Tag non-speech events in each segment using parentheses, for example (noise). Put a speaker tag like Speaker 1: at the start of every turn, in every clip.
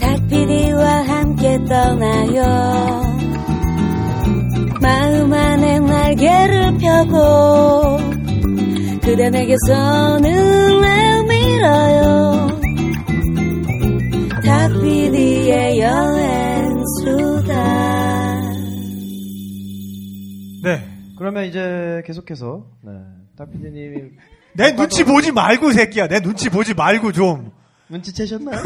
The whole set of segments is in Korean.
Speaker 1: 닭피디와 함께 떠나요 마음 안에 날개를 펴고 그대 내게서 눈을 밀어요 닭피디의 여행수다
Speaker 2: 네.
Speaker 3: 그러면 이제 계속해서 네. 딱피디님이
Speaker 2: 내 눈치 보지 말고, 이 새끼야. 내 눈치 보지 말고, 좀.
Speaker 3: 눈치채셨나요?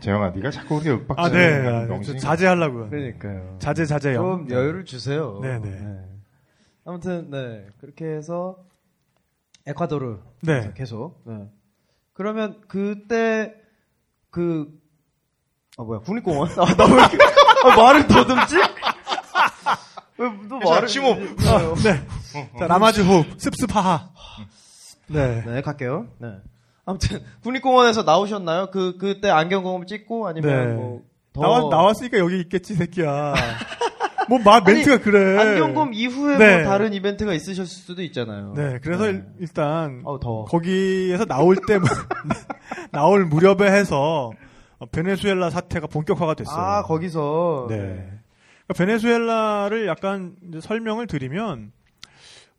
Speaker 4: 재영아, 네가 자꾸 우리 윽박지
Speaker 2: 아, 네. 아, 좀 자제하려고요.
Speaker 3: (laughs) 그러니까요.
Speaker 2: 자제, 자제요.
Speaker 3: 네.
Speaker 2: 네.
Speaker 3: 좀 여유를 주세요.
Speaker 2: 네네.
Speaker 3: 아무튼 네 그렇게 해서 에콰도르
Speaker 2: 네.
Speaker 3: 계속. 네. 그러면 그때 그 아 뭐야 국립공원? 아나왜 아, 말을 더듬지? 왜또 말을?
Speaker 4: 침호.
Speaker 3: 어, 아,
Speaker 2: 네. 자, 라마즈 호흡. 습습하하. 네.
Speaker 3: 네 갈게요. 네. 아무튼 국립공원에서 나오셨나요? 그 그때 안경 공업 찍고 아니면
Speaker 2: 네.
Speaker 3: 뭐 더...
Speaker 2: 나와, 나왔으니까 여기 있겠지, 이 새끼야. 뭐, 마,
Speaker 3: 아니,
Speaker 2: 멘트가 그래.
Speaker 3: 안경검 이후에
Speaker 2: 네.
Speaker 3: 뭐 다른 이벤트가 있으셨을 수도 있잖아요.
Speaker 2: 네, 그래서
Speaker 3: 네. 어.
Speaker 2: 일, 단
Speaker 3: 아우, 더워.
Speaker 2: 거기에서 나올 때 (laughs) 나올 무렵에 해서 어, 베네수엘라 사태가 본격화가 됐어요.
Speaker 3: 아 거기서
Speaker 2: 네. 그러니까 베네수엘라를 약간 이제 설명을 드리면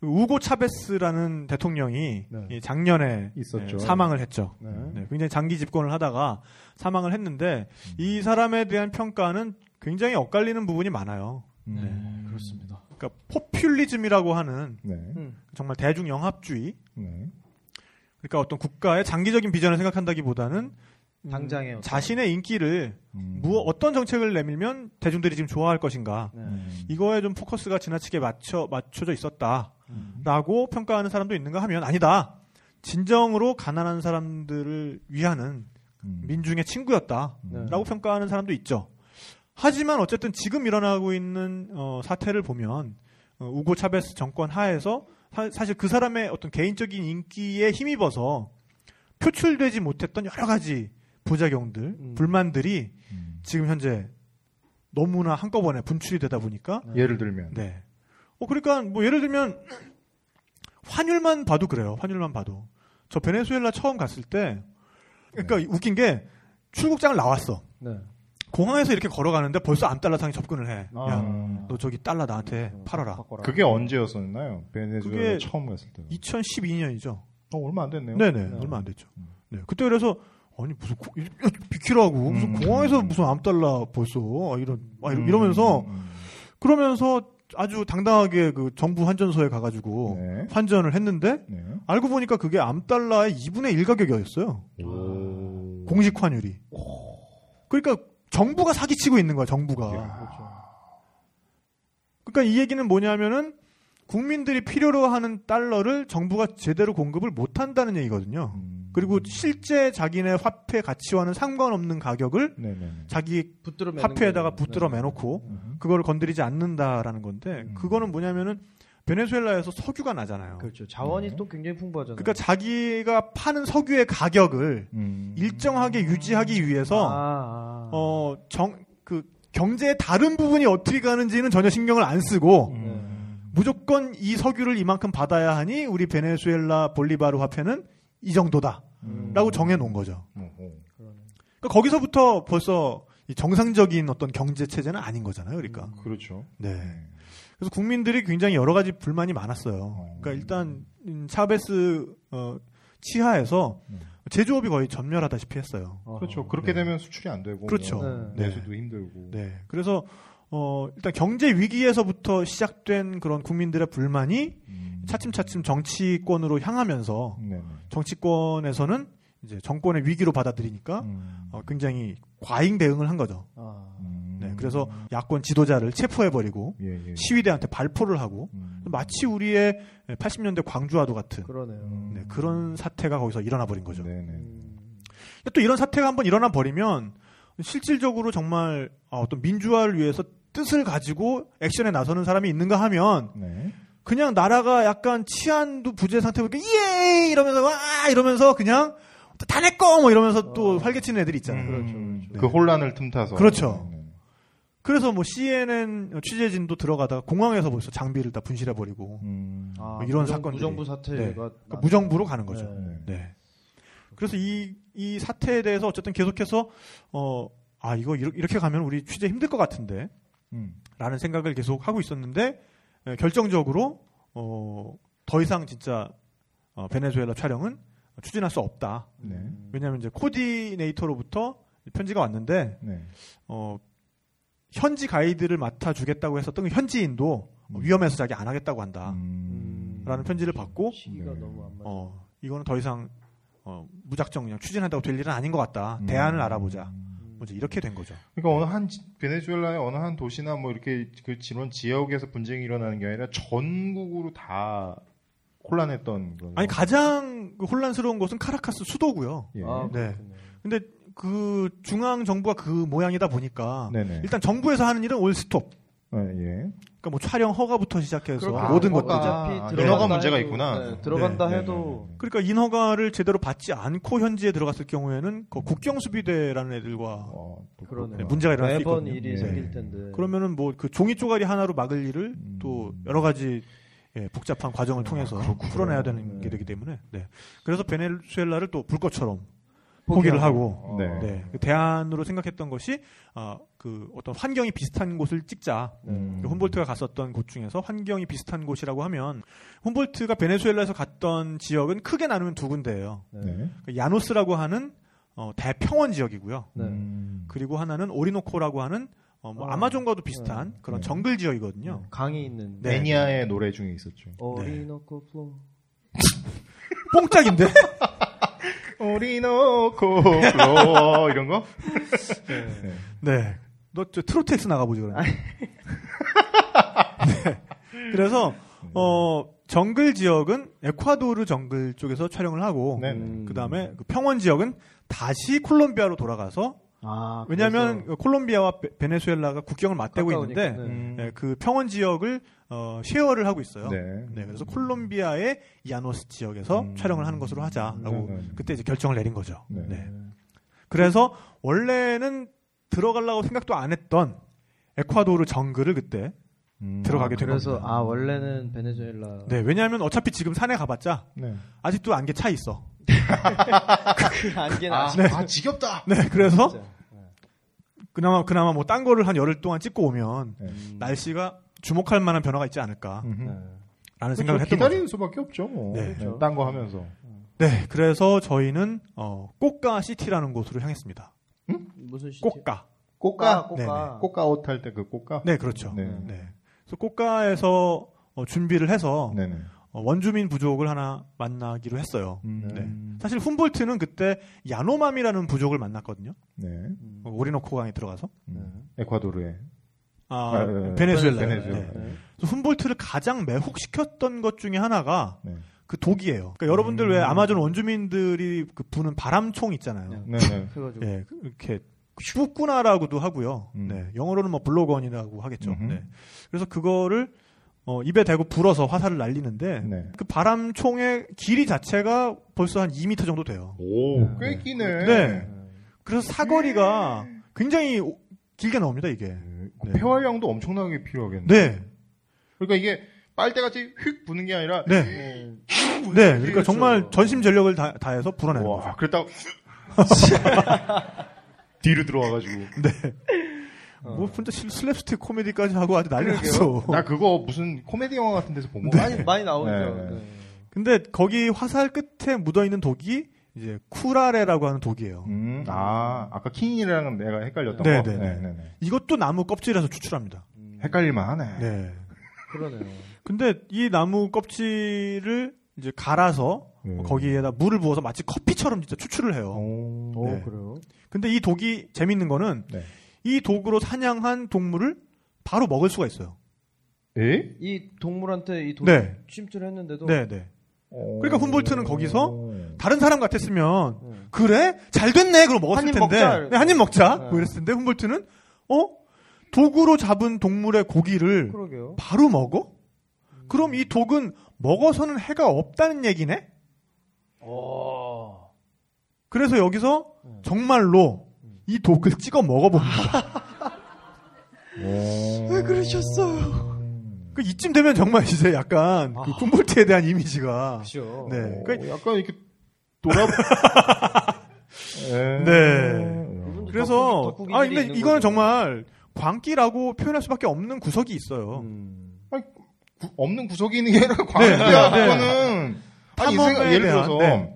Speaker 2: 우고 차베스라는 대통령이
Speaker 3: 네.
Speaker 2: 이 작년에
Speaker 4: 있었죠.
Speaker 2: 예, 사망을 했죠.
Speaker 3: 네.
Speaker 2: 네, 굉장히 장기 집권을 하다가 사망을 했는데 이 사람에 대한 평가는 굉장히 엇갈리는 부분이 많아요.
Speaker 4: 네.
Speaker 3: 그렇습니다.
Speaker 2: 그러니까 포퓰리즘이라고 하는
Speaker 4: 네.
Speaker 2: 정말 대중 영합주의
Speaker 4: 네.
Speaker 2: 그러니까 어떤 국가의 장기적인 비전을 생각한다기보다는 음,
Speaker 3: 당장의 어떤-
Speaker 2: 자신의 인기를
Speaker 4: 음.
Speaker 2: 무엇 어떤 정책을 내밀면 대중들이 지금 좋아할 것인가
Speaker 3: 네.
Speaker 4: 음.
Speaker 2: 이거에 좀 포커스가 지나치게 맞춰 맞춰져 있었다라고
Speaker 3: 음.
Speaker 2: 평가하는 사람도 있는가 하면 아니다 진정으로 가난한 사람들을 위하는
Speaker 4: 음.
Speaker 2: 민중의 친구였다라고
Speaker 3: 네.
Speaker 2: 평가하는 사람도 있죠. 하지만 어쨌든 지금 일어나고 있는 어, 사태를 보면 어, 우고 차베스 정권 하에서 사, 사실 그 사람의 어떤 개인적인 인기에 힘입어서 표출되지 못했던 여러 가지 부작용들,
Speaker 3: 음.
Speaker 2: 불만들이
Speaker 4: 음.
Speaker 2: 지금 현재 너무나 한꺼번에 분출이 되다 보니까
Speaker 4: 음. 예를 들면
Speaker 2: 네. 어 그러니까 뭐 예를 들면 환율만 봐도 그래요. 환율만 봐도 저 베네수엘라 처음 갔을 때 그러니까
Speaker 4: 네.
Speaker 2: 웃긴 게 출국장을 나왔어.
Speaker 3: 네.
Speaker 2: 공항에서 이렇게 걸어가는데 벌써 암달러상이 접근을 해.
Speaker 3: 아.
Speaker 2: 야,
Speaker 4: 음.
Speaker 2: 너 저기 달러 나한테
Speaker 4: 어,
Speaker 2: 팔아라.
Speaker 3: 바꿔라.
Speaker 4: 그게 언제였었나요? 베네수엘라
Speaker 2: 그게
Speaker 4: 처음 갔을 때.
Speaker 2: 2012년이죠.
Speaker 4: 어, 얼마 안 됐네요.
Speaker 2: 네네.
Speaker 3: 네.
Speaker 2: 얼마 안 됐죠.
Speaker 4: 음.
Speaker 2: 네. 그때 그래서 아니 무슨 고- 이- 이- 비키라고 무슨
Speaker 4: 음.
Speaker 2: 공항에서 무슨 암달러 벌써 아, 이런 아, 이러-
Speaker 4: 음.
Speaker 2: 이러면서
Speaker 4: 음.
Speaker 2: 그러면서 아주 당당하게 그 정부 환전소에 가가지고
Speaker 4: 네.
Speaker 2: 환전을 했는데
Speaker 4: 네.
Speaker 2: 알고 보니까 그게 암달러의 2분의 1 가격이었어요.
Speaker 4: 오.
Speaker 2: 공식 환율이. 그러니까 정부가 사기치고 있는 거야, 정부가.
Speaker 3: 그렇죠.
Speaker 2: 그러니까 이 얘기는 뭐냐면은 국민들이 필요로 하는 달러를 정부가 제대로 공급을 못 한다는 얘기거든요.
Speaker 4: 음.
Speaker 2: 그리고 실제 자기네 화폐 가치와는 상관없는 가격을
Speaker 4: 네네네.
Speaker 2: 자기
Speaker 3: 붙들어 매는
Speaker 2: 화폐에다가
Speaker 3: 거예요.
Speaker 2: 붙들어
Speaker 3: 네.
Speaker 2: 매놓고
Speaker 4: 음.
Speaker 2: 그거를 건드리지 않는다라는 건데
Speaker 4: 음.
Speaker 2: 그거는 뭐냐면은 베네수엘라에서 석유가 나잖아요.
Speaker 3: 그렇죠. 자원이
Speaker 4: 네.
Speaker 3: 또 굉장히 풍부하잖아요.
Speaker 2: 그러니까 자기가 파는 석유의 가격을
Speaker 4: 음.
Speaker 2: 일정하게 유지하기 위해서
Speaker 3: 아, 아.
Speaker 2: 어, 정, 그, 경제의 다른 부분이 어떻게 가는지는 전혀 신경을 안 쓰고, 네.
Speaker 4: 음.
Speaker 2: 무조건 이 석유를 이만큼 받아야 하니, 우리 베네수엘라 볼리바르 화폐는 이 정도다.
Speaker 4: 음.
Speaker 2: 라고 정해놓은 거죠.
Speaker 4: 오호.
Speaker 2: 그러니까 거기서부터 벌써 이 정상적인 어떤 경제체제는 아닌 거잖아요. 그러니까.
Speaker 3: 음.
Speaker 4: 그렇죠.
Speaker 2: 네. 그래서 국민들이 굉장히 여러 가지 불만이 많았어요.
Speaker 4: 어.
Speaker 2: 그러니까 일단, 음, 차베스, 어, 치하에서
Speaker 4: 음.
Speaker 2: 제조업이 거의 전멸하다시피 했어요.
Speaker 3: 어.
Speaker 4: 그렇죠. 그렇게
Speaker 2: 네.
Speaker 4: 되면 수출이 안 되고
Speaker 2: 그렇죠.
Speaker 4: 뭐
Speaker 2: 네.
Speaker 4: 내수도 힘들고.
Speaker 2: 네. 그래서 어, 일단 경제 위기에서부터 시작된 그런 국민들의 불만이
Speaker 4: 음.
Speaker 2: 차츰차츰 아, 정치권으로 향하면서
Speaker 4: 네네.
Speaker 2: 정치권에서는 이제 정권의 위기로 받아들이니까
Speaker 4: 음.
Speaker 2: 어, 굉장히 과잉 대응을 한 거죠.
Speaker 3: 아.
Speaker 4: 음.
Speaker 2: 네. 그래서 야권 지도자를 체포해 버리고
Speaker 4: 예, 예.
Speaker 2: 시위대한테 발포를 하고
Speaker 4: 음.
Speaker 2: 마치 우리의 80년대 광주와도 같은
Speaker 3: 그러네요. 그렇죠.
Speaker 4: 음.
Speaker 2: 네, 그런 사태가 거기서 일어나 버린 거죠.
Speaker 4: 네네.
Speaker 3: 음.
Speaker 2: 근데 또 이런 사태가 한번 일어나 버리면 실질적으로 정말 아, 어떤 민주화를 위해서 뜻을 가지고 액션에 나서는 사람이 있는가 하면
Speaker 4: 네.
Speaker 2: 그냥 나라가 약간 치안도 부재 상태 보니까 예 이러면서 와 이러면서 그냥 다 내 거 뭐 이러면서 또
Speaker 3: 어.
Speaker 2: 활개치는 애들이 있잖아요.
Speaker 3: 그렇죠,
Speaker 4: 음.
Speaker 3: 그렇죠.
Speaker 4: 그 혼란을 틈타서.
Speaker 2: 그렇죠.
Speaker 4: 네네.
Speaker 2: 그래서 뭐 CNN 취재진도 들어가다가 공항에서 벌써 장비를 다 분실해 버리고 그러니까
Speaker 4: 음.
Speaker 3: 아,
Speaker 2: 뭐
Speaker 3: 네.
Speaker 2: 이런 네.
Speaker 3: 무정-
Speaker 2: 사건들이.
Speaker 3: 무정부 사태가
Speaker 2: 무정부로 가는 거죠.
Speaker 3: 네.
Speaker 2: 네. 그래서 이, 이 사태에 대해서 어쨌든 계속해서 어, 아 이거 이렇게, 이렇게 가면 우리 취재 힘들 것 같은데
Speaker 4: 음.
Speaker 2: 라는 생각을 계속 하고 있었는데 예, 결정적으로 어, 더 이상 진짜 어, 베네수엘라 촬영은 추진할 수 없다.
Speaker 4: 네.
Speaker 3: 음.
Speaker 2: 왜냐하면 이제 코디네이터로부터 편지가 왔는데
Speaker 4: 네.
Speaker 2: 어, 현지 가이드를 맡아주겠다고 했었던 그 현지인도
Speaker 4: 음.
Speaker 2: 위험해서 자기 안 하겠다고
Speaker 3: 아,
Speaker 2: 한다라는
Speaker 4: 음.
Speaker 2: 편지를 받고
Speaker 3: 시기가
Speaker 4: 네.
Speaker 3: 너무 안 맞아.
Speaker 2: 어, 이거는 더 이상 어, 무작정 그냥 추진한다고 될 일은 아닌 것 같다. 대안을 알아보자.
Speaker 3: 음.
Speaker 2: 뭐 이제 이렇게 된 거죠.
Speaker 4: 그러니까 어느 한 지- 베네수엘라의 어느 한 도시나 뭐 이렇게 그 진원 지역에서 분쟁이 일어나는 게 아니라 전국으로 다 혼란했던 그런
Speaker 2: 아니
Speaker 4: 거.
Speaker 2: 가장 그 혼란스러운 곳은 카라카스 수도고요.
Speaker 4: 예.
Speaker 3: 아,
Speaker 2: 네.
Speaker 3: 그렇군요.
Speaker 2: 근데 그 중앙 정부가 그 모양이다 보니까
Speaker 4: 네네.
Speaker 2: 일단 정부에서 하는 일은 올 스톱.
Speaker 4: 아, 예.
Speaker 2: 그러니까 뭐 촬영 허가부터 시작해서
Speaker 3: 그렇게
Speaker 4: 아,
Speaker 2: 모든
Speaker 4: 허가.
Speaker 2: 것들.
Speaker 4: 아,
Speaker 3: 어차피
Speaker 4: 인허가
Speaker 3: 들어간다
Speaker 4: 문제가
Speaker 3: 해도,
Speaker 4: 있구나.
Speaker 3: 네, 들어간다
Speaker 4: 네,
Speaker 3: 해도
Speaker 4: 네, 네,
Speaker 2: 그러니까 인허가를 제대로 받지 않고 현지에 들어갔을 경우에는 그 국경 수비대라는
Speaker 4: 네.
Speaker 2: 애들과
Speaker 4: 어, 또
Speaker 3: 그러네요.
Speaker 2: 네, 문제가 일어날 수
Speaker 3: 매번
Speaker 2: 있거든요.
Speaker 3: 일이
Speaker 4: 네.
Speaker 3: 생길 텐데.
Speaker 2: 그러면은 뭐 그 종이 쪼가리 하나로 막을 일을
Speaker 4: 음.
Speaker 2: 또 여러 가지 예, 복잡한 과정을 통해서
Speaker 4: 그렇군요.
Speaker 2: 풀어내야 되는 게
Speaker 4: 네.
Speaker 2: 되기 때문에 네. 그래서 베네수엘라를 또 불꽃처럼 포기를 하고
Speaker 4: 네.
Speaker 3: 어.
Speaker 2: 네. 그 대안으로 생각했던 것이 아, 그 어떤 환경이 비슷한 곳을 찍자.
Speaker 4: 음.
Speaker 2: 그 훔볼트가 갔었던 곳 중에서 환경이 비슷한 곳이라고 하면 훔볼트가 베네수엘라에서 갔던 지역은 크게 나누면 두 군데예요.
Speaker 4: 네.
Speaker 2: 그 야노스라고 하는 어, 대평원 지역이고요.
Speaker 3: 네.
Speaker 4: 음.
Speaker 2: 그리고 하나는 오리노코라고 하는 어, 뭐
Speaker 3: 아,
Speaker 2: 아마존과도 비슷한
Speaker 3: 네.
Speaker 2: 그런
Speaker 4: 네.
Speaker 2: 정글 지역이거든요.
Speaker 3: 음. 강이 있는
Speaker 2: 네.
Speaker 4: 매니아의 노래 중에 있었죠.
Speaker 3: 어리노코 플로
Speaker 2: 뽕짝인데?
Speaker 4: 오리노코 플로어 이런 거? 네.
Speaker 2: 네. 너 저 트로트엑스 나가보지 그러면. (laughs) 네. 그래서 어 정글 지역은 에콰도르 정글 쪽에서 촬영을 하고
Speaker 4: 네.
Speaker 2: 그 다음에 평원 지역은 다시 콜롬비아로 돌아가서
Speaker 3: 아,
Speaker 2: 왜냐하면 그 콜롬비아와 베- 베네수엘라가 국경을 맞대고
Speaker 3: 가까우니까,
Speaker 2: 있는데
Speaker 3: 네.
Speaker 4: 음.
Speaker 2: 예, 그 평원 지역을 어, 쉐어를 하고 있어요.
Speaker 4: 네.
Speaker 2: 네, 그래서 콜롬비아의 야노스 지역에서
Speaker 4: 음.
Speaker 2: 촬영을 하는 것으로 하자라고
Speaker 4: 네, 네, 네.
Speaker 2: 그때 이제 결정을 내린 거죠.
Speaker 4: 네.
Speaker 2: 네. 그래서 원래는 들어가려고 생각도 안 했던 에콰도르 정글을 그때
Speaker 4: 음.
Speaker 2: 들어가게 된
Speaker 3: 그래서
Speaker 2: 겁니다.
Speaker 3: 아 원래는 베네수엘라
Speaker 2: 네, 왜냐하면 어차피 지금 산에 가봤자
Speaker 4: 네.
Speaker 2: 아직도 안개 차 있어.
Speaker 3: 그 (laughs) 안개는
Speaker 4: 아,
Speaker 3: 아쉽-
Speaker 4: 아, 지겹다.
Speaker 3: 음.
Speaker 2: 네, 그래서
Speaker 3: 진짜.
Speaker 2: 그나마 그나마 뭐 딴 거를 한 열흘 동안 찍고 오면
Speaker 4: 네.
Speaker 3: 음.
Speaker 2: 날씨가 주목할 만한 변화가 있지 않을까라는
Speaker 3: 네.
Speaker 4: 음흠.
Speaker 2: 네. 생각을
Speaker 4: 그렇죠.
Speaker 2: 했던
Speaker 4: 기다리는
Speaker 2: 거죠.
Speaker 4: 수밖에 없죠. 뭐.
Speaker 2: 네.
Speaker 3: 그렇죠.
Speaker 4: 딴 거 하면서.
Speaker 2: 네, 그래서 저희는 어, 꽃가 시티라는 곳으로 향했습니다.
Speaker 3: 무슨 시티?
Speaker 2: 꽃가.
Speaker 4: 꽃가
Speaker 3: 꽃가 음.
Speaker 4: 꽃가 옷 할 때 그 꽃가.
Speaker 2: 네, 그렇죠.
Speaker 4: 네.
Speaker 2: 네. 그래서 꽃가에서 어, 준비를 해서
Speaker 4: 네. 네.
Speaker 2: 어, 원주민 부족을 하나 만나기로 했어요.
Speaker 4: 음.
Speaker 2: 사실 훔볼트는 그때 야노맘이라는 부족을 만났거든요.
Speaker 4: 네.
Speaker 2: 어, 오리노코 강에 들어가서
Speaker 3: 네.
Speaker 4: 음. 에콰도르에.
Speaker 2: 아,
Speaker 4: 아, 네, 네.
Speaker 2: 베네수엘라.
Speaker 4: 베네수엘라.
Speaker 2: 네. 그래서 훔볼트를 가장 매혹시켰던 것 중에 하나가
Speaker 4: 네.
Speaker 2: 그 독이에요. 그러니까 여러분들
Speaker 4: 음.
Speaker 2: 왜 아마존 원주민들이 그 부는 바람총 있잖아요.
Speaker 4: 네. 네.
Speaker 3: 그래가지고
Speaker 2: 예, 그- 이렇게 슈꾸나라고도 하고요.
Speaker 4: 음.
Speaker 2: 네, 영어로는 뭐 블로건이라고 하겠죠.
Speaker 4: 음흠.
Speaker 2: 네. 그래서 그거를 어, 입에 대고 불어서 화살을 날리는데
Speaker 4: 네.
Speaker 2: 그 바람총의 길이 자체가 벌써 한 2m 정도 돼요.
Speaker 4: 오, 꽤 기네.
Speaker 2: 네. 그래서 사거리가 굉장히 오- 길게 나옵니다, 이게. 네.
Speaker 4: 그 폐활량도 엄청나게 필요하겠네.
Speaker 2: 네.
Speaker 4: 그러니까 이게 빨대같이 휙 부는 게 아니라
Speaker 2: 네.
Speaker 3: 네.
Speaker 2: 네. 그러니까 정말
Speaker 3: 그렇죠.
Speaker 2: 전심 전력을 다, 다해서 불어내는 거죠. (laughs)
Speaker 4: 음. 와, 그랬다가 뒤로 들어와가지고
Speaker 2: 뭐 혼자 실- 슬랩스틱 코미디까지 하고 아주 난리 났어.
Speaker 4: 나 그거 무슨 코미디 영화 같은 데서 본 거. 같아.
Speaker 3: 뭐 많이 많이 나오죠.
Speaker 4: 네.
Speaker 3: 네.
Speaker 2: 근데 거기 화살 끝에 묻어 있는 독이 이제 쿠라레라고 하는 독이에요.
Speaker 4: 음, 아, 아까 킹이랑 내가 헷갈렸던
Speaker 2: 네,
Speaker 4: 거.
Speaker 2: 네, 네.
Speaker 4: 네.
Speaker 2: 이것도 나무 껍질에서 추출합니다.
Speaker 3: 음,
Speaker 4: 헷갈릴만 하네.
Speaker 2: 네.
Speaker 3: 그러네요.
Speaker 2: 근데 이 나무 껍질을 이제 갈아서
Speaker 4: 음.
Speaker 2: 거기에다 물을 부어서 마치 커피처럼 진짜 추출을 해요.
Speaker 4: 오,
Speaker 3: 오
Speaker 2: 네.
Speaker 3: 어, 그래요?
Speaker 2: 근데 이 독이 재밌는 거는
Speaker 4: 네.
Speaker 2: 이 독으로 사냥한 동물을 바로 먹을 수가 있어요. 예?
Speaker 4: 에?
Speaker 3: 이 동물한테 이 도...
Speaker 2: 네.
Speaker 3: 침투를 했는데도
Speaker 2: 네, 네.
Speaker 4: 오.
Speaker 2: 그러니까 훔볼트는 거기서 다른 사람 같았으면
Speaker 3: 어,
Speaker 2: 그래 잘 됐네 그럼 먹었을
Speaker 3: 한입
Speaker 2: 텐데
Speaker 3: 먹자.
Speaker 2: 한 입 먹자
Speaker 3: 네.
Speaker 2: 뭐 이랬을 텐데 훔볼트는 어 독으로 잡은 동물의 고기를
Speaker 3: 그러게요.
Speaker 2: 바로 먹어? 그럼 이 독은 먹어서는 해가 없다는 얘기네?
Speaker 3: 어,
Speaker 2: 그래서 여기서 정말로 이 독을 찍어 먹어봅니다. 네.
Speaker 4: 오.
Speaker 3: 그러셨어요?
Speaker 2: 그 이쯤 되면 정말 이제 약간 그 쿤볼트에 대한 이미지가
Speaker 3: 그죠.
Speaker 2: 네.
Speaker 4: 오, 약간 이렇게
Speaker 2: (laughs)
Speaker 4: 돌아.
Speaker 2: 네. 그래서
Speaker 3: 덕국이-
Speaker 2: 아
Speaker 3: 덕국이들이
Speaker 2: 근데
Speaker 3: 있는
Speaker 2: 이거는
Speaker 3: 거죠.
Speaker 2: 정말 광기라고 표현할 수밖에 없는 구석이
Speaker 3: 음.
Speaker 2: 있어요.
Speaker 4: 구- 없는 구석이 있는 게 아니라 광대야
Speaker 2: 네, 네.
Speaker 4: 그거는 아니
Speaker 2: 탐험에
Speaker 4: 생각, 예를
Speaker 2: 대한,
Speaker 4: 들어서
Speaker 2: 네.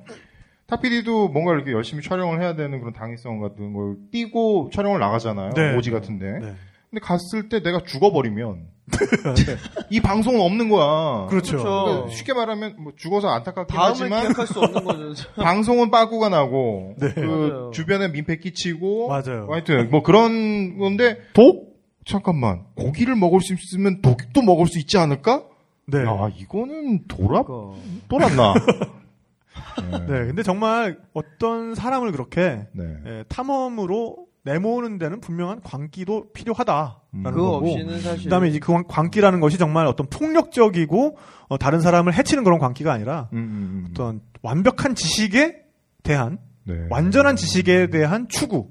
Speaker 4: 탁PD도 뭔가 이렇게 열심히 촬영을 해야 되는 그런 당위성 같은 걸 띄고 촬영을 나가잖아요
Speaker 2: 네.
Speaker 4: 오지 같은데
Speaker 2: 네.
Speaker 4: 근데 갔을 때 내가 죽어버리면 (laughs) 이 방송은 없는 거야
Speaker 2: 그렇죠.
Speaker 3: 그렇죠.
Speaker 4: 쉽게 말하면 뭐 죽어서 안타깝긴
Speaker 3: 다음을
Speaker 4: 하지만
Speaker 3: 기약할 수
Speaker 2: (laughs)
Speaker 3: 없는 거죠.
Speaker 4: (laughs) 방송은 빠꾸가 나고
Speaker 2: 네.
Speaker 4: 그
Speaker 3: 맞아요.
Speaker 4: 주변에 민폐 끼치고
Speaker 2: 맞아요.
Speaker 4: 하여튼 뭐 그런 건데 독 잠깐만 고기를 먹을 수 있으면 독도 먹을 수 있지 않을까?
Speaker 2: 네.
Speaker 4: 야 이거는 돌아
Speaker 3: 그러니까.
Speaker 4: 돌았나?
Speaker 2: (laughs) 네. 근데 정말 어떤 사람을 그렇게
Speaker 4: 네.
Speaker 2: 예, 탐험으로 내모으는 데는 분명한 광기도 필요하다라는
Speaker 4: 음.
Speaker 2: 거고.
Speaker 4: 그거
Speaker 3: 그거 없이는 사실.
Speaker 2: 그다음에 이제 그 광- 광기라는 것이 정말 어떤 폭력적이고 어, 다른 사람을 해치는 그런 광기가 아니라
Speaker 4: 음, 음, 음.
Speaker 2: 어떤 완벽한 지식에 대한
Speaker 4: 네.
Speaker 2: 완전한 지식에 대한 추구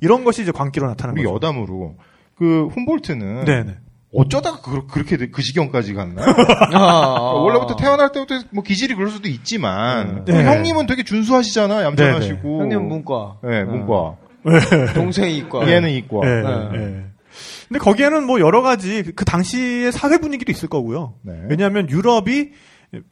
Speaker 2: 이런 것이 이제 광기로 나타나는
Speaker 4: 우리
Speaker 2: 거죠.
Speaker 4: 여담으로 그 humboldt는
Speaker 2: 네네.
Speaker 4: 어쩌다가 그, 그렇게 되- 그 지경까지 갔나?
Speaker 3: (laughs) 아.
Speaker 4: (laughs) 원래부터 태어날 때부터 뭐 기질이 그럴 수도 있지만
Speaker 2: 네.
Speaker 4: 그 형님은 되게 준수하시잖아 얌전하시고
Speaker 3: 형님 문과,
Speaker 2: 아.
Speaker 4: 네, 문과
Speaker 3: 동생이 이과.
Speaker 4: 얘는 이과
Speaker 2: 예,
Speaker 3: 네.
Speaker 2: 예. 근데 거기에는 뭐 여러 가지 그 당시의 사회 분위기도 있을 거고요.
Speaker 4: 네.
Speaker 2: 왜냐하면 유럽이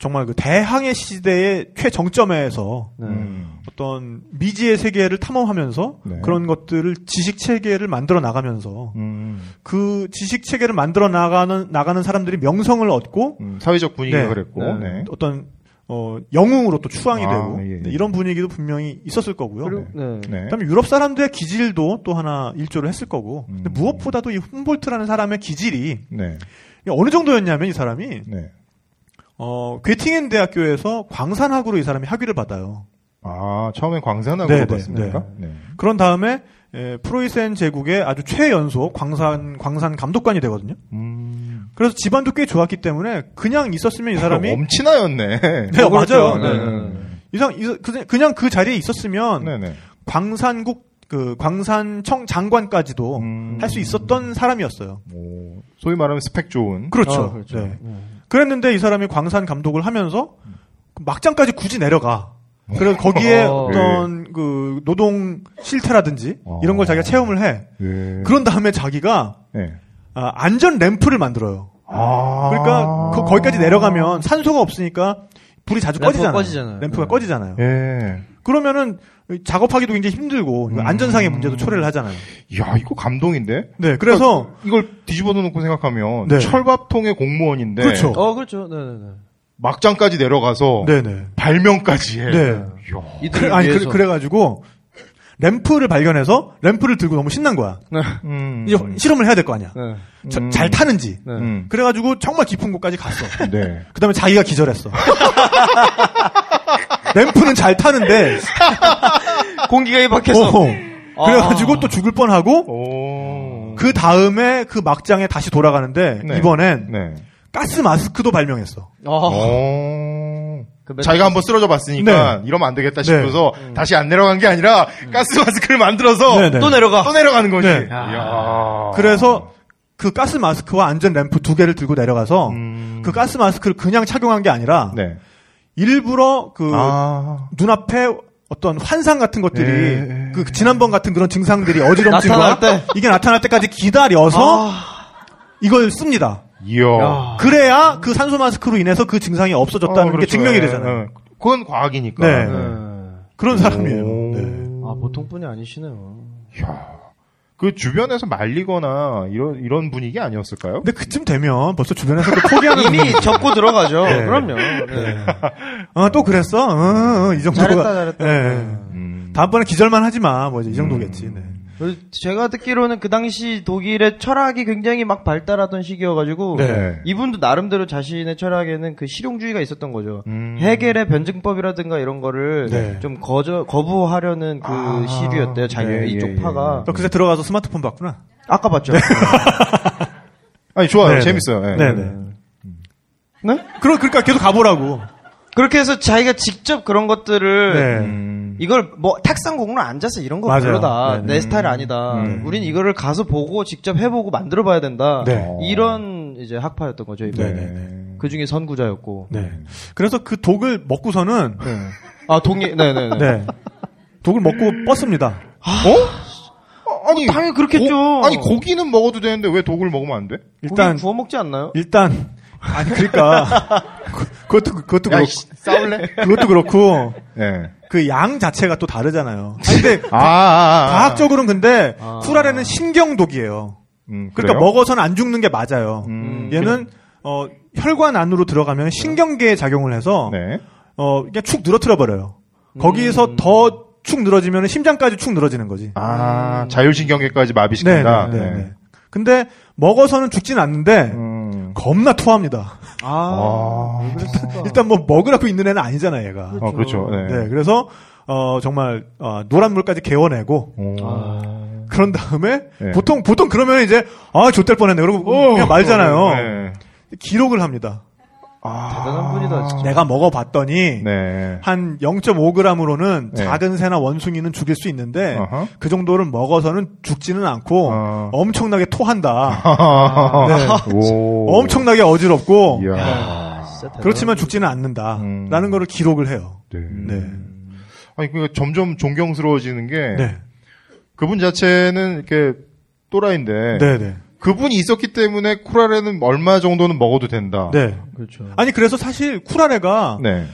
Speaker 2: 정말 그 대항해 시대의 최정점에서
Speaker 3: 네.
Speaker 4: 음.
Speaker 2: 어떤 미지의 세계를 탐험하면서
Speaker 4: 네.
Speaker 2: 그런 것들을 지식 체계를 만들어 나가면서
Speaker 4: 음.
Speaker 2: 그 지식 체계를 만들어 나가는 나가는 사람들이 명성을 얻고
Speaker 4: 음, 사회적 분위기가
Speaker 2: 네.
Speaker 4: 그랬고 네.
Speaker 2: 어떤 어, 영웅으로 또 추앙이
Speaker 4: 아,
Speaker 2: 되고
Speaker 4: 예, 예.
Speaker 2: 네, 이런 분위기도 분명히 있었을 거고요.
Speaker 3: 그리고, 네.
Speaker 4: 네.
Speaker 2: 그다음에 유럽 사람들의 기질도 또 하나 일조를 했을 거고 근데
Speaker 4: 음.
Speaker 2: 무엇보다도 이 훔볼트라는 사람의 기질이
Speaker 4: 네.
Speaker 2: 어느 정도였냐면 이 사람이
Speaker 4: 네.
Speaker 2: 어 괴팅엔 대학교에서 광산학으로 이 사람이 학위를 받아요.
Speaker 4: 아 처음엔 광산하고
Speaker 2: 네, 네,
Speaker 4: 봤습니까? 네.
Speaker 2: 그런 다음에 에, 프로이센 제국의 아주 최연소 광산 광산 감독관이 되거든요.
Speaker 4: 음.
Speaker 2: 그래서 집안도 꽤 좋았기 때문에 그냥 있었으면 이 사람이 (laughs)
Speaker 4: 엄친아였네.
Speaker 2: 네,
Speaker 3: 어, 그렇죠.
Speaker 2: 맞아요. 네. 이상 이- 그- 그냥 그 자리에 있었으면
Speaker 4: 네네.
Speaker 2: 광산국 그 광산청 장관까지도
Speaker 4: 음.
Speaker 2: 할 수 있었던 사람이었어요.
Speaker 4: 오, 뭐, 소위 말하면 스펙 좋은.
Speaker 2: 그렇죠.
Speaker 3: 아, 그렇죠.
Speaker 2: 네. 그랬는데 이 사람이 광산 감독을 하면서 그 막장까지 굳이 내려가. 그래서 거기에
Speaker 3: 어.
Speaker 2: 어떤 그 노동 실태라든지
Speaker 4: 어.
Speaker 2: 이런 걸 자기가 체험을 해.
Speaker 4: 예.
Speaker 2: 그런 다음에 자기가
Speaker 4: 네.
Speaker 2: 아, 안전 램프를 만들어요.
Speaker 4: 아.
Speaker 2: 그러니까 거, 기까지 내려가면 산소가 없으니까 불이 자주
Speaker 3: 램프가
Speaker 2: 꺼지잖아요.
Speaker 3: 꺼지잖아요.
Speaker 2: 램프가
Speaker 3: 네.
Speaker 2: 꺼지잖아요.
Speaker 4: 예.
Speaker 2: 그러면은 작업하기도 굉장히 힘들고
Speaker 4: 음.
Speaker 2: 안전상의 문제도 초래를 하잖아요.
Speaker 4: 야 이거 감동인데.
Speaker 2: 네, 그래서
Speaker 4: 이걸 뒤집어 놓고 생각하면
Speaker 2: 네.
Speaker 4: 철밥통의 공무원인데
Speaker 2: 그렇죠.
Speaker 3: 어, 그렇죠. 네네네.
Speaker 4: 막장까지 내려가서
Speaker 2: 네네.
Speaker 4: 발명까지 해.
Speaker 2: 네.
Speaker 4: 이야.
Speaker 3: 이들
Speaker 2: 어. 그래,
Speaker 3: 그,
Speaker 2: 아니
Speaker 3: 위해서.
Speaker 2: 그래, 가지고 램프를 발견해서 램프를 들고 너무 신난 거야.
Speaker 4: 음.
Speaker 2: 이제 실험을 해야 될 거 아니야.
Speaker 3: 네.
Speaker 2: 자-
Speaker 4: 음.
Speaker 2: 잘 타는지.
Speaker 3: 네.
Speaker 4: 음.
Speaker 2: 그래가지고 정말 깊은 곳까지 갔어. (laughs)
Speaker 4: 네.
Speaker 2: 그다음에 자기가 기절했어. (laughs) 램프는 잘 타는데.
Speaker 3: 공기가
Speaker 2: 어,
Speaker 3: 입학해서.
Speaker 2: 그래가지고 또 죽을 뻔하고
Speaker 4: 오.
Speaker 2: 그 다음에 그 막장에 다시 돌아가는데
Speaker 4: 네.
Speaker 2: 이번엔
Speaker 4: 네.
Speaker 2: 가스 마스크도 발명했어.
Speaker 3: 아.
Speaker 4: 오.
Speaker 3: 그 맨-
Speaker 4: 어. 자기가 한번 쓰러져 봤으니까
Speaker 2: 네.
Speaker 4: 이러면 안 되겠다 싶어서 다시 안 내려간 게 아니라 가스 마스크를 만들어서
Speaker 2: 음. 네, 네.
Speaker 3: 또 내려가.
Speaker 4: 또 내려가는 거지.
Speaker 2: 네.
Speaker 4: 이야.
Speaker 2: 그래서
Speaker 4: 아.
Speaker 2: 그 가스 마스크와 안전 램프 두 개를 들고 내려가서
Speaker 4: 음.
Speaker 2: 그 가스 마스크를 그냥 착용한 게 아니라
Speaker 4: 네.
Speaker 2: 일부러 그
Speaker 4: 아.
Speaker 2: 눈앞에 어떤 환상 같은 것들이
Speaker 4: 예.
Speaker 2: 그 지난번 같은 그런 증상들이 어지럼증과
Speaker 3: 나타날 때. 아.
Speaker 2: 이게 나타날 때까지 기다려서 이걸 씁니다.
Speaker 4: 이야.
Speaker 2: 그래야 그 산소 마스크로 인해서 그 증상이 없어졌다는
Speaker 4: 어,
Speaker 2: 게
Speaker 4: 그렇죠.
Speaker 2: 증명이
Speaker 4: 예,
Speaker 2: 되잖아요.
Speaker 4: 예. 그건 과학이니까.
Speaker 2: 네.
Speaker 4: 예.
Speaker 3: 네.
Speaker 2: 그런 사람이에요.
Speaker 4: 오.
Speaker 2: 네.
Speaker 3: 아, 보통 분이 아니시네요.
Speaker 4: 이야. 그 주변에서 말리거나 이런 이런 분위기 아니었을까요?
Speaker 2: 근데 그쯤 되면 벌써 주변에서도 포기하는
Speaker 3: 이미 접고 들어가죠.
Speaker 2: 네.
Speaker 3: 그럼요. 네.
Speaker 2: 어, 또 그랬어? 어, 어, 이 정도가.
Speaker 3: 잘했다, 잘했다.
Speaker 2: 예, 예.
Speaker 4: 음.
Speaker 2: 다음번에 기절만 하지 마. 뭐 이제 이 정도겠지. 네.
Speaker 3: 그리고 제가 듣기로는 그 당시 독일의 철학이 굉장히 막 발달하던 시기여가지고
Speaker 2: 네.
Speaker 3: 이분도 나름대로 자신의 철학에는 그 실용주의가 있었던 거죠.
Speaker 4: 음.
Speaker 3: 해겔의 변증법이라든가 이런 거를
Speaker 2: 네.
Speaker 3: 좀 거저, 거부하려는 그
Speaker 4: 아.
Speaker 3: 시류였대요. 자기
Speaker 4: 예, 예,
Speaker 3: 이쪽
Speaker 4: 예.
Speaker 3: 파가
Speaker 2: 너 그새 들어가서 스마트폰 봤구나.
Speaker 3: 아까 봤죠.
Speaker 4: 아니 좋아요.
Speaker 2: 네네.
Speaker 4: 재밌어요. 예.
Speaker 2: 네네.
Speaker 3: 네?
Speaker 2: 그러, 그러니까 계속 가보라고.
Speaker 3: 그렇게 해서 자기가 직접 그런 것들을
Speaker 2: 네.
Speaker 4: 음.
Speaker 3: 이걸 뭐 탁상 공으로 앉아서 이런 거
Speaker 2: 맞아요.
Speaker 3: 별로다.
Speaker 2: 네네.
Speaker 3: 내 스타일 아니다.
Speaker 4: 음.
Speaker 3: 우린 이거를 가서 보고 직접 해보고 만들어봐야 된다.
Speaker 2: 네.
Speaker 3: 이런 이제 학파였던 거죠. 이번.
Speaker 2: 네네.
Speaker 4: 네.
Speaker 3: 그 중에 선구자였고.
Speaker 2: 네. 그래서 그 독을 먹고서는
Speaker 4: 예.
Speaker 3: 네. 아 동의. 네네네.
Speaker 2: 네. 독을 먹고 뻗습니다.
Speaker 4: 어? 아니
Speaker 3: 당연히 그렇겠죠.
Speaker 4: 고- 아니 고기는 먹어도 되는데 왜 독을 먹으면 안 돼?
Speaker 2: 일단
Speaker 3: 구워 먹지 않나요?
Speaker 2: 일단 아니 그러니까 그- 그것도 그것도
Speaker 4: 야,
Speaker 2: 그렇고
Speaker 4: 이씨, 싸울래?
Speaker 2: 그것도 그렇고
Speaker 4: 네.
Speaker 2: 그 양 자체가 또 다르잖아요. 아니, 근데
Speaker 4: 아, (laughs) 아, 아.
Speaker 2: 과학적으로는 근데
Speaker 3: 아.
Speaker 2: 쿠라레는 신경독이에요.
Speaker 4: 음,
Speaker 2: 그러니까
Speaker 4: 그래요?
Speaker 2: 먹어서는 안 죽는 게 맞아요.
Speaker 4: 음,
Speaker 2: 얘는 어, 혈관 안으로 들어가면 신경계에 작용을 해서
Speaker 4: 네.
Speaker 2: 어, 이게 축 늘어뜨려 버려요. 거기에서 더 축 늘어지면 심장까지 축 늘어지는 거지.
Speaker 4: 음. 아 자율신경계까지 마비시킨다.
Speaker 2: 네, 네, 네. 근데 먹어서는 죽진 않는데
Speaker 4: 음.
Speaker 2: 겁나 토합니다.
Speaker 3: 아.
Speaker 4: 아.
Speaker 3: 왜 그랬을까?
Speaker 2: 일단 뭐 먹으라고 있는 애는 아니잖아, 얘가.
Speaker 4: 어 그렇죠. 네.
Speaker 2: 네, 그래서 어, 정말 어, 노란 물까지 개워내고
Speaker 4: 오.
Speaker 3: 아.
Speaker 2: 그런 다음에
Speaker 4: 네. 어,
Speaker 2: 보통 보통 그러면 이제 아 좆될 뻔했네 그러고 그냥 말잖아요.
Speaker 4: 네.
Speaker 2: 기록을 합니다.
Speaker 3: 아, 대단한 분이다
Speaker 4: 아.
Speaker 3: 진짜.
Speaker 2: 내가 먹어봤더니
Speaker 4: 네.
Speaker 2: 한 0.5g으로는
Speaker 4: 네.
Speaker 2: 작은 새나 원숭이는 죽일 수 있는데
Speaker 4: 어허.
Speaker 2: 그 정도는 먹어서는 죽지는 않고
Speaker 4: 어.
Speaker 2: 엄청나게 토한다.
Speaker 4: (laughs) 네. 오.
Speaker 2: 아. 엄청나게 어지럽고
Speaker 4: 이야.
Speaker 3: 아, 진짜 대단한
Speaker 2: 네. 그렇지만 죽지는 않는다라는
Speaker 4: 음.
Speaker 2: 거를 기록을 해요.
Speaker 4: 네.
Speaker 2: 네.
Speaker 4: 아니 그러니까 점점 존경스러워지는 게
Speaker 2: 네.
Speaker 4: 그분 자체는 이렇게 또라이인데
Speaker 2: 네, 네.
Speaker 4: 그분이 있었기 때문에 쿠라레는 얼마 정도는 먹어도 된다.
Speaker 2: 네.
Speaker 3: 분. 그렇죠.
Speaker 2: 아니 그래서 사실 쿠라레가
Speaker 4: 아. 네.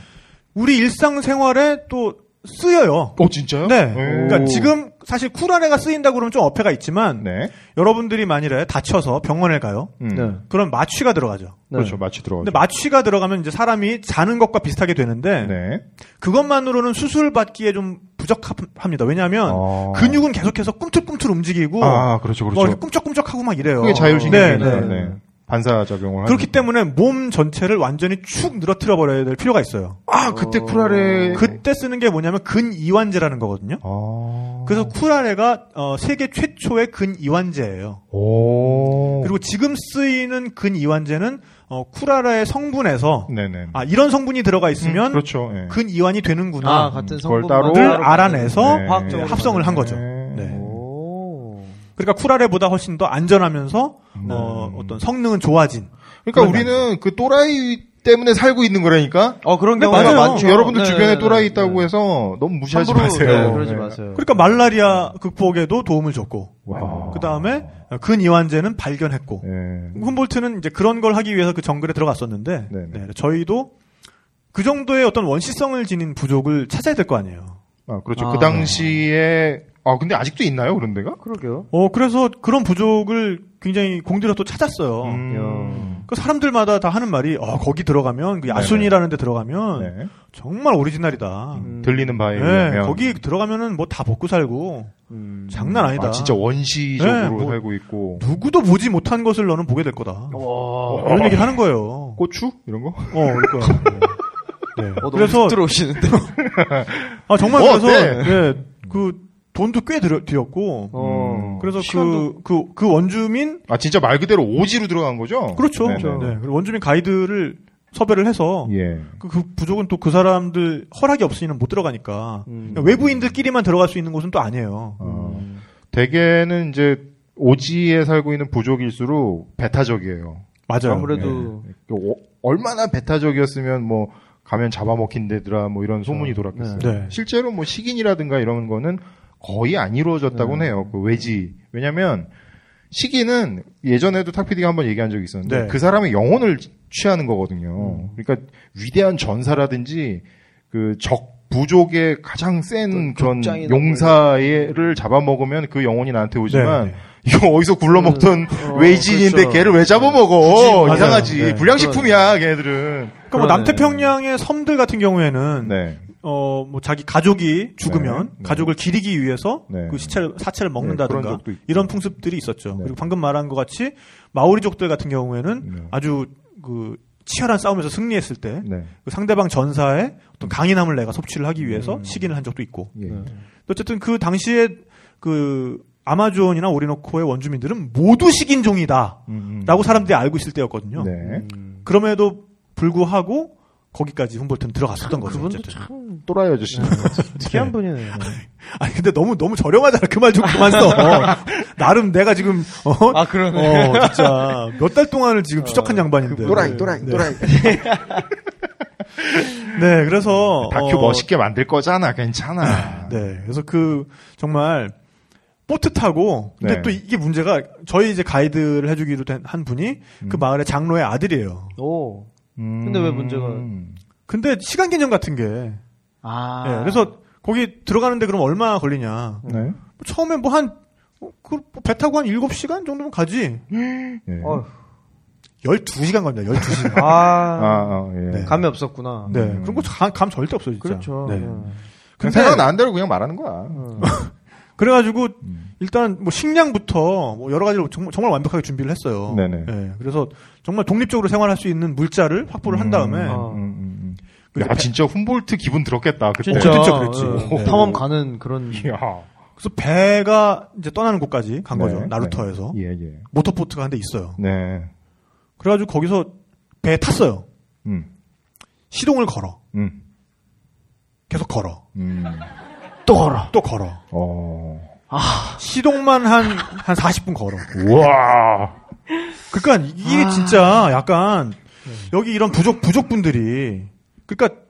Speaker 2: 우리 일상생활에 또 쓰여요.
Speaker 4: 어 진짜요?
Speaker 2: 네.
Speaker 4: 오.
Speaker 2: 그러니까 지금 사실 쿠라레가 쓰인다 그러면 좀 어폐가 있지만
Speaker 4: 네.
Speaker 2: 여러분들이 만일에 다쳐서 병원에 가요.
Speaker 4: 음.
Speaker 3: 네.
Speaker 2: 그럼 마취가 들어가죠.
Speaker 4: 그렇죠. 마취 들어가죠.
Speaker 2: 근데 마취가 들어가면 이제 사람이 자는 것과 비슷하게 되는데
Speaker 4: 네.
Speaker 2: 그것만으로는 수술 받기에 좀 부적합합니다. 왜냐하면
Speaker 4: 어.
Speaker 2: 근육은 계속해서 꿈틀꿈틀 움직이고
Speaker 4: 아, 그렇죠.
Speaker 2: 뭐
Speaker 4: 그렇죠.
Speaker 2: 꿈쩍꿈쩍하고 막 이래요.
Speaker 4: 그게
Speaker 2: 네,
Speaker 4: 자율신경이니까.
Speaker 2: 네.
Speaker 4: 네.
Speaker 3: 네.
Speaker 4: 반사 작용을
Speaker 2: 그렇기 때문에 몸 전체를 완전히 축 늘어뜨려 버려야 될 필요가 있어요.
Speaker 4: 아, 그때
Speaker 3: 네.
Speaker 4: 쿠라레
Speaker 2: 그때 쓰는 게 뭐냐면 근이완제라는 거거든요.
Speaker 4: 아.
Speaker 2: 그래서 쿠라레가 어, 세계 최초의 근이완제예요.
Speaker 4: 오.
Speaker 2: 그리고 지금 쓰이는 근이완제는 어, 쿠라라의 성분에서
Speaker 4: 네네.
Speaker 2: 아 이런 성분이 들어가 있으면
Speaker 4: 음. 그렇죠. 예.
Speaker 2: 근이완이
Speaker 3: 아
Speaker 2: 되는구나
Speaker 3: 같은
Speaker 4: 음, 그걸
Speaker 3: 성분
Speaker 4: 따로
Speaker 2: 를 알아내서
Speaker 4: 어, 네.
Speaker 3: 화학적으로
Speaker 2: 합성을 한 거죠. 네. 그러니까 쿠라레보다 훨씬 더 안전하면서
Speaker 4: 음.
Speaker 2: 어, 어떤 성능은 좋아진.
Speaker 4: 그러니까
Speaker 2: 그런
Speaker 4: 우리는 그 또라이 때문에 살고 있는 거라니까.
Speaker 3: 어 그런
Speaker 2: 네,
Speaker 3: 경우가
Speaker 2: 맞아요.
Speaker 3: 많죠.
Speaker 4: 여러분들
Speaker 3: 네,
Speaker 4: 주변에
Speaker 3: 네, 네,
Speaker 4: 또라이
Speaker 3: 네.
Speaker 4: 있다고 해서 너무 무시하지
Speaker 3: 함부로,
Speaker 4: 마세요.
Speaker 3: 네, 그러지
Speaker 4: 네.
Speaker 3: 마세요.
Speaker 2: 그러니까 말라리아 극복에도 도움을 줬고,
Speaker 4: 와.
Speaker 2: 그 다음에
Speaker 4: 아.
Speaker 2: 근이완제는 발견했고,
Speaker 4: 예.
Speaker 2: 훔볼트는 이제 그런 걸 하기 위해서 그 정글에 들어갔었는데,
Speaker 4: 네네.
Speaker 2: 네, 저희도 그 정도의 어떤 원시성을 지닌 부족을 찾아야 될 거 아니에요. 네.
Speaker 4: 아, 그렇죠.
Speaker 3: 아,
Speaker 4: 그 당시에 아, 근데 아직도 있나요, 그런 데가?
Speaker 3: 그러게요.
Speaker 2: 어, 그래서 그런 부족을 굉장히 공들여 또 찾았어요.
Speaker 4: 음.
Speaker 2: 그 사람들마다 다 하는 말이, 어, 거기 들어가면, 그 야순이라는 데 들어가면,
Speaker 4: 네.
Speaker 2: 정말 오리지널이다.
Speaker 3: 음.
Speaker 4: 들리는 바에
Speaker 2: 네,
Speaker 4: 의하면
Speaker 2: 거기 들어가면은 뭐 다 먹고 살고
Speaker 3: 음.
Speaker 2: 장난 아니다.
Speaker 4: 아, 진짜 원시적으로
Speaker 2: 네, 뭐-
Speaker 4: 살고 있고
Speaker 2: 누구도 보지 못한 것을 너는 보게 될 거다.
Speaker 3: 와. 어,
Speaker 2: 이런 얘기를 하는 거예요.
Speaker 4: 고추 이런 거?
Speaker 2: 어, 그러니까. 네. 그래서
Speaker 3: 어, 그래서 들어오시는데.
Speaker 2: 아 정말
Speaker 4: 어,
Speaker 2: 그래서 예, 그 돈도 꽤 들여, 들였고
Speaker 3: 어.
Speaker 2: 그래서
Speaker 3: 시간도-
Speaker 2: 그 그 그 원주민
Speaker 4: 음. 아 진짜 말 그대로 오지로 들어간 거죠?
Speaker 2: 그렇죠.
Speaker 4: 네네.
Speaker 2: 네, 그리고 원주민 가이드를 섭외를 해서
Speaker 4: 예.
Speaker 2: 그, 그 부족은 또 그 사람들 허락이 없으니는 못 들어가니까
Speaker 3: 음.
Speaker 2: 그러니까 외부인들끼리만 들어갈 수 있는 곳은 또 아니에요.
Speaker 4: 어, 대개는 이제 오지에 살고 있는 부족일수록 배타적이에요.
Speaker 2: 맞아요.
Speaker 3: 아무래도
Speaker 4: 그 오- 얼마나 배타적이었으면 뭐 가면 잡아먹힌 데더라 뭐 이런 소문이 돌았겠어요.
Speaker 2: 네. 네.
Speaker 4: 실제로 뭐 식인이라든가 이런 거는 거의 안 이루어졌다고
Speaker 2: 네.
Speaker 4: 는 해요. 그 외지. 왜냐면 식인은 예전에도 탁피디가 한번 얘기한 적이 있었는데
Speaker 2: 네. 음.
Speaker 4: 그 사람의 영혼을 취하는 거거든요. 그러니까 위대한 전사라든지 그 적 부족의 가장 센
Speaker 3: 그
Speaker 4: 그런
Speaker 3: 적장이나
Speaker 2: 뭐
Speaker 4: 용사를 잡아먹으면 그 영혼이 나한테 오지만
Speaker 2: 네, 음. 네.
Speaker 4: 이거 어디서 굴러먹던
Speaker 3: 어,
Speaker 4: 외지인인데
Speaker 3: 그렇죠.
Speaker 4: 걔를 왜 잡아먹어?
Speaker 2: 음. 맞아요.
Speaker 4: 이상하지.
Speaker 2: 네.
Speaker 4: 불량식품이야, 걔들은.
Speaker 2: 그러니까 뭐
Speaker 3: 그러네.
Speaker 2: 남태평양의 섬들 같은 경우에는
Speaker 4: 네.
Speaker 2: 어, 뭐 자기 가족이 죽으면
Speaker 4: 네.
Speaker 2: 가족을 기리기 위해서
Speaker 4: 네.
Speaker 2: 그 시체를 사체를
Speaker 4: 네,
Speaker 2: 먹는다든가
Speaker 4: 그런 적도 있고.
Speaker 2: 이런 풍습들이 있었죠.
Speaker 4: 네.
Speaker 2: 그리고 방금 말한 것 같이 마오리족들 같은 경우에는
Speaker 4: 네.
Speaker 2: 아주 그 치열한 싸움에서 승리했을 때 그
Speaker 4: 네. 음.
Speaker 2: 상대방 전사의 어떤 강인함을 내가 섭취를 하기 위해서 식인을 한 적도 있고.
Speaker 4: 예.
Speaker 3: 네,
Speaker 2: 어쨌든 그 당시에 그 아마존이나 오리노코의 원주민들은 모두 식인종이다라고
Speaker 4: 음, 음.
Speaker 2: 사람들이 알고 있을 때였거든요. 음.
Speaker 4: 네.
Speaker 2: 그럼에도 불구하고 거기까지 훔볼트는 들어갔었던 거죠.
Speaker 3: 그분도
Speaker 2: 어쨌든.
Speaker 3: 참
Speaker 4: 또라이 아저씨.
Speaker 3: 특이한
Speaker 2: 네.
Speaker 3: 분이네요. 어,
Speaker 2: 아니 근데 너무 너무 저렴하잖아. 그 말 좀 그만 써. 나름 내가 지금 어,
Speaker 3: 아, 그러네.
Speaker 2: 어, 진짜 몇 달 동안을 지금 추적한 양반인데.
Speaker 5: 또라이, 또라이,
Speaker 2: 네.
Speaker 5: 또라이.
Speaker 2: (laughs) 네, 그래서
Speaker 4: 다큐
Speaker 2: 어,
Speaker 4: 멋있게 만들 거잖아. 괜찮아.
Speaker 2: 네, 그래서 그 정말 뽀듯하고 근데
Speaker 4: 네.
Speaker 2: 또 이게 문제가 저희 이제 가이드를 해주기로 된 한 분이 그 마을의 장로의 아들이에요.
Speaker 3: 오.
Speaker 4: 음.
Speaker 3: 근데 왜 문제가-
Speaker 2: 근데 시간 개념 같은 게
Speaker 3: 아.
Speaker 2: 예, 그래서 거기 들어가는데 그럼 얼마 걸리냐?
Speaker 4: 네.
Speaker 2: 처음에 뭐 한 배 타고 한 7시간 정도면 가지.
Speaker 4: 예.
Speaker 3: 어휴.
Speaker 2: 12시간 갑니다.
Speaker 4: (laughs)
Speaker 2: 12시간.
Speaker 4: 아,
Speaker 3: 아,
Speaker 4: 아, 예.
Speaker 2: 네.
Speaker 3: 감이 없었구나.
Speaker 2: 네. 그런 거 감 절대 없어요, 진짜.
Speaker 3: 그렇죠.
Speaker 2: 네.
Speaker 3: 음.
Speaker 4: 그냥
Speaker 2: 근데 음.
Speaker 4: 생각나는 대로 그냥 말하는 거야.
Speaker 3: 어,
Speaker 2: 그래 가지고
Speaker 4: 음.
Speaker 2: 일단 뭐 식량부터 뭐 여러 가지로 정말, 정말 완벽하게 준비를 했어요.
Speaker 4: 네네.
Speaker 2: 예, 그래서 정말 독립적으로 생활할 수 있는 물자를 확보를 한 다음에
Speaker 3: 아.
Speaker 4: 음, 음, 음.
Speaker 2: 그래서
Speaker 4: 야
Speaker 2: 배-
Speaker 4: 진짜 훔볼트 기분 들었겠다 그때.
Speaker 3: 진짜.
Speaker 2: 그렇죠, 그렇지.
Speaker 3: 예.
Speaker 2: 네.
Speaker 3: 탐험 가는 그런.
Speaker 4: 야.
Speaker 2: 그래서 배가 이제 떠나는 곳까지 간
Speaker 4: 네,
Speaker 2: 거죠. 나루토에서.
Speaker 4: 네. 예, 예.
Speaker 2: 모터보트가 한 대 있어요.
Speaker 4: 네.
Speaker 2: 그래 가지고 거기서 배에 탔어요.
Speaker 4: 음.
Speaker 2: 시동을 걸어.
Speaker 4: 음.
Speaker 2: 계속 걸어.
Speaker 4: 음.
Speaker 3: 또 걸어.
Speaker 2: 또 걸어.
Speaker 4: 어.
Speaker 2: 시동만 한, 한 40분 걸어.
Speaker 4: 우와.
Speaker 2: 그러니까 이게 진짜 약간 여기 이런 부족, 부족분들이 그러니까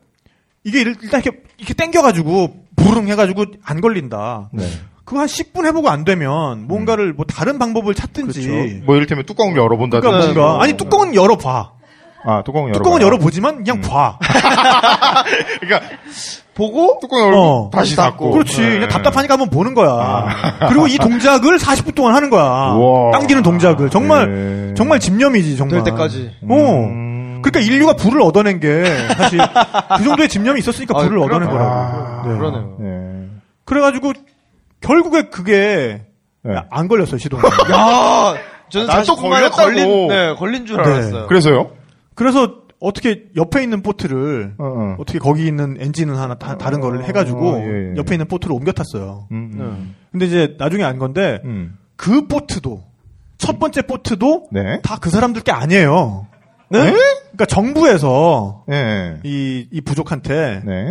Speaker 2: 이게 일- 일단 이렇게, 이렇게 땡겨가지고 부릉 해가지고 안 걸린다.
Speaker 4: 네.
Speaker 2: 그거 한 10분 해보고 안 되면 뭔가를 뭐 다른 방법을 찾든지.
Speaker 4: 뭐 이를테면 뚜껑을 열어본다든지.
Speaker 2: 그렇죠.
Speaker 4: 뭐.
Speaker 2: 그러니까 뭔가 아니 뚜껑은 열어봐.
Speaker 4: 아, 뚜껑을 열어.
Speaker 2: 뚜껑은 열어보지만 그냥 봐.
Speaker 4: 그러니까
Speaker 3: 보고?
Speaker 4: 뚜껑 열고
Speaker 2: 어.
Speaker 4: 다시 닫고.
Speaker 2: 그렇지.
Speaker 4: 네. 아.
Speaker 2: 그냥 답답하니까 한번 보는 거야. 그리고 이 동작을 40분 동안 하는 거야.
Speaker 4: 우와.
Speaker 2: 당기는 동작을 정말
Speaker 4: 네.
Speaker 2: 정말 집념이지 정말.
Speaker 3: 될 때까지.
Speaker 2: 어.
Speaker 4: 음.
Speaker 2: 그러니까 인류가 불을 얻어낸 게 사실 그 정도의 집념이 있었으니까
Speaker 3: 아,
Speaker 2: 불을
Speaker 3: 그럼-
Speaker 2: 얻어낸 거라고.
Speaker 4: 아,
Speaker 2: 네.
Speaker 3: 그러네요.
Speaker 4: 네.
Speaker 2: 그래가지고 결국에 그게
Speaker 4: 네.
Speaker 2: 안 걸렸어요
Speaker 4: (laughs)
Speaker 2: 시동.
Speaker 3: 야! 아, 저는
Speaker 4: 나도
Speaker 3: 40분 만에
Speaker 4: 걸렸다고.
Speaker 3: 걸린, 네, 걸린 줄
Speaker 2: 네.
Speaker 3: 알았어요.
Speaker 4: 그래서요?
Speaker 2: 그래서 어떻게 옆에 있는 보트를
Speaker 4: 어, 어.
Speaker 2: 어떻게 거기 있는 엔진을 하나 다, 다른 거를 해가지고
Speaker 4: 어, 예, 예.
Speaker 2: 옆에 있는 보트를 옮겨 탔어요.
Speaker 4: 음, 음.
Speaker 2: 근데 이제 나중에 안 건데
Speaker 4: 음.
Speaker 2: 그 보트도 첫 번째 보트도
Speaker 4: 네.
Speaker 2: 다 그 사람들 게 아니에요.
Speaker 4: 네?
Speaker 2: 그러니까 정부에서
Speaker 4: 예.
Speaker 2: 이, 이 부족한테
Speaker 4: 네.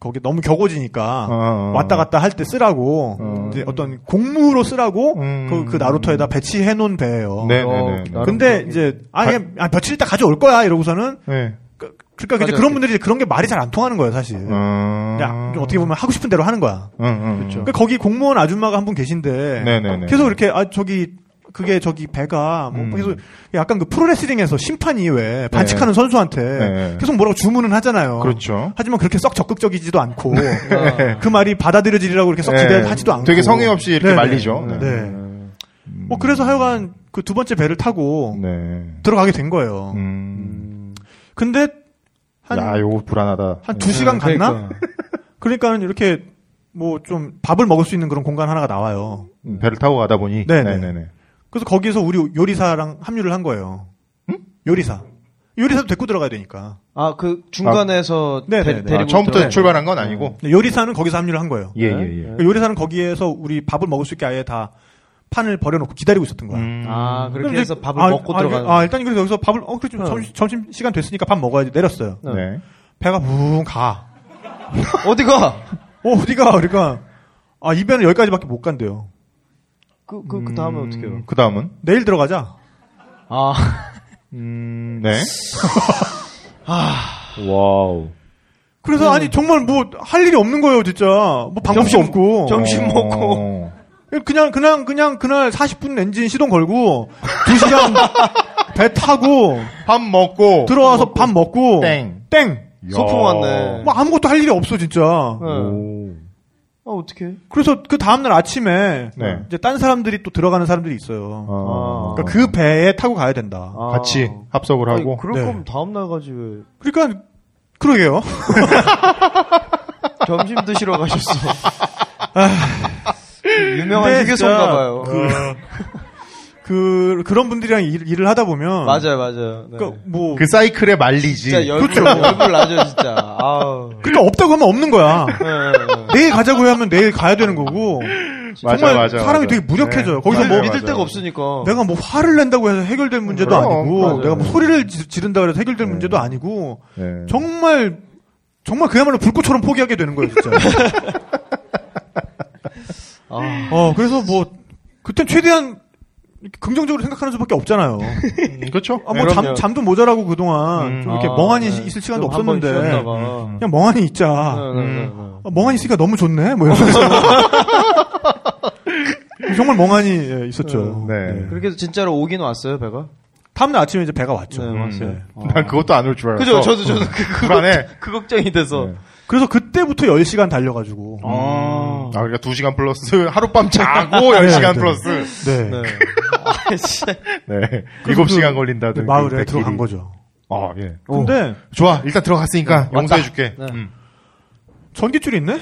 Speaker 2: 거기 너무 격오지니까
Speaker 4: 어.
Speaker 2: 왔다 갔다 할 때 쓰라고
Speaker 4: 어.
Speaker 2: 이제 어떤 공무로 쓰라고
Speaker 4: 음.
Speaker 2: 그, 그 나루터에다 배치해 놓은 배예요.
Speaker 4: 네,
Speaker 3: 어,
Speaker 4: 네, 네, 네.
Speaker 3: 나름-
Speaker 2: 근데 이제 아니 아, 며칠 있다 가져올 거야 이러고서는
Speaker 4: 네.
Speaker 2: 그- 그러니까 이제
Speaker 3: 가져올게.
Speaker 2: 그런 분들이 이제 그런 게 말이 잘 안 통하는 거예요 사실.
Speaker 4: 음.
Speaker 2: 그냥 좀 어떻게 보면 하고 싶은 대로 하는 거야.
Speaker 4: 음, 음, 음.
Speaker 2: 그러니까 거기 공무원 아줌마가 한 분 계신데
Speaker 4: 네, 네, 네.
Speaker 2: 계속 이렇게 아 저기 그게 저기 배가 뭐
Speaker 4: 음.
Speaker 2: 계속 약간 그 프로레슬링에서 심판이 왜 반칙하는 선수한테
Speaker 4: 네.
Speaker 2: 계속 뭐라고 주문은 하잖아요.
Speaker 4: 그렇죠.
Speaker 2: 하지만 그렇게 썩 적극적이지도
Speaker 4: (laughs)
Speaker 2: 않고
Speaker 3: 아.
Speaker 2: 그 말이 받아들여지리라고 이렇게 썩 기대하지도
Speaker 4: 네.
Speaker 2: 않고
Speaker 4: 되게 성의 없이 이렇게
Speaker 2: 네,
Speaker 4: 말리죠.
Speaker 2: 네.
Speaker 4: 네.
Speaker 2: 네. 뭐 그래서 하여간 그 두 번째 배를 타고
Speaker 4: 네.
Speaker 2: 들어가게 된 거예요.
Speaker 4: 음.
Speaker 2: 근데
Speaker 4: 야, 네. 요거 불안하다.
Speaker 2: 한 한 두 시간 갔나?
Speaker 3: 그러니까.
Speaker 2: 그러니까는 이렇게 뭐 좀 밥을 먹을 수 있는 그런 공간 하나가 나와요.
Speaker 4: 음, 배를 타고 가다 보니.
Speaker 2: 네, 네.
Speaker 4: 네네네.
Speaker 2: 그래서 거기에서 우리 요리사랑 합류를 한 거예요. 요리사. 요리사도 데리고 들어가야 되니까.
Speaker 3: 아, 그 중간에서
Speaker 2: 네,
Speaker 3: 데,
Speaker 2: 네, 네.
Speaker 3: 데리고
Speaker 4: 아, 처음부터
Speaker 3: 들어가요.
Speaker 4: 출발한 건 아니고.
Speaker 2: 근데 요리사는 거기서 합류를 한 거예요.
Speaker 4: 예, 예, 예.
Speaker 2: 그러니까 요리사는 거기에서 우리 밥을 먹을 수 있게 아예 다 판을 버려놓고 기다리고 있었던 거야.
Speaker 4: 음.
Speaker 3: 아, 그렇게
Speaker 2: 그럼
Speaker 3: 해서
Speaker 2: 이제-
Speaker 3: 밥을
Speaker 2: 아,
Speaker 3: 먹고
Speaker 2: 아,
Speaker 3: 들어가는.
Speaker 2: 아, 일단 그래서 여기서 밥을 어 그렇죠.
Speaker 3: 어.
Speaker 2: 점심, 점심 시간 됐으니까 밥 먹어야지 내렸어요.
Speaker 4: 네.
Speaker 2: 배가 붕 가. 아.
Speaker 3: 어디 가?
Speaker 2: 어 어디가 그러니까 아 이배는 여기까지밖에 못 간대요.
Speaker 3: 그, 그, 그 다음에 어떻게 해요?
Speaker 4: 그 다음은?
Speaker 2: 내일 들어가자. (laughs)
Speaker 3: 아,
Speaker 4: 음, 네. 와우.
Speaker 2: 그래서 아니 정말 뭐 할 일이 없는 거예요 진짜. 뭐 방법이
Speaker 3: 음. 점심-
Speaker 2: 없고
Speaker 3: 점심
Speaker 4: 어.
Speaker 3: 먹고.
Speaker 2: 그냥 그냥 그냥 그날 40분 엔진 시동 걸고 2 시간 (laughs) 배 타고
Speaker 4: 밥 먹고.
Speaker 2: 들어와서 밥 먹고
Speaker 4: 땡.
Speaker 2: 땡.
Speaker 3: 소풍 왔네.
Speaker 2: 뭐 아무것도 할 일이 없어 진짜.
Speaker 3: 네.
Speaker 4: 오.
Speaker 3: 아, 어떻게?
Speaker 2: 그래서 그 다음날 아침에
Speaker 4: 네.
Speaker 2: 이제 딴 사람들이 또 들어가는 사람들이 있어요.
Speaker 4: 아.
Speaker 2: 그러니까 그 배에 타고 가야 된다.
Speaker 3: 아.
Speaker 4: 같이 합석을
Speaker 3: 아니,
Speaker 4: 하고.
Speaker 3: 그럴
Speaker 2: 네.
Speaker 3: 거면 다음날 가지 왜.
Speaker 2: 그러니까 그러게요.
Speaker 3: 점심
Speaker 2: (laughs)
Speaker 3: 드시러 가셨어. 아. 유명한
Speaker 2: 근데
Speaker 3: 휴게소인가
Speaker 2: 네, 진짜
Speaker 3: 봐요.
Speaker 2: 그 그런 분들이랑 일, 을 하다 보면
Speaker 3: 어. 맞아요, 맞아요. 네.
Speaker 2: 그러니까 뭐
Speaker 4: 그 사이클에 말리지.
Speaker 3: 진짜 열불,
Speaker 2: 그렇죠.
Speaker 3: 열불 나죠, 진짜. 아우.
Speaker 2: 그러니까 없다고 하면 없는 거야.
Speaker 3: 네, 네,
Speaker 2: 내일 가자고 하면 내일 가야 되는 거고.
Speaker 4: 맞아,
Speaker 2: 정말
Speaker 4: 맞아,
Speaker 2: 사람이
Speaker 4: 맞아.
Speaker 2: 되게 무력해져요.
Speaker 4: 네.
Speaker 2: 거기서
Speaker 3: 네.
Speaker 2: 뭐
Speaker 3: 믿을
Speaker 4: 맞아요.
Speaker 3: 데가 없으니까.
Speaker 2: 내가 뭐 화를 낸다고 해서 해결될 문제도
Speaker 4: 그럼,
Speaker 2: 아니고
Speaker 4: 맞아요.
Speaker 2: 내가 뭐 소리를 지- 지른다 그래서 해결될 문제도 아니고
Speaker 4: 네.
Speaker 2: 정말 정말 그야말로 불꽃처럼
Speaker 3: (laughs)
Speaker 2: 포기하게 되는 거예요, 진짜.
Speaker 3: 아,
Speaker 2: 어, 그래서 뭐 그땐 최대한 이렇게 긍정적으로 생각하는 수밖에 없잖아요.
Speaker 4: 음, 그렇죠.
Speaker 2: 아, 뭐
Speaker 3: 네, 그럼요.
Speaker 2: 잠, 잠도 모자라고 그동안
Speaker 4: 음.
Speaker 2: 좀 이렇게
Speaker 3: 아,
Speaker 2: 멍하니
Speaker 3: 네.
Speaker 2: 있을 시간도
Speaker 3: 좀한번
Speaker 2: 없었는데
Speaker 3: 쉬었나 봐.
Speaker 4: 음.
Speaker 2: 그냥 멍하니 있자.
Speaker 3: 네, 네, 네,
Speaker 4: 음.
Speaker 3: 네.
Speaker 2: 아, 멍하니 있으니까 너무 좋네. 뭐
Speaker 3: (laughs)
Speaker 2: 이러면서 정말 멍하니 예, 있었죠.
Speaker 4: 네.
Speaker 3: 그렇게 해서 진짜로 오긴 왔어요, 배가?
Speaker 2: 네. 다음날 아침에 이제 배가 왔죠.
Speaker 3: 네,
Speaker 4: 음,
Speaker 3: 왔어요.
Speaker 2: 네.
Speaker 3: 아.
Speaker 4: 난 그것도 안 올 줄 알았어.
Speaker 3: 그죠? 저도,
Speaker 2: 음,
Speaker 3: 저도 그, 그,
Speaker 4: 불안해.
Speaker 3: 걱- 그 걱정이 돼서.
Speaker 4: 네.
Speaker 2: 그래서 그때부터 10시간 달려가지고.
Speaker 3: 아.
Speaker 4: 음. 아, 그러니까 2시간 플러스 (laughs) 하룻밤 자고
Speaker 2: 네.
Speaker 4: 10시간 플러스.
Speaker 2: 네.
Speaker 3: 네. (laughs) 아, 씨.
Speaker 4: 네.
Speaker 2: 그래서
Speaker 4: 7시간
Speaker 2: 그
Speaker 4: 걸린다든
Speaker 2: 마을에
Speaker 4: 그
Speaker 2: 들어간
Speaker 4: 백길이.
Speaker 2: 거죠. 어.
Speaker 4: 아, 예.
Speaker 2: 근데
Speaker 4: 좋아. 일단 들어갔으니까
Speaker 3: 네,
Speaker 4: 용서해
Speaker 3: 왔다.
Speaker 4: 줄게.
Speaker 3: 네.
Speaker 4: 음.
Speaker 2: 전기줄이 있네?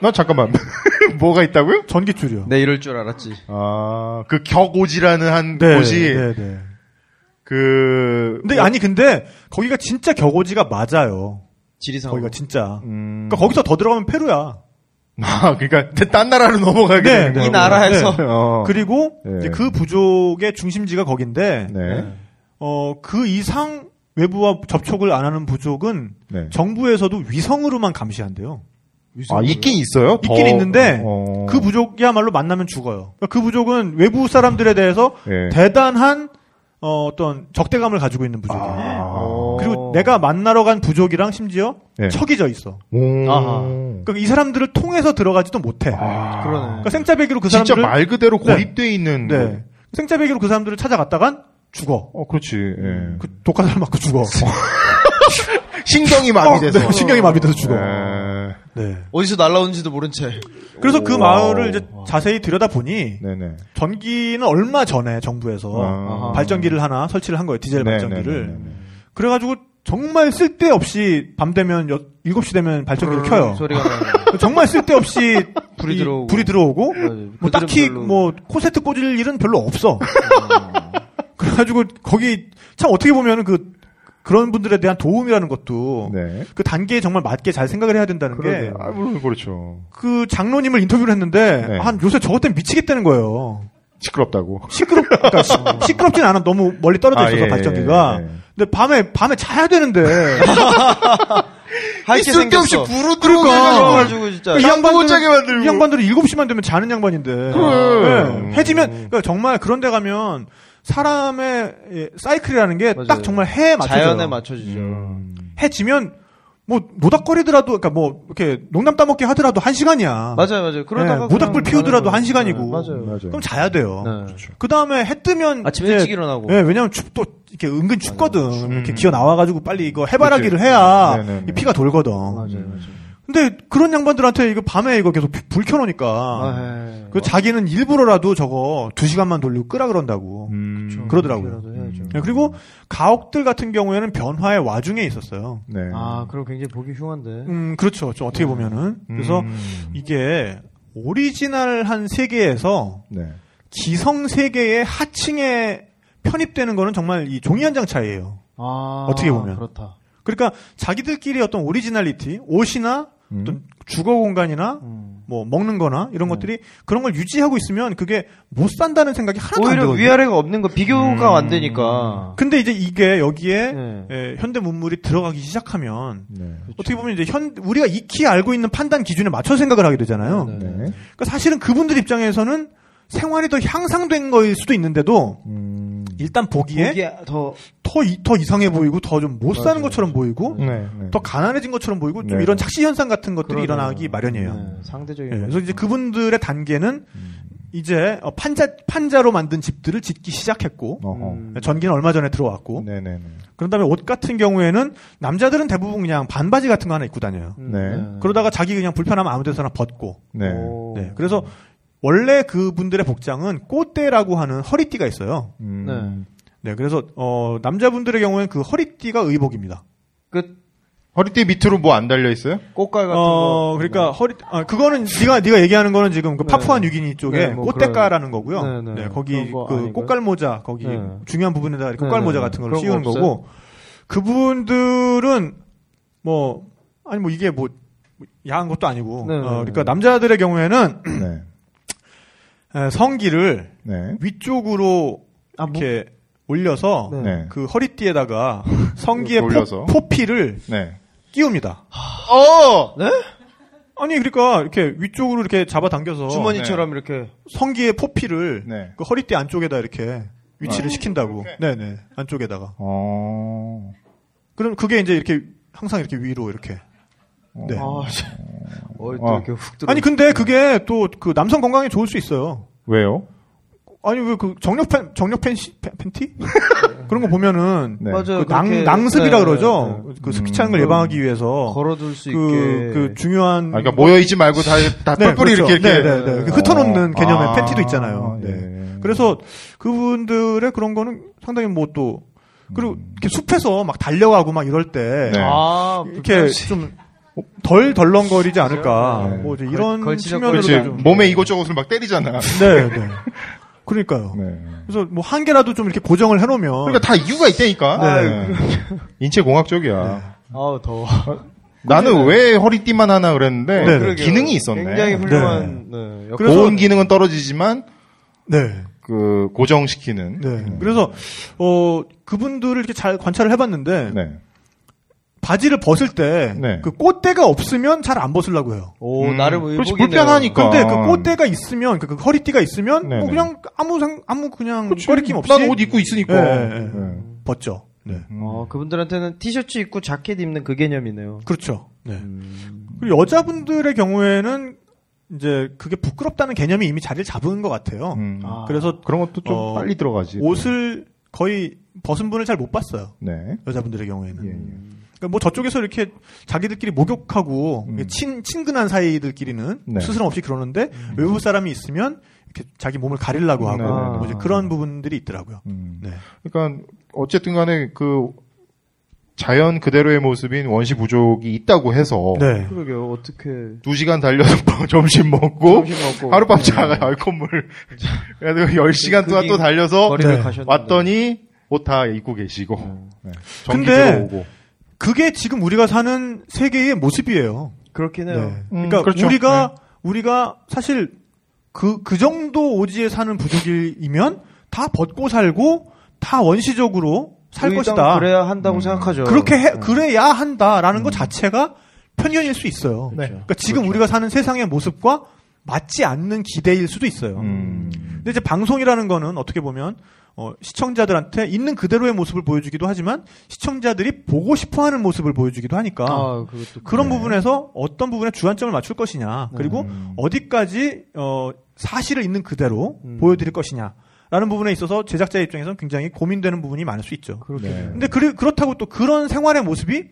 Speaker 4: 나 잠깐만. (laughs) 뭐가 있다고요?
Speaker 2: 전기줄이요.
Speaker 3: 내 네, 이럴 줄 알았지.
Speaker 4: 아, 그 격오지라는 한
Speaker 2: 네,
Speaker 4: 곳이
Speaker 2: 네, 네.
Speaker 4: 그
Speaker 2: 근데 아니 근데 거기가 진짜 격오지가 맞아요.
Speaker 3: 지리산.
Speaker 2: 거기가 진짜.
Speaker 4: 음. (laughs)
Speaker 2: 그러니까 거기서 더 들어가면 페루야.
Speaker 4: 아, 그러니까 딴 나라로 넘어가게
Speaker 2: 네,
Speaker 4: 되는
Speaker 3: 이
Speaker 4: 거구나.
Speaker 3: 나라에서.
Speaker 4: 어.
Speaker 2: 그리고
Speaker 4: 네.
Speaker 2: 이제 그 부족의 중심지가 거긴데
Speaker 4: 네.
Speaker 2: 어, 그 이상 외부와 접촉을 안 하는 부족은
Speaker 4: 네.
Speaker 2: 정부에서도 위성으로만 감시한대요.
Speaker 4: 아, 있긴 있어요. 더-
Speaker 2: 있긴 있는데
Speaker 4: 어.
Speaker 2: 그 부족이야말로 만나면 죽어요. 그러니까 그 부족은 외부 사람들에 대해서
Speaker 4: 예.
Speaker 2: 대단한 어, 떤 적대감을 가지고 있는 부족이에요.
Speaker 4: 아.
Speaker 2: 그리고 내가 만나러 간 부족이랑 심지어
Speaker 4: 네.
Speaker 2: 척이져 있어.
Speaker 4: 오.
Speaker 3: 아하.
Speaker 2: 그러니까 이 사람들을 통해서 들어가지도 못해.
Speaker 4: 아.
Speaker 3: 그러네.
Speaker 2: 그러니까 생짜배기로 그
Speaker 4: 진짜
Speaker 2: 사람들을
Speaker 4: 말 그대로
Speaker 2: 네.
Speaker 4: 고립돼 있는.
Speaker 2: 네. 생짜배기로 그 사람들을 찾아갔다간 죽어.
Speaker 4: 어, 그렇지. 예.
Speaker 2: 그 독가살 맞고 죽어.
Speaker 4: (laughs) 그 신경이
Speaker 2: 어,
Speaker 4: 마비돼서.
Speaker 2: 네, 신경이 마비돼서 죽어.
Speaker 4: 예.
Speaker 2: 네.
Speaker 3: 어디서 날라온지도 모른 채.
Speaker 2: 그래서 그
Speaker 4: 오,
Speaker 2: 마을을 이제
Speaker 4: 와우.
Speaker 2: 자세히 들여다보니
Speaker 4: 네네.
Speaker 2: 전기는 얼마 전에 정부에서
Speaker 4: 아.
Speaker 2: 발전기를 하나 설치를 한 거예요. 디젤
Speaker 4: 네,
Speaker 2: 어, 발전기를.
Speaker 4: 네, 네, 네, 네.
Speaker 2: 그래가지고 정말 쓸데없이 밤 되면 여, 7시 되면 발전기를 켜요. (laughs)
Speaker 3: 소리가 나요.
Speaker 2: 정말
Speaker 3: (laughs)
Speaker 2: 쓸데없이
Speaker 3: 불이
Speaker 2: 이-
Speaker 3: 들어오고.
Speaker 2: 불이 들어오고
Speaker 3: 네,
Speaker 2: 뭐
Speaker 3: 그들은
Speaker 2: 딱히
Speaker 3: 별로-
Speaker 2: 뭐 콘센트 꽂을 일은 별로 없어.
Speaker 3: 음.
Speaker 2: (laughs) 그래가지고 거기 참 어떻게 보면 그 그런 분들에 대한 도움이라는 것도
Speaker 4: 네.
Speaker 2: 그 단계에 정말 맞게 잘 생각을 해야 된다는 게
Speaker 4: 아, 물론 그렇죠.
Speaker 2: 그 장로님을 인터뷰를 했는데
Speaker 4: 네.
Speaker 2: 한 요새 저것 때문에 미치겠다는 거예요.
Speaker 4: 시끄럽다고.
Speaker 2: 시끄럽 그러니까 시, 시끄럽진 않아 너무 멀리 떨어져 있어서
Speaker 4: 아, 예,
Speaker 2: 발전기가.
Speaker 4: 예, 예.
Speaker 2: 근데 밤에 밤에 자야 되는데
Speaker 3: 할게
Speaker 4: 쓸데없이
Speaker 3: 생겼어.
Speaker 4: 불을
Speaker 2: 그러니까.
Speaker 4: 끌어가지고.
Speaker 3: 가지고 진짜.
Speaker 2: 이
Speaker 4: 잠도 못 자게
Speaker 2: 양반들은
Speaker 4: 만들고.
Speaker 2: 이 양반들은 7시만 되면 자는 양반인데
Speaker 4: 그래.
Speaker 2: 예. 해지면 그러니까 정말 그런 데 가면 사람의 예, 사이클이라는 게
Speaker 3: 맞아요.
Speaker 2: 딱 정말 해에 맞춰져요. 음.
Speaker 3: 자연에 맞춰지죠.
Speaker 4: 음,
Speaker 2: 해지면 뭐 노닥거리더라도 그러니까 뭐 이렇게 농담 따먹기 하더라도 한 시간이야.
Speaker 3: 맞아요, 맞아요. 그러다가.
Speaker 2: 네, 모닥불
Speaker 3: 그냥
Speaker 2: 피우더라도
Speaker 3: 가는 거예요.
Speaker 2: 한 시간이고.
Speaker 3: 네, 맞아요.
Speaker 4: 맞아요.
Speaker 2: 그럼 자야 돼요.
Speaker 3: 네.
Speaker 2: 그 다음에 해 뜨면
Speaker 3: 아침
Speaker 2: 이제-
Speaker 3: 일찍 일어나고.
Speaker 2: 예, 왜냐면 춥, 또 이렇게 은근 춥거든. 이렇게 기어 나와가지고 빨리 이거 해바라기를
Speaker 4: 그치.
Speaker 2: 해야
Speaker 4: 네네네.
Speaker 2: 이 피가 돌거든.
Speaker 3: 맞아요, 맞아요.
Speaker 2: 음. 근데 그런 양반들한테 이거 밤에 이거 계속 피- 불 켜놓으니까
Speaker 4: 네.
Speaker 3: 아, 예.
Speaker 2: 그 자기는 일부러라도 저거 두 시간만 돌리고 끄라 그런다고.
Speaker 4: 음.
Speaker 2: 그러더라고요.
Speaker 3: 그렇게라도 해야죠.
Speaker 2: 예, 그리고 가옥들 같은 경우에는 변화의 와중에 있었어요.
Speaker 4: 네.
Speaker 3: 아, 그럼 굉장히 보기 흉한데.
Speaker 2: 음, 그렇죠. 좀 어떻게 보면은 그래서
Speaker 4: 음.
Speaker 2: 이게 오리지널한 세계에서
Speaker 4: 네.
Speaker 2: 기성 세계의 하층에 편입되는 거는 정말 이 종이 한 장 차이예요.
Speaker 3: 아,
Speaker 2: 어떻게 보면.
Speaker 3: 그렇다.
Speaker 2: 그러니까 자기들끼리 어떤 오리지널리티, 옷이나
Speaker 4: 음.
Speaker 2: 어떤 주거 공간이나
Speaker 3: 음.
Speaker 2: 뭐 먹는 거나 이런 것들이 그런 걸 유지하고 있으면 그게 못 산다는 생각이 하나도 안
Speaker 3: 오히려
Speaker 2: 들거든요.
Speaker 3: 위아래가 없는 거 비교가
Speaker 2: 음.
Speaker 3: 안 되니까.
Speaker 2: 근데 이제 이게 여기에
Speaker 3: 네.
Speaker 2: 예, 현대 문물이 들어가기 시작하면
Speaker 4: 네.
Speaker 2: 그렇죠. 어떻게 보면 이제 현 우리가 익히 알고 있는 판단 기준에 맞춰 생각을 하게 되잖아요.
Speaker 3: 네.
Speaker 4: 네.
Speaker 2: 그러니까 사실은 그분들 입장에서는 생활이 더 향상된 거일 수도 있는데도
Speaker 4: 음.
Speaker 2: 일단 보기에
Speaker 3: 보기에 아, 더
Speaker 2: 더, 이- 더 이상해 보이고 더 좀 못 사는 것처럼 보이고
Speaker 4: 네. 네.
Speaker 2: 더 가난해진 것처럼 보이고 좀
Speaker 4: 네.
Speaker 2: 이런 착시 현상 같은 것들이
Speaker 3: 그러네요.
Speaker 2: 일어나기 마련이에요.
Speaker 3: 네, 상대적인.
Speaker 2: 예, 그래서
Speaker 3: 거죠.
Speaker 2: 이제 그분들의 단계는
Speaker 4: 음.
Speaker 2: 이제 어, 판자 판자로 만든 집들을 짓기 시작했고
Speaker 4: 어허.
Speaker 3: 음.
Speaker 2: 전기는 얼마 전에 들어왔고
Speaker 4: 네네네.
Speaker 2: 그런 다음에 옷 같은 경우에는 남자들은 대부분 그냥 반바지 같은 거 하나 입고 다녀요.
Speaker 3: 음,
Speaker 4: 네.
Speaker 2: 그러다가 자기 그냥 불편하면 아무 데서나 벗고
Speaker 4: 네.
Speaker 3: 오.
Speaker 2: 네, 그래서 원래 그분들의 복장은 꽃대라고 하는 허리띠가 있어요.
Speaker 4: 음.
Speaker 3: 네.
Speaker 2: 네, 그래서 어, 남자분들의 경우에는 그 허리띠가 의복입니다.
Speaker 3: 끝
Speaker 4: 허리띠 밑으로 뭐 안 달려 있어요?
Speaker 3: 꽃갈 같은 거.
Speaker 2: 어, 그러니까 허리 아, 그거는 네가 네가 얘기하는 거는 지금 그
Speaker 3: 네.
Speaker 2: 파푸아 뉴기니 쪽에
Speaker 3: 네, 뭐
Speaker 2: 꽃대가라는 거고요.
Speaker 3: 네,
Speaker 2: 네,
Speaker 3: 네. 그런
Speaker 2: 거기
Speaker 3: 거
Speaker 2: 그
Speaker 3: 아닌가요?
Speaker 2: 꽃갈모자 거기
Speaker 3: 네.
Speaker 2: 중요한 부분에다
Speaker 3: 네,
Speaker 2: 꽃갈모자
Speaker 3: 네, 네.
Speaker 2: 같은 걸
Speaker 3: 그런
Speaker 2: 씌우는
Speaker 3: 거
Speaker 2: 거고 그분들은 뭐 아니 뭐 이게 뭐 야한 것도 아니고
Speaker 3: 네, 네,
Speaker 2: 어,
Speaker 3: 네.
Speaker 2: 그러니까 남자들의 경우에는
Speaker 4: 네.
Speaker 2: 에, 성기를
Speaker 4: 네.
Speaker 2: 위쪽으로
Speaker 3: 아, 뭐-
Speaker 2: 이렇게 올려서
Speaker 3: 네.
Speaker 4: 네.
Speaker 2: 그 허리띠에다가
Speaker 3: (laughs)
Speaker 2: 성기의
Speaker 4: 올려서.
Speaker 2: 포, 포피를
Speaker 4: 네.
Speaker 2: 끼웁니다.
Speaker 4: 어!
Speaker 3: 네?
Speaker 2: 아 아니 그러니까 이렇게 위쪽으로 이렇게 잡아당겨서
Speaker 3: 주머니처럼
Speaker 2: 네.
Speaker 3: 이렇게
Speaker 2: 성기의 포피를
Speaker 4: 네.
Speaker 2: 그 허리띠 안쪽에다 이렇게 위치를
Speaker 4: 아.
Speaker 2: 시킨다고. 네네 안쪽에다가.
Speaker 4: 어.
Speaker 2: 그럼 그게 이제 이렇게 항상 이렇게 위로 이렇게. 네.
Speaker 3: 아, 씨. 어이, 또
Speaker 4: 어.
Speaker 3: 이렇게 훅 들어.
Speaker 2: 아니 근데 그게 또 그 남성 건강에 좋을 수 있어요.
Speaker 4: 왜요?
Speaker 2: 아니 왜 그 정력 팬 정력 팬 시- 팬-
Speaker 4: (laughs)
Speaker 2: 팬티 그런 거 보면은
Speaker 4: 네. 음.
Speaker 3: 맞아요.
Speaker 2: 그 낭,
Speaker 3: 그렇게-
Speaker 2: 낭습이라
Speaker 3: 네,
Speaker 2: 그러죠.
Speaker 3: 네, 네.
Speaker 2: 그 습기 차는 걸 예방하기 위해서
Speaker 3: 걸어둘
Speaker 2: 그,
Speaker 3: 수 있게.
Speaker 2: 그 중요한
Speaker 4: 아, 그러니까 모여있지 말고 다, 다
Speaker 2: 네,
Speaker 4: 아, 뿔뿔이
Speaker 2: 그렇죠.
Speaker 4: 이렇게, 이렇게.
Speaker 2: 네, 네, 네. 그 흩어놓는
Speaker 4: 어.
Speaker 2: 개념의
Speaker 4: 아,
Speaker 2: 팬티도 있잖아요.
Speaker 4: 예.
Speaker 2: 네. 그래서 그분들의 그런 거는 상당히 뭐 또 그리고 이렇게 숲에서 막 달려가고 막 이럴 때
Speaker 4: 네.
Speaker 3: 아,
Speaker 2: 이렇게 좀 덜 덜렁거리지 않을까
Speaker 4: 네.
Speaker 2: 뭐 이제 이런
Speaker 3: 걸- 걸치적-
Speaker 2: 측면으로
Speaker 4: 그렇지.
Speaker 2: 그러니까 좀
Speaker 4: 몸에 이것저것을 막 때리잖아.
Speaker 2: 네, 네. 그러니까요.
Speaker 4: 네.
Speaker 2: 그래서 뭐 한 개라도 좀 이렇게 고정을 해놓으면
Speaker 4: 그러니까 다 이유가 있다니까.
Speaker 2: 네.
Speaker 4: 네. 인체공학적이야.
Speaker 3: 아우, 더워.
Speaker 4: 나는 왜 허리띠만 하나 그랬는데
Speaker 2: 네,
Speaker 4: 그
Speaker 2: 그러게요.
Speaker 4: 기능이 있었네.
Speaker 3: 굉장히 훌륭한. 네. 역-
Speaker 2: 그래서-
Speaker 4: 보온 기능은 떨어지지만
Speaker 2: 네.
Speaker 4: 그 고정시키는.
Speaker 2: 네. 그래서 어 그분들을 이렇게 잘 관찰을 해봤는데
Speaker 4: 네.
Speaker 2: 바지를 벗을 때 그
Speaker 4: 네.
Speaker 2: 꽃대가 없으면 잘 안 벗으려고 해요.
Speaker 3: 오,
Speaker 4: 음,
Speaker 3: 나름
Speaker 4: 그렇지,
Speaker 3: 의복이네요.
Speaker 4: 불편하니까.
Speaker 2: 근데 그 꽃대가 있으면 그, 그 허리띠가 있으면
Speaker 4: 그러니까. 네네.
Speaker 2: 뭐 그냥 아무 상 아무 음, 그냥
Speaker 4: 그치.
Speaker 2: 그렇죠. 거리낌 없이
Speaker 4: 난옷 입고 있으니까.
Speaker 2: 네, 네, 네.
Speaker 4: 네.
Speaker 2: 벗죠. 네.
Speaker 4: 음.
Speaker 3: 어, 그분들한테는 티셔츠 입고 자켓 입는 그 개념이네요.
Speaker 2: 그렇죠. 네.
Speaker 4: 음.
Speaker 2: 그리고 여자분들의 경우에는 이제 그게 부끄럽다는 개념이 이미 자리를 잡은 것 같아요.
Speaker 4: 음. 아,
Speaker 3: 아.
Speaker 2: 그래서
Speaker 4: 그런 것도 좀
Speaker 2: 어,
Speaker 4: 빨리 들어가지.
Speaker 2: 옷을 거의 벗은 분을 잘 못 봤어요.
Speaker 4: 네.
Speaker 2: 여자분들의 경우에는.
Speaker 4: 예, 예.
Speaker 2: 그러니까 뭐 저쪽에서 이렇게 자기들끼리 목욕하고
Speaker 4: 음.
Speaker 2: 친 친근한 사이들끼리는
Speaker 4: 네. 음.
Speaker 2: 스스럼 없이 그러는데 외부 사람이 있으면 이렇게 자기 몸을 가리려고 하고
Speaker 4: 네, 네, 네.
Speaker 2: 뭐 이제 그런 부분들이 있더라고요.
Speaker 4: 음.
Speaker 2: 네.
Speaker 4: 그러니까 어쨌든 간에 그 자연 그대로의 모습인 원시 부족이 있다고 해서
Speaker 2: 네.
Speaker 3: 그러게요, 어떻게.
Speaker 4: 두 시간 달려서 (laughs) 점심
Speaker 2: 어?
Speaker 4: 먹고
Speaker 3: 점심 먹고. 네.
Speaker 4: 하룻밤 자가 알코올 (laughs) 그래도 열 시간 동안 또 달려서
Speaker 3: 거리를
Speaker 2: 네.
Speaker 3: 가셨는데.
Speaker 4: 왔더니 옷 다 입고 계시고 네. 전기
Speaker 2: 근데
Speaker 4: 들어오고
Speaker 2: 그게 지금 우리가 사는 세계의 모습이에요.
Speaker 3: 음, 그렇긴
Speaker 2: 네.
Speaker 3: 해요.
Speaker 2: 그러니까
Speaker 4: 그렇죠.
Speaker 2: 우리가 우리가 사실 그 그 정도 오지에 사는 부족이면 다 벗고 살고 다 원시적으로 살
Speaker 3: 의당
Speaker 2: 것이다.
Speaker 3: 그래야 한다고
Speaker 4: 음.
Speaker 3: 생각하죠. 네.
Speaker 2: 그렇게 해, 그러니까. 그래야 한다라는 것 자체가 편견일 수 있어요.
Speaker 4: 네.
Speaker 2: 그러니까 지금 우리가 사는 세상의 모습과 맞지 않는 기대일 수도 있어요.
Speaker 4: 음.
Speaker 2: 근데 이제 방송이라는 거는 어떻게 보면 어, 시청자들한테 있는 그대로의 모습을 보여주기도 하지만 시청자들이 보고 싶어하는 모습을 보여주기도 하니까
Speaker 3: 아, 그것도.
Speaker 2: 그런 부분에서 어떤 부분에 주안점을 맞출 것이냐 그리고
Speaker 4: 네. 음.
Speaker 2: 어디까지 어, 사실을 있는 그대로
Speaker 3: 음.
Speaker 2: 보여드릴 것이냐라는 부분에 있어서 제작자 입장에서는 굉장히 고민되는 부분이 많을 수 있죠.
Speaker 3: 그렇게.
Speaker 4: 네.
Speaker 2: 근데 그, 그렇다고 또 그런 생활의 모습이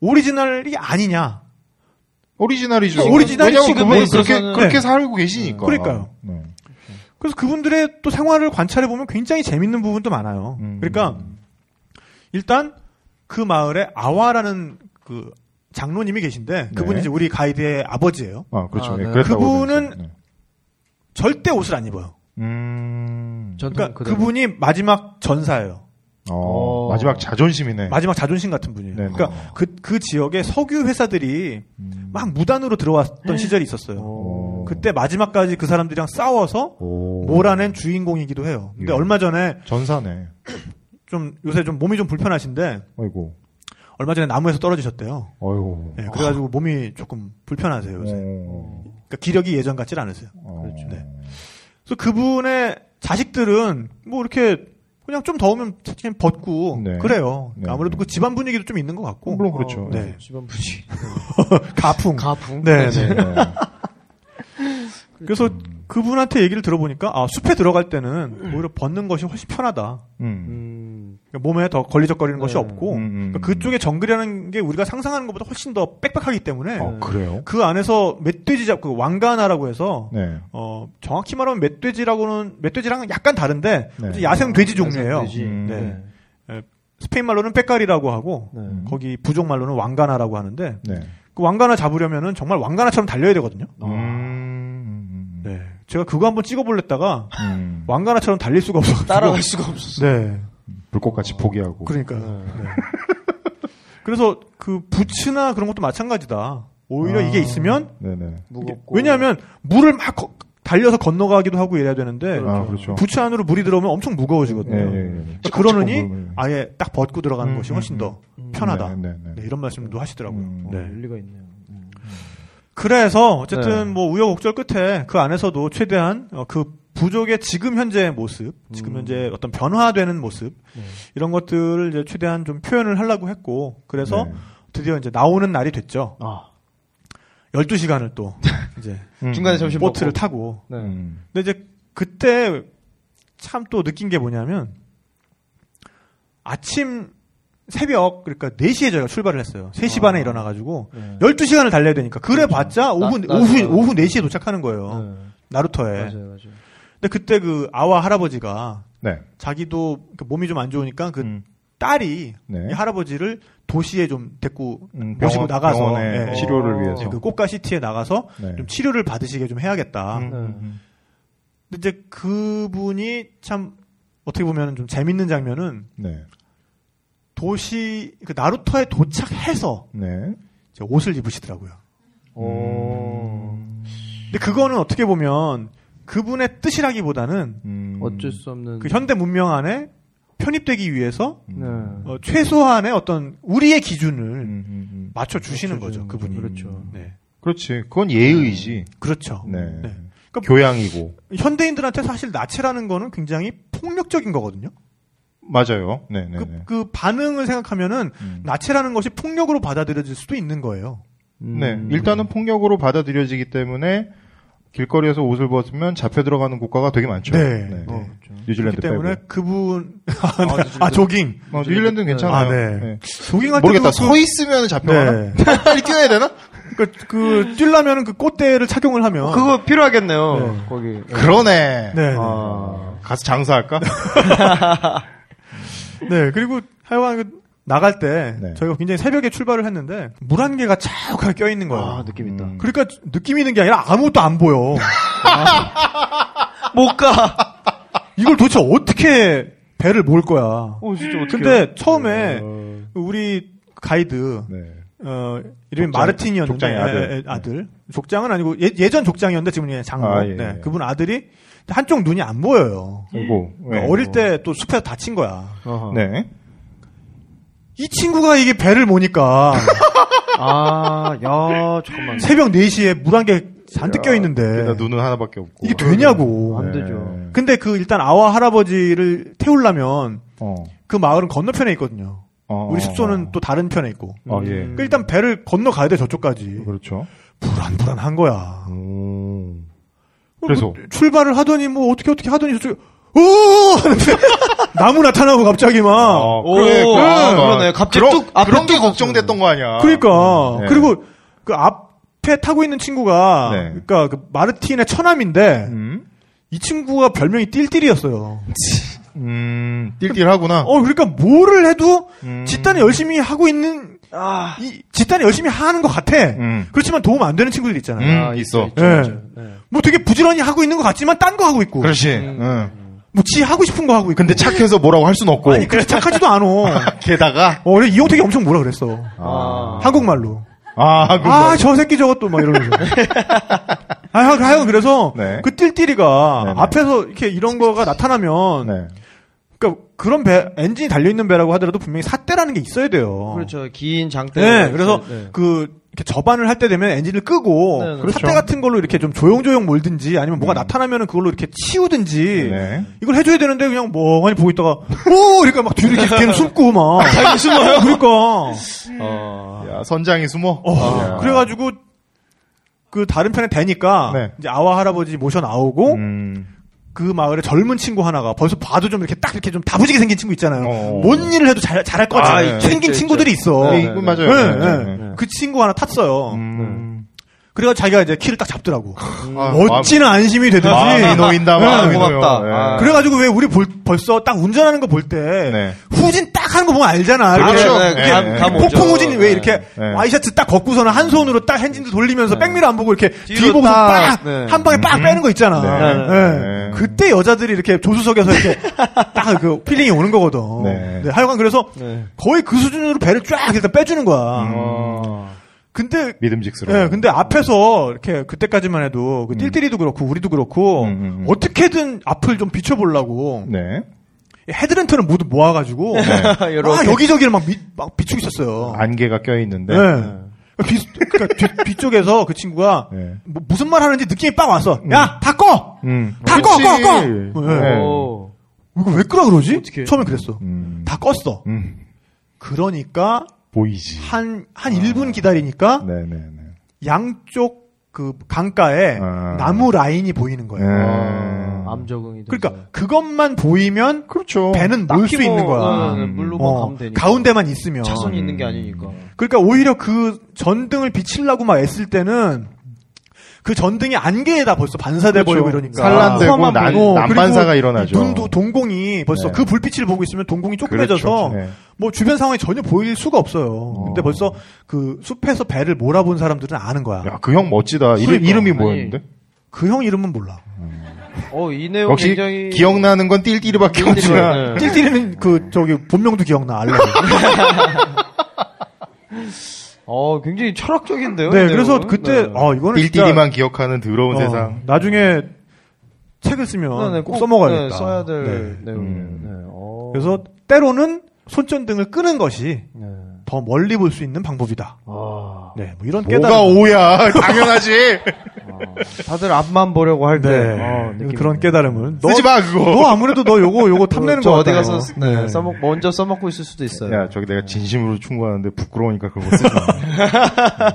Speaker 2: 오리지널이 아니냐.
Speaker 4: 오리지널이죠.
Speaker 2: 그러니까 오리지널이
Speaker 4: 왜냐면
Speaker 2: 지금
Speaker 4: 그분은
Speaker 2: 있어서는-
Speaker 4: 그렇게 그렇게
Speaker 2: 네.
Speaker 4: 살고 계시니까.
Speaker 2: 그러니까요.
Speaker 4: 네.
Speaker 2: 그래서 그분들의 또 생활을 관찰해 보면 굉장히 재밌는 부분도 많아요.
Speaker 4: 음.
Speaker 2: 그러니까 일단 그 마을에 아와라는 그 장로님이 계신데 그분이
Speaker 4: 네.
Speaker 2: 이제 우리 가이드의 아버지예요.
Speaker 4: 아 그렇죠.
Speaker 3: 아,
Speaker 4: 네.
Speaker 3: 네.
Speaker 4: 그랬다고
Speaker 2: 그분은-
Speaker 4: 그랬죠. 네.
Speaker 2: 절대 옷을 안 입어요.
Speaker 4: 음.
Speaker 3: 전통
Speaker 2: 그러니까
Speaker 3: 그대로.
Speaker 2: 그분이 마지막 전사예요.
Speaker 4: 어,
Speaker 3: 어.
Speaker 4: 마지막 자존심이네.
Speaker 2: 마지막 자존심 같은 분이에요.
Speaker 4: 네네.
Speaker 2: 그러니까 그, 그 지역에 석유 회사들이
Speaker 4: 음.
Speaker 2: 막 무단으로
Speaker 4: 네.
Speaker 2: 들어왔던 시절이 있었어요.
Speaker 3: 어.
Speaker 2: 그때 마지막까지 그 사람들이랑 싸워서
Speaker 4: 오.
Speaker 2: 몰아낸 주인공이기도 해요. 근데
Speaker 4: 어. 예.
Speaker 2: 얼마 전에
Speaker 4: 전사네.
Speaker 2: 좀 요새 좀 몸이 좀 불편하신데
Speaker 4: 아이고.
Speaker 2: 얼마 전에 나무에서 떨어지셨대요.
Speaker 4: 아이고.
Speaker 2: 예, 그래가지고 몸이 조금 불편하세요 요새.
Speaker 4: 어.
Speaker 2: 그러니까 기력이 예전 같질 않으세요.
Speaker 4: 어.
Speaker 2: 네. 그래서 그분의 자식들은 뭐 이렇게 그냥 좀 더우면 그냥 벗고
Speaker 4: 네.
Speaker 2: 그래요.
Speaker 4: 네.
Speaker 2: 아무래도 그 집안 분위기도 좀 있는 것 같고
Speaker 4: 물론 그렇죠.
Speaker 2: 네.
Speaker 3: 집안 분위기.
Speaker 2: 가풍.
Speaker 3: 어, 가풍.
Speaker 2: 네,
Speaker 4: 네.
Speaker 2: 네. (laughs) 그래서 그분한테 얘기를 들어보니까 아 숲에 들어갈 때는 오히려 벗는 것이 훨씬 편하다.
Speaker 4: 음.
Speaker 3: 음.
Speaker 2: 그러니까 몸에 더 걸리적거리는 것이
Speaker 3: 네.
Speaker 2: 없고
Speaker 4: 음, 음,
Speaker 2: 그러니까
Speaker 4: 음.
Speaker 2: 그쪽에 정글이라는 게 우리가 상상하는 것보다 훨씬 더 빽빽하기 때문에
Speaker 4: 어, 그래요?
Speaker 2: 그 안에서 멧돼지 잡고 그 왕가나라고 해서
Speaker 4: 네.
Speaker 2: 어 정확히 말하면 멧돼지라고는 멧돼지랑은 약간 다른데
Speaker 4: 네.
Speaker 2: 어쨌든 야생 돼지 종류예요.
Speaker 3: 돼지.
Speaker 4: 음.
Speaker 2: 네.
Speaker 3: 네.
Speaker 2: 스페인 말로는 빼까리라고 하고
Speaker 3: 네.
Speaker 4: 음.
Speaker 2: 거기 부족 말로는 왕가나라고 하는데
Speaker 4: 네.
Speaker 2: 그 왕가나 잡으려면은 정말 왕가나처럼 달려야 되거든요.
Speaker 3: 아,
Speaker 4: 음. 음.
Speaker 2: 네. 제가 그거 한번 찍어볼랬다가
Speaker 4: 음.
Speaker 2: 왕가나처럼 달릴 수가 없어서
Speaker 3: 따라갈 수가 없었어.
Speaker 2: 네.
Speaker 4: 불꽃같이 포기하고.
Speaker 2: 그러니까. 요
Speaker 3: 네.
Speaker 2: (laughs) 그래서 그 부츠나 그런 것도 마찬가지다. 오히려
Speaker 3: 아.
Speaker 2: 이게 있으면
Speaker 4: 네네.
Speaker 3: 무겁고.
Speaker 2: 왜냐하면 물을 막 거- 달려서 건너가기도 하고 이래야 되는데
Speaker 4: 아 그렇죠.
Speaker 2: 부츠 안으로 물이 들어오면 엄청 무거워지거든요.
Speaker 4: 예, 예, 예.
Speaker 2: 그러니까 그러느니
Speaker 4: 음,
Speaker 2: 아예 딱 벗고 들어가는
Speaker 4: 음,
Speaker 2: 것이
Speaker 4: 음,
Speaker 2: 훨씬
Speaker 4: 음.
Speaker 2: 더
Speaker 3: 음.
Speaker 2: 편하다.
Speaker 4: 네, 네, 네.
Speaker 2: 네, 이런 말씀도 하시더라고요.
Speaker 4: 음.
Speaker 3: 어,
Speaker 2: 네.
Speaker 3: 일리가 있네요. 음.
Speaker 2: 그래서 어쨌든
Speaker 3: 네.
Speaker 2: 뭐 우여곡절 끝에 그 안에서도 최대한 어, 그 부족의 지금 현재 모습, 지금
Speaker 3: 음.
Speaker 2: 현재 어떤 변화되는 모습
Speaker 3: 네.
Speaker 2: 이런 것들을 이제 최대한 좀 표현을 하려고 했고 그래서
Speaker 4: 네.
Speaker 2: 드디어 이제 나오는 날이 됐죠.
Speaker 3: 아.
Speaker 2: 12시간을 또 이제
Speaker 4: 음.
Speaker 3: 중간에 점심
Speaker 2: 보트를
Speaker 3: 먹고.
Speaker 2: 타고
Speaker 3: 네.
Speaker 4: 음.
Speaker 2: 근데 이제 그때 참 또 느낀 게 뭐냐면 아침 새벽 그러니까 4시에 저희가 출발을 했어요. 3시
Speaker 3: 아.
Speaker 2: 반에 일어나 가지고
Speaker 3: 네.
Speaker 2: 12시간을 달려야 되니까 그래 봤자 오후
Speaker 3: 낮- 낮이다.
Speaker 2: 오후 오후 4시에 도착하는 거예요.
Speaker 3: 네.
Speaker 2: 나루터에.
Speaker 3: 맞아요, 맞아요.
Speaker 2: 근데 그때 그 아와 할아버지가
Speaker 4: 네.
Speaker 2: 자기도 그 몸이 좀 안 좋으니까 그
Speaker 4: 음.
Speaker 2: 딸이
Speaker 4: 네.
Speaker 2: 이 할아버지를 도시에 좀 데리고
Speaker 4: 음,
Speaker 2: 모시고
Speaker 4: 병원-
Speaker 2: 나가서,
Speaker 4: 병원에
Speaker 2: 예.
Speaker 4: 치료를
Speaker 3: 어.
Speaker 4: 위해서
Speaker 3: 네,
Speaker 2: 그 꽃가 시티에 나가서
Speaker 4: 네.
Speaker 2: 좀 치료를 받으시게 좀 해야겠다.
Speaker 4: 음,
Speaker 3: 네.
Speaker 4: 음,
Speaker 2: 근데 이제 그분이 참 어떻게 보면 좀 재밌는 장면은
Speaker 4: 네.
Speaker 2: 도시 그 나루터에 도착해서
Speaker 4: 네.
Speaker 2: 이제 옷을 입으시더라고요.
Speaker 3: 오.
Speaker 2: 근데 그거는 어떻게 보면 그분의 뜻이라기보다는
Speaker 4: 음.
Speaker 3: 어쩔 수 없는.
Speaker 2: 그 현대 문명 안에 편입되기
Speaker 4: 음,
Speaker 2: 위해서
Speaker 3: 네.
Speaker 2: 어, 최소한의 어떤 우리의 기준을
Speaker 4: 음, 음, 음.
Speaker 2: 맞춰 주시는 거죠
Speaker 3: 맞춰주는
Speaker 2: 그분이.
Speaker 3: 거죠. 그렇죠.
Speaker 2: 네,
Speaker 4: 그렇지. 그건 예의지.
Speaker 2: 그렇죠.
Speaker 4: 네.
Speaker 2: 네.
Speaker 4: 교양이고.
Speaker 2: 현대인들한테 사실 나체라는 거는 굉장히 폭력적인 거거든요.
Speaker 4: 맞아요. 네, 네,
Speaker 2: 그,
Speaker 4: 네.
Speaker 2: 그 반응을 생각하면은
Speaker 4: 음.
Speaker 2: 나체라는 것이 폭력으로 받아들여질 수도 있는 거예요.
Speaker 3: 음.
Speaker 4: 네. 일단은 폭력으로 받아들여지기 때문에 길거리에서 옷을 벗으면 잡혀 들어가는 국가가 되게 많죠.
Speaker 2: 네.
Speaker 3: 어, 그렇죠.
Speaker 2: 그렇기
Speaker 4: 뉴질랜드
Speaker 2: 때문에
Speaker 4: 빼고.
Speaker 2: 그분 (laughs) 아, 네.
Speaker 3: 뉴질랜드.
Speaker 2: 아, 조깅
Speaker 4: 어, 뉴질랜드는 괜찮아요.
Speaker 2: 아, 네. 조깅할 때도
Speaker 4: 모르겠다.
Speaker 2: 그-
Speaker 4: 서 있으면 잡혀가나?
Speaker 2: 네.
Speaker 4: (laughs) 빨리 뛰어야 되나?
Speaker 2: 그, 그 뛰려면은 그 꽃대를 착용을 하면
Speaker 3: 그거 필요하겠네요.
Speaker 2: 네.
Speaker 3: 거기.
Speaker 4: 그러네.
Speaker 2: 네.
Speaker 3: 아.
Speaker 4: 가서 장사할까?
Speaker 2: 네, 그리고 하여간 그 나갈 때
Speaker 4: 네.
Speaker 2: 저희가 굉장히 새벽에 출발을 했는데 물 한 개가 쫙하게 껴있는 거예요.
Speaker 3: 아, 느낌 있다.
Speaker 4: 음.
Speaker 2: 그러니까 느낌 있는 게 아니라 아무것도 안
Speaker 4: (laughs)
Speaker 2: 보여.
Speaker 3: 못 가.
Speaker 2: 이걸 도대체 어떻게 배를 모을 거야.
Speaker 3: 오, 진짜 네. 어떻게.
Speaker 2: 근데 처음에 우리 가이드
Speaker 4: 네.
Speaker 2: 어 이름이
Speaker 4: 족장,
Speaker 2: 마르틴이었는데
Speaker 4: 족장의 아들. 네.
Speaker 2: 예, 예, 아들. 족장은 아니고 예, 전 족장이었는데 지금 은 장로
Speaker 4: 아, 예,
Speaker 2: 네,
Speaker 4: 예.
Speaker 2: 그분 아들이 한쪽 눈이 안 보여요
Speaker 4: 그리고
Speaker 2: 그러니까 어릴 때 또 숲에서 다친 거야
Speaker 4: 네.
Speaker 2: 이 친구가 이게 배를
Speaker 3: (laughs)
Speaker 2: 모니까
Speaker 3: 아, 야, 잠깐만.
Speaker 2: 새벽 4시에 물 한 개 잔뜩
Speaker 4: 야,
Speaker 2: 껴있는데
Speaker 4: 게다가 눈은 하나밖에 없고.
Speaker 2: 이게 되냐고
Speaker 3: 안
Speaker 4: 네.
Speaker 3: 되죠.
Speaker 2: 근데 그 일단 아와 할아버지를 태우려면
Speaker 4: 어.
Speaker 2: 그 마을은 건너편에 있거든요
Speaker 4: 어.
Speaker 2: 우리 숙소는 또 다른 편에 있고
Speaker 4: 어, 예.
Speaker 2: 그러니까 일단 배를 건너가야 돼 저쪽까지
Speaker 4: 그렇죠.
Speaker 2: 불안불안한
Speaker 4: 아,
Speaker 2: 거야
Speaker 4: 음. 그래서?
Speaker 2: 뭐 출발을 하더니 뭐 어떻게 어떻게 하더니 저쪽에 오 (laughs) 하는데 나무 나타나고 갑자기 막
Speaker 3: 오, 아, 그러네. 갑자기 뚝 앞에
Speaker 4: 그런 게
Speaker 3: 뚝
Speaker 4: 걱정됐던 거 아니야.
Speaker 2: 그러니까
Speaker 4: 네.
Speaker 2: 그리고 그 앞에 타고 있는 친구가
Speaker 4: 네.
Speaker 2: 그러니까 그 마르틴의 처남인데
Speaker 4: 음.
Speaker 2: 이 친구가 별명이 띨띨이었어요.
Speaker 4: 음. 띨띨하구나.
Speaker 2: 어 그러니까 뭐를 해도
Speaker 4: 음.
Speaker 2: 집단이 열심히 하고 있는
Speaker 3: 아,
Speaker 2: 이 집단이 열심히 하는 것 같아.
Speaker 4: 음.
Speaker 2: 그렇지만 도움 안 되는 친구들 있잖아요.
Speaker 4: 음,
Speaker 3: 아,
Speaker 4: 있어.
Speaker 3: 있죠,
Speaker 2: 예.
Speaker 3: 있죠. 네.
Speaker 2: 뭐 되게 부지런히 하고 있는 것 같지만 딴 거 하고 있고,
Speaker 4: 그렇지.
Speaker 3: 음.
Speaker 4: 응.
Speaker 2: 뭐 지 하고 싶은 거 하고 있고.
Speaker 4: 근데 착해서 뭐라고 할 순 없고.
Speaker 2: 아니 그래서 착하지도
Speaker 4: (laughs)
Speaker 2: 않아.
Speaker 4: 게다가
Speaker 2: 어, 그래 이용택이 엄청 뭐라 그랬어.
Speaker 3: 아.
Speaker 2: 한국말로.
Speaker 4: 아, 그
Speaker 2: 아, 저 새끼 저것도 막 이러면서. 아, 하여간 그래서
Speaker 4: 네.
Speaker 2: 그 띨띨이가
Speaker 4: 네네.
Speaker 2: 앞에서 이렇게 이런 거가 나타나면
Speaker 4: 네.
Speaker 2: 그러니까 그런 배 엔진이 달려 있는 배라고 하더라도 분명히 삿대라는 게 있어야 돼요.
Speaker 3: 그렇죠. 긴 장대.
Speaker 2: 네, 그래서
Speaker 3: 네.
Speaker 2: 그 이렇게 저반을 할 때 되면 엔진을 끄고
Speaker 3: 네, 네.
Speaker 2: 삿대
Speaker 4: 그렇죠.
Speaker 2: 같은 걸로 이렇게 좀 조용조용 몰든지 아니면 뭐가 나타나면은 그걸로 이렇게 치우든지
Speaker 4: 네.
Speaker 2: 이걸 해줘야 되는데 그냥 멍하니 보고 있다가 오 그러니까 막 뒤로 이렇게 걔는 숨고 막 자기 숨어요. 그러니까
Speaker 3: 어.
Speaker 4: 야, 선장이 숨어.
Speaker 2: 어,
Speaker 4: 야.
Speaker 2: 그래가지고 그 다른 편에 대니까
Speaker 4: 네.
Speaker 2: 이제 아와 할아버지 모셔 나오고
Speaker 4: 음.
Speaker 2: 그 마을에 젊은 친구 하나가 벌써 봐도 좀 이렇게 딱 이렇게 좀 다부지게 생긴 친구 있잖아요.
Speaker 4: 어.
Speaker 2: 뭔 일을 해도 잘, 잘할 것 같은
Speaker 4: 아, 있죠,
Speaker 2: 생긴
Speaker 3: 있죠,
Speaker 2: 친구들이 있
Speaker 4: 네,
Speaker 2: 어
Speaker 3: 네,
Speaker 4: 이거
Speaker 3: 네,
Speaker 4: 맞아요.
Speaker 2: 네,
Speaker 4: 네, 네,
Speaker 3: 네.
Speaker 2: 그 친구 하나 탔어요.
Speaker 4: 음.
Speaker 2: 그래가 자기가 이제 키를 딱 잡더라고.
Speaker 4: 아,
Speaker 2: 어찌나 안심이 되든지.
Speaker 4: 마음- 마음이 놓인다,
Speaker 2: 네,
Speaker 4: 마음이
Speaker 3: 고맙다.
Speaker 4: 놓여.
Speaker 3: 아.
Speaker 4: 네.
Speaker 2: 그래가지고 왜 우리 볼- 벌써 딱 운전하는 거 볼 때
Speaker 4: 네.
Speaker 2: 후진 딱 하는 거 보면 알잖아.
Speaker 4: 그렇죠.
Speaker 2: 이렇게
Speaker 4: 네, 네, 네.
Speaker 3: 감 오죠.
Speaker 2: 폭풍 후진 왜 이렇게
Speaker 4: 네.
Speaker 2: 와이셔츠 딱 걷고서는 한 손으로 딱 핸들 돌리면서 백미러 안 보고 이렇게 뒤
Speaker 3: 뒤로
Speaker 2: 보고 빡한
Speaker 3: 딱, 네.
Speaker 2: 방에 빡 빼는 거 있잖아.
Speaker 4: 음. 네.
Speaker 2: 예.
Speaker 4: 네.
Speaker 2: 그때 여자들이 이렇게 조수석에서
Speaker 4: (laughs)
Speaker 2: 이렇게 딱 그 필링이 오는 거거든.
Speaker 4: 네.
Speaker 2: 네, 하여간 그래서
Speaker 3: 네.
Speaker 2: 거의 그 수준으로 배를 쫙 일단 빼주는 거야.
Speaker 4: 음.
Speaker 3: 어.
Speaker 2: 근데
Speaker 4: 믿음직스러워.
Speaker 2: 예, 근데 앞에서 이렇게 그때까지만 해도 그 띨띨이도 그렇고 우리도 그렇고
Speaker 4: 음, 음, 음.
Speaker 2: 어떻게든 앞을 좀 비춰보려고
Speaker 4: 네.
Speaker 2: 헤드랜턴을 모두 모아가지고
Speaker 4: 네. 아,
Speaker 2: 아
Speaker 3: (laughs) 이렇게.
Speaker 2: 여기저기를 막, 미, 막 비추고 있었어요.
Speaker 4: 네. 안개가 껴있는데.
Speaker 2: 예. 뒤, 그러니까 뒤, 뒤쪽에서 그 친구가
Speaker 4: 네.
Speaker 2: 뭐 무슨 말 하는지 느낌이 빡 왔어. 야, 다 꺼!
Speaker 4: 음.
Speaker 2: 다 꺼, 꺼, 꺼! 네.
Speaker 3: 오.
Speaker 2: 이거 왜 끄라 그러지?
Speaker 3: 어떡해.
Speaker 2: 처음에 그랬어.
Speaker 4: 음.
Speaker 2: 다 껐어.
Speaker 4: 음.
Speaker 2: 그러니까
Speaker 4: 보이지.
Speaker 2: 한, 한
Speaker 4: 아.
Speaker 2: 1분 기다리니까
Speaker 4: 네네네.
Speaker 2: 양쪽 그 강가에
Speaker 4: 아.
Speaker 2: 나무 라인이 보이는 거예요.
Speaker 4: 네.
Speaker 3: 어, 암 적응이
Speaker 2: 음.
Speaker 3: 돼서.
Speaker 2: 그러니까 그것만 보이면
Speaker 4: 그렇죠.
Speaker 2: 배는 올 수
Speaker 3: 막히고,
Speaker 2: 있는
Speaker 3: 어,
Speaker 2: 거야.
Speaker 3: 네, 물로만
Speaker 2: 어,
Speaker 3: 가면 되니까.
Speaker 2: 가운데만 있으면.
Speaker 3: 차선이 있는 게 아니니까.
Speaker 2: 그러니까 오히려 그 전등을 비치려고 막 애쓸 때는 그 전등이 안개에다 벌써 반사돼 버리고
Speaker 4: 그렇죠.
Speaker 2: 이러니까
Speaker 4: 산란되고
Speaker 3: 포함한
Speaker 4: 난,
Speaker 2: 어,
Speaker 4: 난반사가
Speaker 2: 그리고
Speaker 4: 일어나죠.
Speaker 2: 눈도 동공이 벌써
Speaker 4: 네.
Speaker 2: 그 불빛을 보고 있으면 동공이 쪼그매져서
Speaker 4: 네.
Speaker 2: 뭐 주변 상황이 전혀 보일 수가 없어요. 근데 벌써 그 숲에서 배를 몰아본 사람들은 아는 거야.
Speaker 4: 야, 그 형 멋지다. 이름,
Speaker 2: 그러니까.
Speaker 4: 이름이 뭐였는데?
Speaker 2: 그 형 이름은 몰라.
Speaker 3: 어, 이 내용
Speaker 4: 역시
Speaker 3: 굉장히.
Speaker 4: 기억나는 건 띨띠리밖에 없지만.
Speaker 3: 네.
Speaker 2: 띨띠리는 그 저기 본명도 기억나 알라.
Speaker 3: 아, 어, 굉장히 철학적인데요. 이
Speaker 2: 네, 그래서
Speaker 3: 내용은?
Speaker 2: 그때
Speaker 3: 네.
Speaker 2: 어 이거는 진짜,
Speaker 4: 띨띠리만 기억하는 더러운
Speaker 2: 어,
Speaker 4: 세상.
Speaker 2: 나중에 책을
Speaker 3: 네,
Speaker 2: 쓰면
Speaker 3: 네,
Speaker 2: 꼭 써먹어야겠다.
Speaker 3: 네, 써야 될
Speaker 2: 네.
Speaker 3: 내용이에요.
Speaker 4: 음.
Speaker 3: 네, 어.
Speaker 2: 그래서 때로는 손전등을 끄는 것이
Speaker 3: 네.
Speaker 2: 더 멀리 볼 수 있는 방법이다.
Speaker 3: 아,
Speaker 2: 네, 뭐 이런
Speaker 4: 뭐가
Speaker 2: 깨달음.
Speaker 4: 오야. (laughs) 당연하지.
Speaker 3: 아, 다들 앞만 보려고 할 때.
Speaker 2: 네,
Speaker 3: 어, 느낌이
Speaker 2: 그런
Speaker 3: 있네요.
Speaker 2: 깨달음을. 너,
Speaker 4: 쓰지 마, 그거.
Speaker 2: 너 아무래도 너 요거 요거 탐내는
Speaker 3: 저
Speaker 2: 거
Speaker 3: 어디
Speaker 2: 같다.
Speaker 3: 가서 네, 써먹 먼저 써먹고 있을 수도 있어요.
Speaker 4: 야, 저기 내가 진심으로 충고하는데 부끄러우니까 그걸 못 쓰지 마.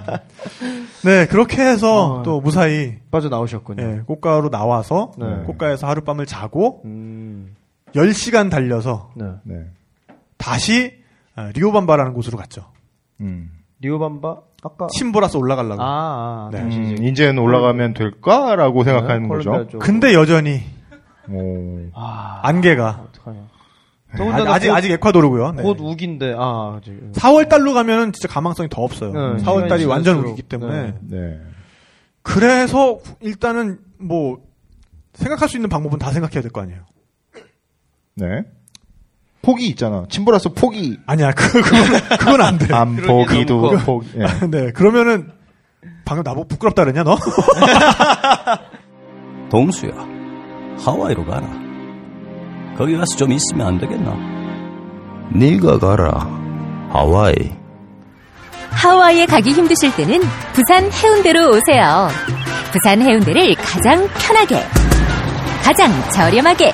Speaker 2: 네, 그렇게 해서
Speaker 3: 어.
Speaker 2: 또 무사히
Speaker 3: 빠져 나오셨군요.
Speaker 2: 예, 꽃가로 나와서
Speaker 3: 네.
Speaker 2: 꽃가에서 하룻밤을 자고
Speaker 3: 음,
Speaker 2: 10시간 달려서
Speaker 3: 네.
Speaker 4: 네.
Speaker 2: 다시 아, 리오반바라는 곳으로 갔죠.
Speaker 4: 음.
Speaker 3: 리오반바 아까
Speaker 2: 침보라서 올라가려고.
Speaker 3: 아, 아
Speaker 2: 네.
Speaker 3: 다시
Speaker 4: 음, 이제는 올라가면 될까라고 생각하는
Speaker 3: 네, 콜롬비아
Speaker 4: 거죠.
Speaker 3: 쪽.
Speaker 2: 근데 여전히
Speaker 4: 오.
Speaker 3: 아,
Speaker 2: 안개가
Speaker 3: 어떡하냐.
Speaker 2: 아,
Speaker 3: 더군다나
Speaker 2: 아직
Speaker 3: 곧,
Speaker 2: 아직 에콰도르고요. 네.
Speaker 3: 곧 우기인데 아, 아직.
Speaker 2: 4월 달로 가면은 진짜 가망성이 더 없어요.
Speaker 3: 네,
Speaker 2: 4월 달이
Speaker 3: 시간이
Speaker 2: 완전
Speaker 3: 지날수록,
Speaker 2: 우기기 때문에
Speaker 3: 네.
Speaker 4: 네.
Speaker 2: 그래서 일단은 뭐 생각할 수 있는 방법은 다 생각해야 될 거 아니에요.
Speaker 4: 네. 포기 있잖아. 침보라서 포기.
Speaker 2: 아니야, (laughs) 그, 그건, 그건 안 돼.
Speaker 4: 안
Speaker 3: 그러기도
Speaker 4: 포기도
Speaker 3: 없고.
Speaker 4: 포기. 예.
Speaker 2: (laughs) 네, 그러면은 방금 나보고 부끄럽다 그랬냐 너?
Speaker 5: 동수야, 하와이로 가라. 거기 가서 좀 있으면 안 되겠나? 네가 가라, 하와이.
Speaker 6: 하와이에 가기 힘드실 때는 부산 해운대로 오세요. 부산 해운대를 가장 편하게, 가장 저렴하게,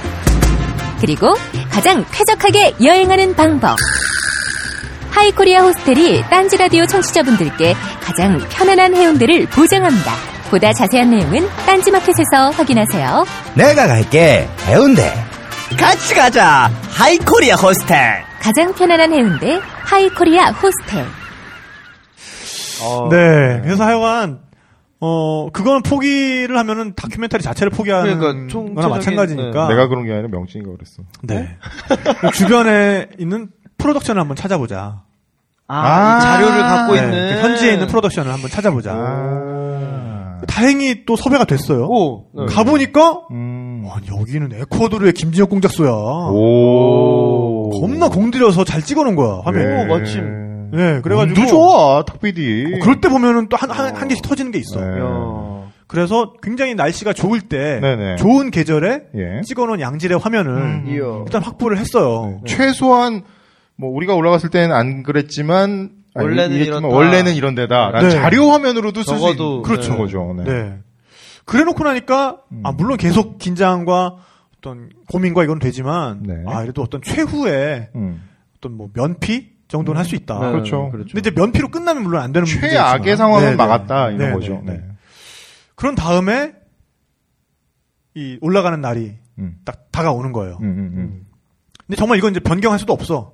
Speaker 6: 그리고 가장 쾌적하게 여행하는 방법. 하이코리아 호스텔이 딴지 라디오 청취자분들께 가장 편안한 해운대를 보장합니다. 보다 자세한 내용은 딴지 마켓에서 확인하세요.
Speaker 7: 내가 갈게 해운대 같이 가자 하이코리아 호스텔
Speaker 6: 가장 편안한 해운대 하이코리아 호스텔.
Speaker 3: 어,
Speaker 2: (laughs) 네. 그래서 하여간 어 그거는 포기를 하면은 다큐멘터리 자체를 포기하는
Speaker 3: 그러니까
Speaker 2: 거나
Speaker 3: 총체적인, 네.
Speaker 2: 마찬가지니까.
Speaker 4: 내가 그런 게 아니라 명진이가 그랬어.
Speaker 2: 네. 주변에 있는 프로덕션을 한번 찾아보자.
Speaker 3: 아,
Speaker 4: 아,
Speaker 3: 이 자료를 갖고
Speaker 2: 네,
Speaker 3: 있는
Speaker 2: 그 현지에 있는 프로덕션을 한번 찾아보자.
Speaker 4: 아.
Speaker 2: 다행히 또 섭외가 됐어요.
Speaker 3: 오, 네.
Speaker 2: 가보니까
Speaker 4: 음.
Speaker 2: 와, 여기는 에콰도르의 김진혁 공작소야.
Speaker 4: 아. 오.
Speaker 2: 겁나 공들여서 잘 찍어놓은 거야 화면.
Speaker 3: 오, 멋짐.
Speaker 2: 네, 예. 그래가지고
Speaker 4: 운도 좋아, 탁PD.
Speaker 2: 어, 그럴 때 보면은 또 한 한 한 개씩 터지는 게 있어.
Speaker 4: 네.
Speaker 3: 야.
Speaker 2: 그래서 굉장히 날씨가 좋을 때
Speaker 4: 네네.
Speaker 2: 좋은 계절에
Speaker 4: 예.
Speaker 2: 찍어놓은 양질의 화면을
Speaker 4: 음.
Speaker 3: 이어. 네.
Speaker 2: 일단 확보를 했어요.
Speaker 4: 최소한 뭐 우리가 올라갔을 때는 안 그랬지만 아니,
Speaker 3: 원래는
Speaker 4: 이랬지만
Speaker 3: 이렇다.
Speaker 4: 원래는 이런 데다. 라는
Speaker 2: 네.
Speaker 4: 자료 화면으로도 쓸 수
Speaker 3: 적어도,
Speaker 4: 있는 그렇죠.
Speaker 3: 네.
Speaker 4: 거죠. 네. 음.
Speaker 2: 네. 그래놓고 나니까 아 물론 계속 긴장과 어떤 고민과 이건 되지만
Speaker 4: 네.
Speaker 2: 아 그래도 어떤 최후의
Speaker 4: 음.
Speaker 2: 어떤 뭐 면피 정도는 할 수 있다.
Speaker 3: 네,
Speaker 4: 그렇죠.
Speaker 2: 근데 이제 면피로 끝나면 물론 안 되는
Speaker 4: 최악의
Speaker 2: 문제지만.
Speaker 4: 상황은
Speaker 2: 네,
Speaker 4: 막았다
Speaker 2: 네.
Speaker 4: 이런
Speaker 2: 네,
Speaker 4: 거죠.
Speaker 2: 네,
Speaker 4: 네.
Speaker 2: 네. 그런 다음에 이 올라가는 날이
Speaker 4: 음.
Speaker 2: 딱 다가오는 거예요.
Speaker 4: 음, 음, 음.
Speaker 2: 근데 정말 이건 이제 변경할 수도 없어.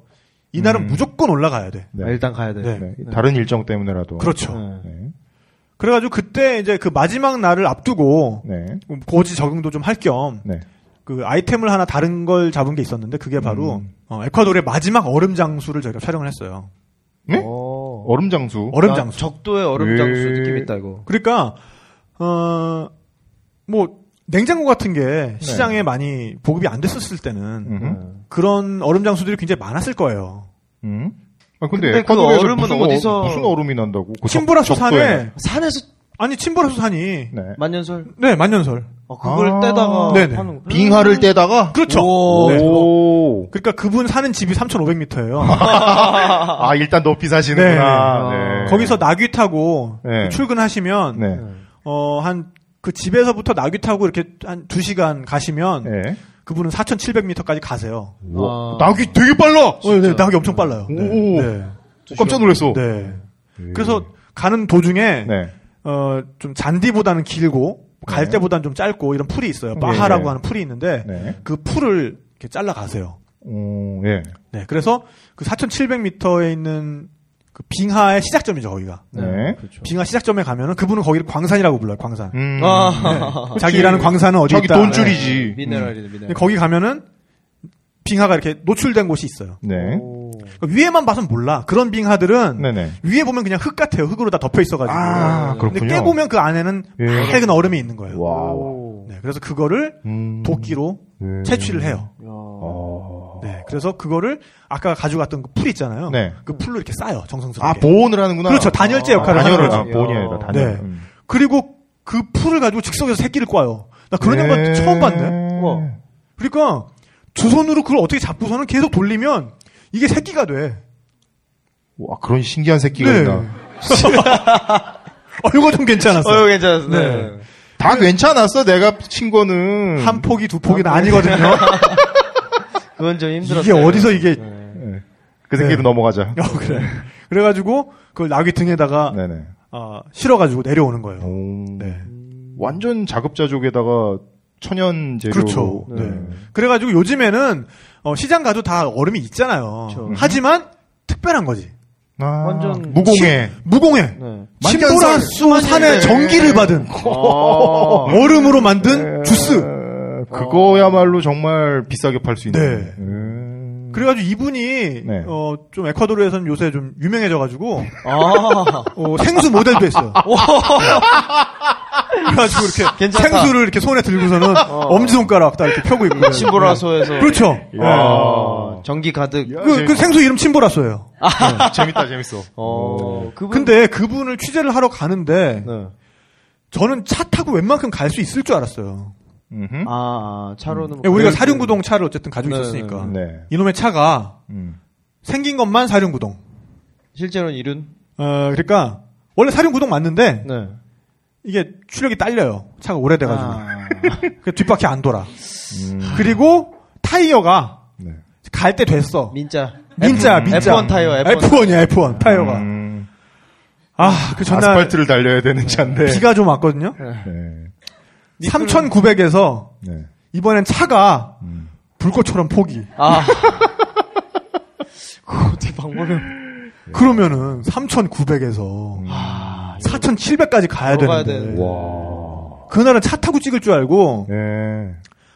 Speaker 2: 이날은
Speaker 4: 음.
Speaker 2: 무조건 올라가야 돼.
Speaker 4: 네.
Speaker 3: 아, 일단 가야 돼.
Speaker 2: 네.
Speaker 4: 네. 다른 일정 때문에라도.
Speaker 2: 그렇죠.
Speaker 3: 네.
Speaker 4: 네.
Speaker 2: 그래가지고 그때 이제 그 마지막 날을 앞두고
Speaker 4: 네.
Speaker 2: 고지 적응도 좀 할 겸 그
Speaker 4: 네.
Speaker 2: 아이템을 하나 다른 걸 잡은 게 있었는데 그게 바로
Speaker 4: 음.
Speaker 2: 어, 에콰도르의 마지막 얼음 장수를 저희가 촬영을 했어요.
Speaker 4: 네?
Speaker 3: 어.
Speaker 4: 얼음 장수.
Speaker 2: 얼음
Speaker 3: 아,
Speaker 2: 장수.
Speaker 3: 적도의 얼음 장수
Speaker 4: 예.
Speaker 3: 느낌 있다 이거.
Speaker 2: 그러니까 어, 뭐 냉장고 같은 게 시장에 많이 보급이 안 됐었을 때는
Speaker 4: 네. 음흠.
Speaker 2: 그런 얼음 장수들이 굉장히 많았을 거예요.
Speaker 4: 음. 아, 근데,
Speaker 3: 근데 그
Speaker 4: 에콰도르에서
Speaker 3: 얼음은
Speaker 4: 무슨
Speaker 3: 어디서-
Speaker 4: 어, 무슨 얼음이 난다고? 그 적-
Speaker 2: 침보라수
Speaker 4: 적도에.
Speaker 2: 산에
Speaker 3: 산에서
Speaker 2: 아니 침보라수 산이
Speaker 4: 네.
Speaker 3: 어. 만년설.
Speaker 2: 네 만년설
Speaker 3: 아, 그걸
Speaker 4: 아.
Speaker 3: 떼다가
Speaker 2: 네네.
Speaker 3: 파는 거. 음.
Speaker 8: 빙하를 떼다가
Speaker 2: 그렇죠.
Speaker 3: 오.
Speaker 2: 네.
Speaker 4: 오.
Speaker 2: 그러니까 그분 사는 집이 3,500m예요.
Speaker 4: 아 일단 높이 사시는구나.
Speaker 3: 네.
Speaker 4: 네.
Speaker 2: 거기서 나귀 타고
Speaker 4: 네.
Speaker 2: 출근하시면
Speaker 4: 네.
Speaker 2: 어, 한 그 집에서부터 나귀 타고 이렇게 한 2시간 가시면
Speaker 4: 네.
Speaker 2: 그분은 4,700m까지 가세요.
Speaker 4: 와, 나기 되게 빨라.
Speaker 2: 어, 네, 나귀 엄청 빨라요. 네.
Speaker 4: 음. 오.
Speaker 2: 네.
Speaker 4: 깜짝 놀랐어.
Speaker 2: 네. 그래서 가는 도중에
Speaker 4: 네.
Speaker 2: 어, 좀 잔디보다는 길고 갈
Speaker 4: 네.
Speaker 2: 때보다는 좀 짧고 이런 풀이 있어요. 마하라고
Speaker 4: 네.
Speaker 2: 하는 풀이 있는데
Speaker 4: 네.
Speaker 2: 그 풀을 이렇게 잘라 가세요.
Speaker 4: 오, 예.
Speaker 2: 네. 그래서 그 4,700m에 있는 그 빙하의 시작점이죠, 거기가.
Speaker 4: 네.
Speaker 3: 그렇죠.
Speaker 2: 빙하 시작점에 가면은 그분은 거기를 광산이라고 불러요, 광산.
Speaker 4: 음.
Speaker 3: 아,
Speaker 2: 자기 일하는 광산은 어디
Speaker 4: 자기
Speaker 2: 있다. 네.
Speaker 4: 돈줄이지. 음.
Speaker 3: 미네랄이네, 미네랄.
Speaker 2: 근데 거기 가면은 빙하가 이렇게 노출된 곳이 있어요.
Speaker 4: 네.
Speaker 3: 오.
Speaker 2: 그러니까 위에만 봐선 몰라. 그런 빙하들은
Speaker 4: 네네.
Speaker 2: 위에 보면 그냥 흙 같아요. 흙으로 다 덮여 있어가지고.
Speaker 4: 아,
Speaker 2: 근데
Speaker 4: 그렇군요.
Speaker 2: 깨보면 그 안에는
Speaker 4: 예.
Speaker 2: 밝은 얼음이 있는 거예요.
Speaker 4: 와.
Speaker 2: 네, 그래서 그거를
Speaker 4: 음.
Speaker 2: 도끼로
Speaker 4: 음.
Speaker 2: 채취를 해요.
Speaker 3: 야.
Speaker 4: 어.
Speaker 2: 네, 그래서 그거를 아까 가져갔던 그 풀 있잖아요.
Speaker 4: 네.
Speaker 2: 그 풀로 이렇게 싸요, 정성스럽게.
Speaker 4: 아 보온을 하는구나.
Speaker 2: 그렇죠, 단열재 역할을 하는
Speaker 4: 단열을
Speaker 2: 거죠.
Speaker 4: 아, 보온이 아니라 단열. 음.
Speaker 2: 네. 그리고 그 풀을 가지고 즉석에서 새끼를 꽈요. 나 그런
Speaker 4: 네.
Speaker 2: 양반 처음 봤네.
Speaker 3: 우와.
Speaker 2: 그러니까 두 손으로 그걸 어떻게 잡고서는 계속 돌리면 이게 새끼가 돼.
Speaker 4: 와 그런 신기한 새끼가
Speaker 2: 네. (laughs)
Speaker 4: 있나.
Speaker 2: 어, 이거 좀 괜찮았어.
Speaker 3: 어, 이거 괜찮았어.
Speaker 2: 네.
Speaker 3: 네.
Speaker 4: 다 괜찮았어. 내가 친 거는
Speaker 2: 한 포기 두 포기는 아니거든요.
Speaker 3: 그건 좀 힘들었어요.
Speaker 2: 이게 어디서 이게
Speaker 4: 네. 그 새끼로
Speaker 2: 네.
Speaker 4: 넘어가자.
Speaker 2: 어, 그래. 그래가지고 그걸 나귀 등에다가
Speaker 4: 네네.
Speaker 2: 어, 실어가지고 내려오는 거예요.
Speaker 4: 오.
Speaker 2: 네.
Speaker 4: 완전 자급자족에다가 천연 재료로.
Speaker 2: 그렇죠. 네. 그래가지고 요즘에는 어, 시장 가도 다 얼음이 있잖아요.
Speaker 3: 그렇죠.
Speaker 2: 하지만 특별한 거지.
Speaker 4: 아,
Speaker 3: 완전
Speaker 4: 무공해.
Speaker 2: 무공해.
Speaker 3: 네.
Speaker 2: 침보라수 산의 전기를 받은 (laughs)
Speaker 4: 아,
Speaker 2: 얼음으로
Speaker 4: 네.
Speaker 2: 만든 주스.
Speaker 4: 에, 그거야말로 정말 비싸게 팔 수 있는.
Speaker 2: 네.
Speaker 4: 음.
Speaker 2: 그래가지고 이분이
Speaker 4: 네.
Speaker 2: 어, 좀 에콰도르에서는 요새 좀 유명해져가지고
Speaker 3: 아.
Speaker 2: 어, 생수 모델도
Speaker 3: (laughs)
Speaker 2: 했어요. 그래가지고 이렇게
Speaker 3: 괜찮다. 어.
Speaker 2: 생수를 이렇게 손에 들고서는 엄지 손가락 딱 이렇게 펴고 있고.
Speaker 3: 심보라소에서 예.
Speaker 2: 그렇죠.
Speaker 4: 야.
Speaker 3: 아. 전기 가득.
Speaker 4: 야,
Speaker 2: 그, 그 생수 이름 침보라소예요.
Speaker 4: 네. (laughs) 재밌다, 재밌어.
Speaker 3: 어. 그분
Speaker 2: 근데 그분을 취재를 하러 가는데
Speaker 3: 네.
Speaker 2: 저는 차 타고 웬만큼 갈 수 있을 줄 알았어요.
Speaker 4: 음흠.
Speaker 3: 아, 아, 차로는 뭐
Speaker 2: 음. 예, 우리가
Speaker 3: 그래도-
Speaker 2: 사륜구동 차를 어쨌든 가지고
Speaker 3: 네,
Speaker 2: 있었으니까
Speaker 4: 네.
Speaker 2: 이놈의 차가
Speaker 4: 음.
Speaker 2: 생긴 것만 사륜구동.
Speaker 3: 실제로는 이륜.
Speaker 2: 어, 그러니까 원래 사륜구동 맞는데
Speaker 3: 네.
Speaker 2: 이게 추력이 딸려요. 차가 오래돼가지고
Speaker 3: 아.
Speaker 2: (laughs) 그 뒷바퀴 안 돌아.
Speaker 4: 음.
Speaker 2: 그리고 타이어가
Speaker 4: 네.
Speaker 2: 갈 때 됐어.
Speaker 3: 민자.
Speaker 2: 민자, 민자.
Speaker 3: F1 타이어, F1.
Speaker 2: 이야 F1 타이어가.
Speaker 4: 음.
Speaker 2: 아, 그 전날
Speaker 4: 아스팔트를 달려야 되는 차인데.
Speaker 2: 비가 좀 왔거든요.
Speaker 4: 네.
Speaker 2: 3,900에서
Speaker 4: 네.
Speaker 2: 이번엔 차가
Speaker 4: 음. 예.
Speaker 2: 불꽃처럼 포기.
Speaker 3: 아. 그거 어떻게 방법이 없-
Speaker 2: 그러면은
Speaker 4: 음.
Speaker 2: 3,900에서 4,700까지 가야
Speaker 3: 아, 예. 걸어가야
Speaker 2: 되는데
Speaker 3: 되는데.
Speaker 4: 와.
Speaker 2: 그날은 차 타고 찍을 줄 알고
Speaker 4: 네.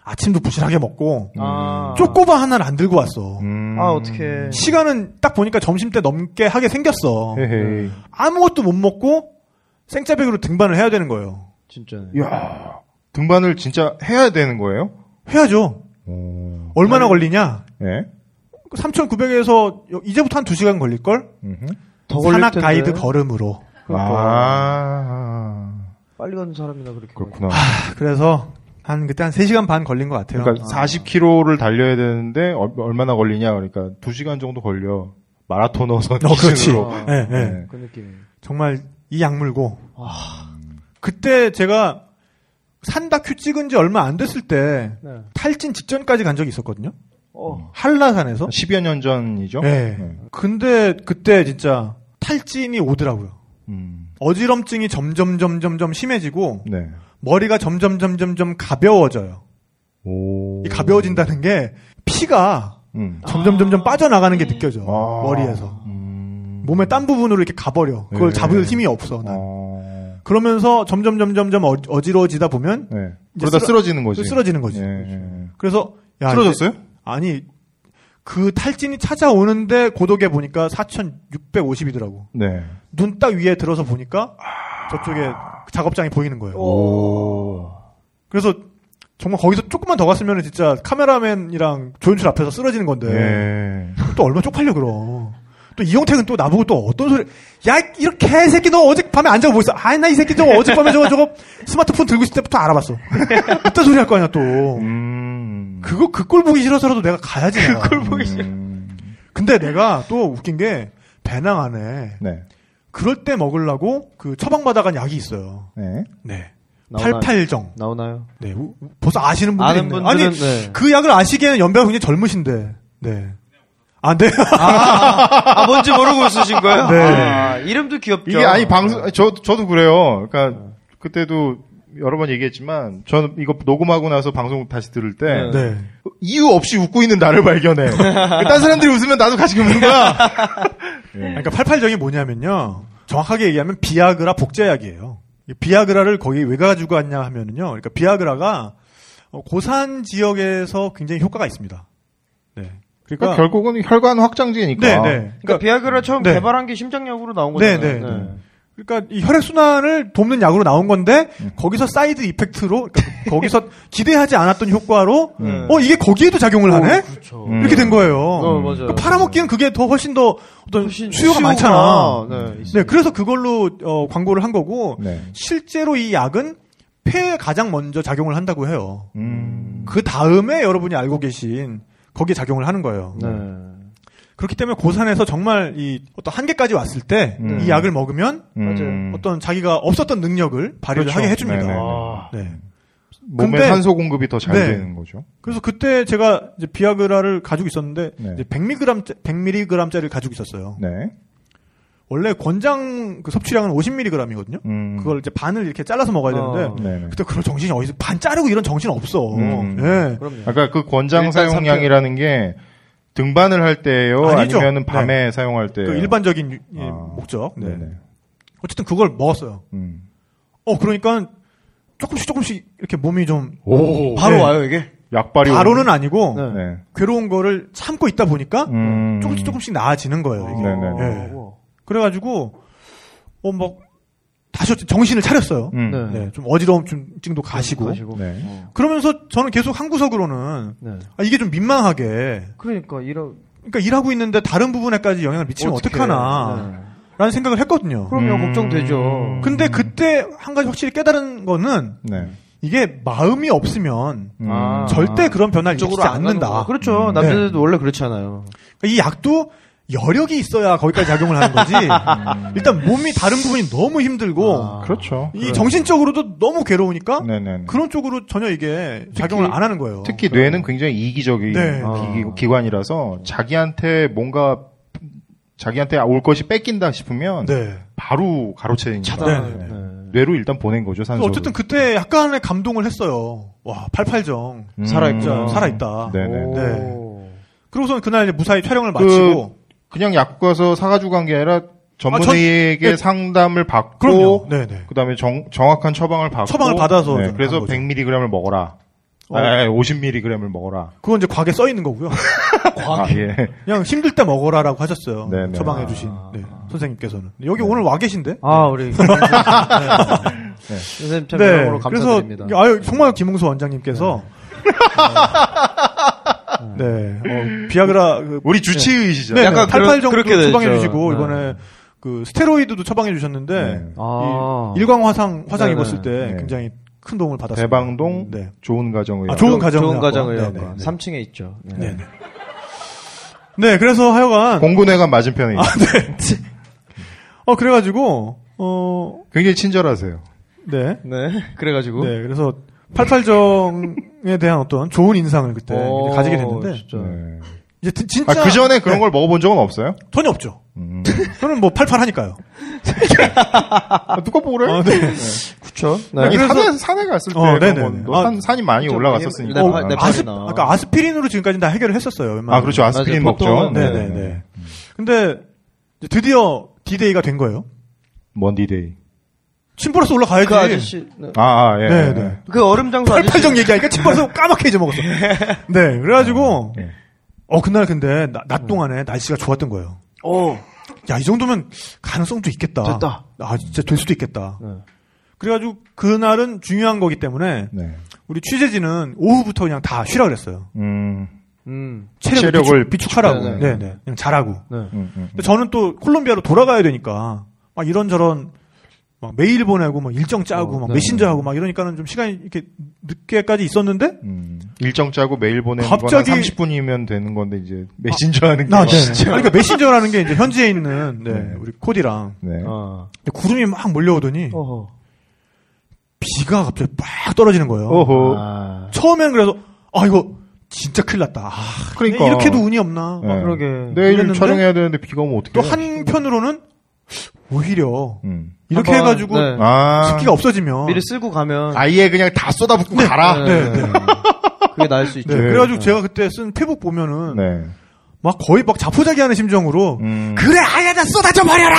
Speaker 2: 아침도 부실하게 먹고
Speaker 3: 아.
Speaker 2: 쪼꼬바 하나를 안 들고 왔어.
Speaker 4: 음.
Speaker 3: 아, 어떻게.
Speaker 2: 시간은 딱 보니까 점심 때 넘게 하게 생겼어.
Speaker 4: 헤헤이.
Speaker 2: 아무것도 못 먹고 생짜배기로 등반을 해야 되는 거예요.
Speaker 3: 진짜네.
Speaker 4: 야 등반을 진짜 해야 되는 거예요?
Speaker 2: 해야죠.
Speaker 4: 오.
Speaker 2: 얼마나 걸리냐?
Speaker 4: 네.
Speaker 2: 3,900에서 이제부터 한 2시간 걸릴걸?
Speaker 4: 음흠.
Speaker 3: 더 걸릴
Speaker 2: 산악
Speaker 3: 텐데.
Speaker 2: 가이드 걸음으로.
Speaker 4: 아,
Speaker 3: 빨리 가는 사람이나 그렇게.
Speaker 4: 그렇구나.
Speaker 2: 아, 그래서 한 그때 한 3시간 반 걸린 것 같아요.
Speaker 4: 그러니까 40km를 달려야 되는데 얼- 얼마나 걸리냐? 그러니까 2시간 정도 걸려. 마라토너 선
Speaker 2: 어, 그렇지.
Speaker 4: 기준으로.
Speaker 2: 예, 예.
Speaker 4: 네.
Speaker 3: 그 느낌.
Speaker 2: 정말 이 약물고. 그때 제가 산 다큐 찍은 지 얼마 안 됐을 때
Speaker 3: 네.
Speaker 2: 탈진 직전까지 간 적이 있었거든요. 음.
Speaker 3: 어.
Speaker 2: 한라산에서.
Speaker 4: 10여 년 전이죠?
Speaker 2: 네. 근데 그때 진짜 탈진이 오더라고요.
Speaker 4: 음.
Speaker 2: 어지럼증이 점점 점점 점 심해지고
Speaker 4: 네.
Speaker 2: 머리가 점점 점점 점 가벼워져요.
Speaker 4: 오.
Speaker 2: 이 가벼워진다는 게 피가
Speaker 4: 음.
Speaker 2: 점점 점점 빠져나가는 게 느껴져.
Speaker 4: 아.
Speaker 2: 머리에서.
Speaker 4: 음.
Speaker 2: 몸의 딴 부분으로 이렇게 가버려. 그걸
Speaker 4: 네.
Speaker 2: 잡을 힘이 없어. 난.
Speaker 4: 아.
Speaker 2: 그러면서 점점 점점 점 어지러워지다 보면
Speaker 4: 네.
Speaker 2: 이제
Speaker 4: 그러다
Speaker 2: 쓰러-
Speaker 4: 쓰러지는 거지.
Speaker 2: 쓰러지는 거지.
Speaker 4: 예, 예.
Speaker 2: 그래서 야,
Speaker 4: 쓰러졌어요?
Speaker 2: 이제- 아니 그 탈진이 찾아오는데 고독에 보니까 4,650이더라고.
Speaker 4: 네.
Speaker 2: 눈 딱 위에 들어서 보니까 저쪽에 작업장이 보이는 거예요.
Speaker 4: 오.
Speaker 2: 그래서 정말 거기서 조금만 더 갔으면 네. 진짜 카메라맨이랑 조연출 앞에서 쓰러지는 건데
Speaker 4: 예.
Speaker 2: 또 얼마 쪽팔려 그럼. 또 이용택은 또 나보고 또 어떤 소리, 야, 이렇게 새끼 너 어젯밤에 앉아보고 있어. 아, 나 이 새끼 저거 어젯밤에 저거 저거 스마트폰 들고 있을 때부터
Speaker 3: (laughs)
Speaker 2: 알아봤어. 어떤 소리 할 거 아니야 또.
Speaker 4: 음.
Speaker 2: 그거 그 꼴 보기 싫어서라도 내가 가야지.
Speaker 3: (laughs)
Speaker 2: 내가.
Speaker 3: 그
Speaker 2: 음.
Speaker 3: 보기 싫어.
Speaker 4: 음.
Speaker 2: 근데 내가 또 웃긴 게 배낭 안에
Speaker 4: 네.
Speaker 2: 그럴 때 먹으려고 그 처방받아간 약이 있어요.
Speaker 4: 네.
Speaker 2: 네.
Speaker 3: 나오나요?
Speaker 2: 팔팔정.
Speaker 3: 나오나요?
Speaker 2: 네. 우- 우- 벌써 아시는 분들이
Speaker 3: 아는
Speaker 2: 있네요.
Speaker 3: 분들은,
Speaker 2: 아니
Speaker 3: 네.
Speaker 2: 그 약을 아시기에는 연배가 굉장히 젊으신데. 네. 안 돼요.
Speaker 3: 아 뭔지 모르고 있으신 거예요?
Speaker 2: 네.
Speaker 3: 아, 이름도 귀엽죠.
Speaker 4: 이게 아니 방송 아니, 저 저도 그래요. 그러니까 그때도 여러 번 얘기했지만 저는 이거 녹음하고 나서 방송 다시 들을 때
Speaker 3: 네.
Speaker 2: (laughs) 네.
Speaker 4: 이유 없이 웃고 있는 나를
Speaker 2: (laughs)
Speaker 4: 발견해. 그러니까 다른 사람들이 웃으면 나도 같이 웃는 거야.
Speaker 3: 네.
Speaker 2: 그러니까 팔팔정이 뭐냐면요. 정확하게 얘기하면 비아그라 복제약이에요. 이 비아그라를 거기 왜 가지고 왔냐 하면은요. 그러니까 비아그라가 어, 고산 지역에서 굉장히 효과가 있습니다. 네. 그러니까
Speaker 4: 그러니까 결국은 혈관 확장제니까.
Speaker 2: 네, 네.
Speaker 3: 그러니까 비아그라 처음
Speaker 2: 네.
Speaker 3: 개발한 게 심장약으로 나온
Speaker 2: 네, 네,
Speaker 3: 거잖아요.
Speaker 2: 네. 그러니까 이 혈액 순환을 돕는 약으로 나온 건데 거기서 사이드 이펙트로 그러니까 거기서 기대하지 않았던 효과로
Speaker 3: 네.
Speaker 4: 음.
Speaker 2: 어 이게 거기에도 작용을 하네
Speaker 3: 그렇죠.
Speaker 4: 음.
Speaker 2: 이렇게 된 거예요.
Speaker 3: 어, 맞아요.
Speaker 2: 그러니까 팔아먹기는 그게 더 훨씬 더 어떤
Speaker 3: 훨씬
Speaker 2: 수요가 많잖아.
Speaker 3: 네. 있어요.
Speaker 2: 네, 그래서 그걸로 어, 광고를 한 거고
Speaker 4: 네.
Speaker 2: 실제로 이 약은 폐에 가장 먼저 작용을 한다고 해요.
Speaker 4: 음.
Speaker 2: 그 다음에 여러분이 알고 계신 거기에 작용을 하는 거예요.
Speaker 3: 네.
Speaker 2: 그렇기 때문에 고산에서 정말 이 어떤 한계까지 왔을 때 이
Speaker 4: 음.
Speaker 2: 약을 먹으면
Speaker 3: 맞아요.
Speaker 4: 음.
Speaker 2: 어떤 자기가 없었던 능력을 발휘를
Speaker 4: 그렇죠.
Speaker 2: 하게 해줍니다.
Speaker 4: 네네.
Speaker 3: 아,
Speaker 2: 네.
Speaker 4: 몸에
Speaker 2: 근데-
Speaker 4: 산소 공급이 더 잘
Speaker 2: 네.
Speaker 4: 되는 거죠.
Speaker 2: 그래서 그때 제가 이제 비아그라를 가지고 있었는데
Speaker 4: 네.
Speaker 2: 100mg 100mg짜리를 가지고 있었어요.
Speaker 4: 네.
Speaker 2: 원래 권장 그 섭취량은 50mg이거든요.
Speaker 4: 음.
Speaker 2: 그걸 이제 반을 이렇게 잘라서 먹어야 되는데
Speaker 3: 어.
Speaker 4: 네네.
Speaker 2: 그때 그런 정신이 어디서 반 자르고 이런 정신 없어.
Speaker 4: 음.
Speaker 2: 예.
Speaker 3: 그럼요.
Speaker 4: 아까 그 권장
Speaker 3: 일단
Speaker 4: 사용량이라는 게 등반을 할 때예요,
Speaker 2: 아니죠. 네.
Speaker 4: 아니면 밤에 사용할 때예요.
Speaker 2: 그 일반적인 유- 예,
Speaker 4: 네. 아.
Speaker 2: 목적. 네.
Speaker 4: 네네.
Speaker 2: 어쨌든 그걸 먹었어요.
Speaker 4: 음.
Speaker 2: 어 그러니까 조금씩 조금씩 이렇게 몸이 좀
Speaker 4: 오.
Speaker 3: 바로
Speaker 2: 네.
Speaker 3: 와요 이게.
Speaker 4: 약발이
Speaker 2: 바로는
Speaker 4: 오는-
Speaker 2: 아니고
Speaker 3: 네.
Speaker 4: 네.
Speaker 2: 괴로운 거를 참고 있다 보니까
Speaker 4: 음.
Speaker 2: 조금씩 조금씩 나아지는 거예요. 이게.
Speaker 4: 네, 네,
Speaker 2: 네. 그래가지고 어 막 다시 어째- 정신을 차렸어요.
Speaker 4: 음.
Speaker 3: 네.
Speaker 2: 네, 좀 어지러움증도 가시고.
Speaker 4: 네.
Speaker 2: 그러면서 저는 계속 한 구석으로는
Speaker 3: 네.
Speaker 2: 아, 이게 좀 민망하게
Speaker 3: 그러니까 이런
Speaker 2: 그러니까 일하고 있는데 다른 부분에까지 영향을 미치면
Speaker 3: 어떡해.
Speaker 2: 어떡하나
Speaker 3: 네.
Speaker 2: 라는 생각을 했거든요.
Speaker 3: 그럼요
Speaker 4: 음.
Speaker 3: 걱정되죠.
Speaker 2: 근데 그때 한 가지 확실히 깨달은 거는
Speaker 4: 네.
Speaker 2: 이게 마음이 없으면
Speaker 4: 음.
Speaker 3: 아.
Speaker 2: 절대 그런 변화를 일으키지
Speaker 3: 안 가는
Speaker 2: 않는다. 네.
Speaker 3: 거구나. 그렇죠.
Speaker 4: 음.
Speaker 3: 남자들도 원래 그렇잖아요.
Speaker 2: 이 약도 여력이 있어야 거기까지 작용을 하는 거지. 일단 몸이 다른 부분이 너무 힘들고
Speaker 4: 그렇죠.
Speaker 2: 이 정신적으로도 너무 괴로우니까
Speaker 4: 네네.
Speaker 2: 아. 그런 쪽으로 전혀 이게 작용을 안 하는 거예요.
Speaker 4: 특히 뇌는 굉장히 이기적인
Speaker 2: 네.
Speaker 4: 기- 기관이라서 자기한테 뭔가 자기한테 올 것이 뺏긴다 싶으면
Speaker 2: 네.
Speaker 4: 바로 가로채니까
Speaker 2: 차단. 네, 네,
Speaker 3: 네.
Speaker 4: 뇌로 일단 보낸 거죠 산소.
Speaker 2: 어쨌든 그때 약간의 감동을 했어요. 와, 88정.
Speaker 3: 음. 살아있구나.
Speaker 2: 음. 살아있다.
Speaker 4: 네네.
Speaker 3: 오.
Speaker 2: 그러고선 그날 이제 무사히 촬영을 마치고
Speaker 4: 그냥 약국 가서 사가지고 간 게 아니라 전문의에게
Speaker 2: 아, 전- 네.
Speaker 4: 상담을 받고
Speaker 2: 그럼요. 네, 네.
Speaker 4: 그다음에 정, 정확한 처방을 받고
Speaker 2: 처방을 받아서
Speaker 4: 네,
Speaker 2: 간
Speaker 4: 그래서
Speaker 2: 거죠.
Speaker 4: 100mg을 먹어라.
Speaker 2: 어.
Speaker 4: 아, 50mg을 먹어라.
Speaker 2: 그건 이제 곽에 써 있는 거고요.
Speaker 4: 아,
Speaker 2: (laughs)
Speaker 4: 예.
Speaker 2: 그냥 힘들 때 먹어라라고 하셨어요.
Speaker 4: 네, 네.
Speaker 2: 처방해 주신 네, 선생님께서는. 여기 오늘 와 계신데?
Speaker 3: 네. 아 우리 김홍수
Speaker 2: (laughs)
Speaker 3: 씨. 네. 선생님 참 여러모로
Speaker 2: 네. 그래서
Speaker 3: 감사드립니다.
Speaker 2: 아유 정말 김웅수 원장님께서 (laughs) 네, 어, 비아그라 그,
Speaker 4: 우리 주치의이시죠.
Speaker 2: 네,
Speaker 3: 뭐, 약간
Speaker 2: 약간
Speaker 3: 그런-
Speaker 2: 팔팔 정도
Speaker 3: 그렇게 됐죠.
Speaker 2: 처방해 주시고
Speaker 3: 네.
Speaker 2: 이번에 그 스테로이드도 처방해 주셨는데
Speaker 4: 네.
Speaker 3: 아.
Speaker 2: 이 일광 화상 화상
Speaker 3: 네네.
Speaker 2: 입었을 때
Speaker 4: 네.
Speaker 2: 굉장히 큰 도움을 받았어요.
Speaker 4: 대방동
Speaker 2: 네.
Speaker 4: 좋은 가정의 그
Speaker 2: 아, 좋은 가정
Speaker 3: 좋은 가정을
Speaker 2: 의학과.
Speaker 3: 네,
Speaker 2: 네네.
Speaker 3: 3층에 있죠. 네.
Speaker 2: 네, 네. 네, 그래서 하여간 네. 아.
Speaker 4: 공군회관 맞은편에 있어요.
Speaker 2: (laughs) 어 그래가지고 어
Speaker 4: 굉장히 친절하세요.
Speaker 2: 네.
Speaker 3: 네. (laughs) 그래가지고
Speaker 2: 네, 그래서 팔팔정에 대한 어떤 좋은 인상을 그때
Speaker 3: 오,
Speaker 2: 네. 이제 가지게 됐는데
Speaker 3: 진짜.
Speaker 4: 네.
Speaker 2: 이제 드- 진짜
Speaker 4: 아, 그 전에 그런
Speaker 2: 네,
Speaker 4: 걸 먹어본 적은 없어요?
Speaker 2: 전혀 없죠.
Speaker 4: 음.
Speaker 2: (laughs) 저는 뭐 팔팔하니까요.
Speaker 4: 아, 누가 보래?
Speaker 2: 아, 네.
Speaker 3: 그쵸? 네.
Speaker 4: 아니,
Speaker 2: 그래서-
Speaker 4: 산에, 산에 갔을 때
Speaker 2: 어,
Speaker 4: 그런
Speaker 2: 네네.
Speaker 4: 건, 너
Speaker 2: 아,
Speaker 4: 산, 산이 많이
Speaker 3: 좀
Speaker 4: 올라갔었으니까.
Speaker 3: 네팔- 네팔-
Speaker 4: 아,
Speaker 3: 네팔-
Speaker 2: 어, 아스,
Speaker 3: 나와.
Speaker 2: 아까 아스피린으로 지금까지 다 해결을 했었어요. 웬만하면.
Speaker 4: 아, 그렇죠. 아스피린
Speaker 3: 맞아요.
Speaker 4: 먹죠.
Speaker 3: 보통은-
Speaker 2: 네, 네, 네. 근데 이제 드디어 디데이가 된 거예요.
Speaker 4: 먼디데이.
Speaker 2: 침보라스 올라가야지.
Speaker 3: 그 아저씨 네.
Speaker 4: 아, 아, 예.
Speaker 2: 네,
Speaker 4: 예.
Speaker 2: 네.
Speaker 3: 그 얼음 장소 아저씨
Speaker 2: 팔팔정 얘기하니까 침보라스 까맣게
Speaker 3: (laughs)
Speaker 2: 잊어먹었어. 네, 그래가지고
Speaker 4: 예.
Speaker 2: 어 그날 근데 나- 낮 동안에 날씨가 좋았던 거예요. 네.
Speaker 3: 오.
Speaker 2: 야, 이 정도면 가능성도 있겠다.
Speaker 3: 됐다.
Speaker 2: 아, 진짜 될 수도 있겠다.
Speaker 3: 네.
Speaker 2: 그래가지고 그날은 중요한 거기 때문에
Speaker 4: 네.
Speaker 2: 우리 취재진은 오후부터 그냥 다 쉬라 그랬어요.
Speaker 4: 음.
Speaker 3: 음.
Speaker 2: 체력을,
Speaker 4: 체력을
Speaker 2: 비축, 하라고
Speaker 3: 비축하라고.
Speaker 2: 네, 네. 그냥 잘하고.
Speaker 3: 네.
Speaker 4: 음, 음, 음.
Speaker 2: 근데 저는 또 콜롬비아로 돌아가야 되니까 막 이런저런 막 메일 보내고 막 일정 짜고
Speaker 3: 어,
Speaker 2: 막
Speaker 4: 네.
Speaker 2: 메신저하고 막 이러니까는 좀 시간이 이렇게 늦게까지 있었는데
Speaker 4: 음. 일정 짜고 메일 보내는
Speaker 2: 갑자기-
Speaker 4: 건 30분이면 되는 건데 이제 메신저 하는 게
Speaker 2: 아,
Speaker 4: 네, 진짜
Speaker 2: 그러니까 메신저라는 게 이제 현지에 있는 네,
Speaker 4: 네.
Speaker 2: 우리 코디랑
Speaker 4: 네.
Speaker 3: 어.
Speaker 2: 근데 구름이 막 몰려오더니
Speaker 3: 어허.
Speaker 2: 비가 갑자기 빡 떨어지는 거예요.
Speaker 4: 오호.
Speaker 3: 아.
Speaker 2: 처음엔 그래서 아 이거 진짜 큰일 났다. 아,
Speaker 4: 그러니까.
Speaker 2: 이렇게도 운이 없나.
Speaker 4: 네.
Speaker 3: 그러게.
Speaker 4: 내일
Speaker 2: 아, 그랬는데
Speaker 4: 촬영해야 되는데 비가 오면 어떻게?
Speaker 2: 또
Speaker 3: 네.
Speaker 2: 한편으로는 오히려
Speaker 4: 음.
Speaker 2: 이렇게
Speaker 3: 한번,
Speaker 2: 해가지고
Speaker 3: 네.
Speaker 4: 아.
Speaker 2: 습기가 없어지면
Speaker 3: 미리 쓸고 가면.
Speaker 4: 아예 그냥 다 쏟아붓고 가라.
Speaker 2: 네, 네.
Speaker 3: 그게 나을 수
Speaker 2: 네,
Speaker 3: 있죠.
Speaker 2: 그래가지고 제가 그때 쓴 페북 보면은
Speaker 4: 네.
Speaker 2: 막 거의 막 자포자기하는 심정으로
Speaker 4: 음.
Speaker 2: 그래 아예 다 쏟아져 버려라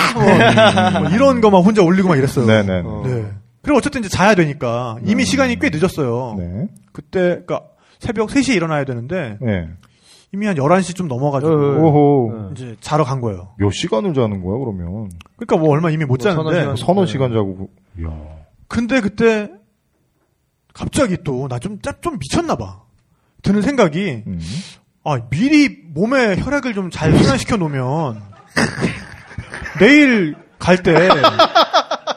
Speaker 3: 음.
Speaker 2: 뭐, 뭐 이런 거 막 혼자 올리고 막 이랬어요.
Speaker 4: 네, 네.
Speaker 3: 어.
Speaker 2: 네. 그리고 어쨌든 이제 자야 되니까 이미
Speaker 3: 음.
Speaker 2: 시간이 꽤 늦었어요.
Speaker 4: 네.
Speaker 2: 그때 그러니까 새벽 3시에 일어나야 되는데
Speaker 4: 네.
Speaker 2: 이미 한 11시 좀 넘어가지고
Speaker 3: 어, 어.
Speaker 4: 오호.
Speaker 2: 이제 자러 간 거예요.
Speaker 4: 몇 시간을 자는 거야 그러면?
Speaker 2: 그러니까 뭐 얼마 이미 못
Speaker 3: 뭐 서너
Speaker 2: 자는데
Speaker 3: 시간.
Speaker 4: 서너
Speaker 3: 네.
Speaker 4: 시간 자고. 야.
Speaker 2: 근데 그때 갑자기 또 나 좀 좀 미쳤나 봐. 드는 생각이
Speaker 4: 음.
Speaker 2: 아, 미리 몸에 혈액을 좀 잘 순환시켜 놓으면 내일 갈 때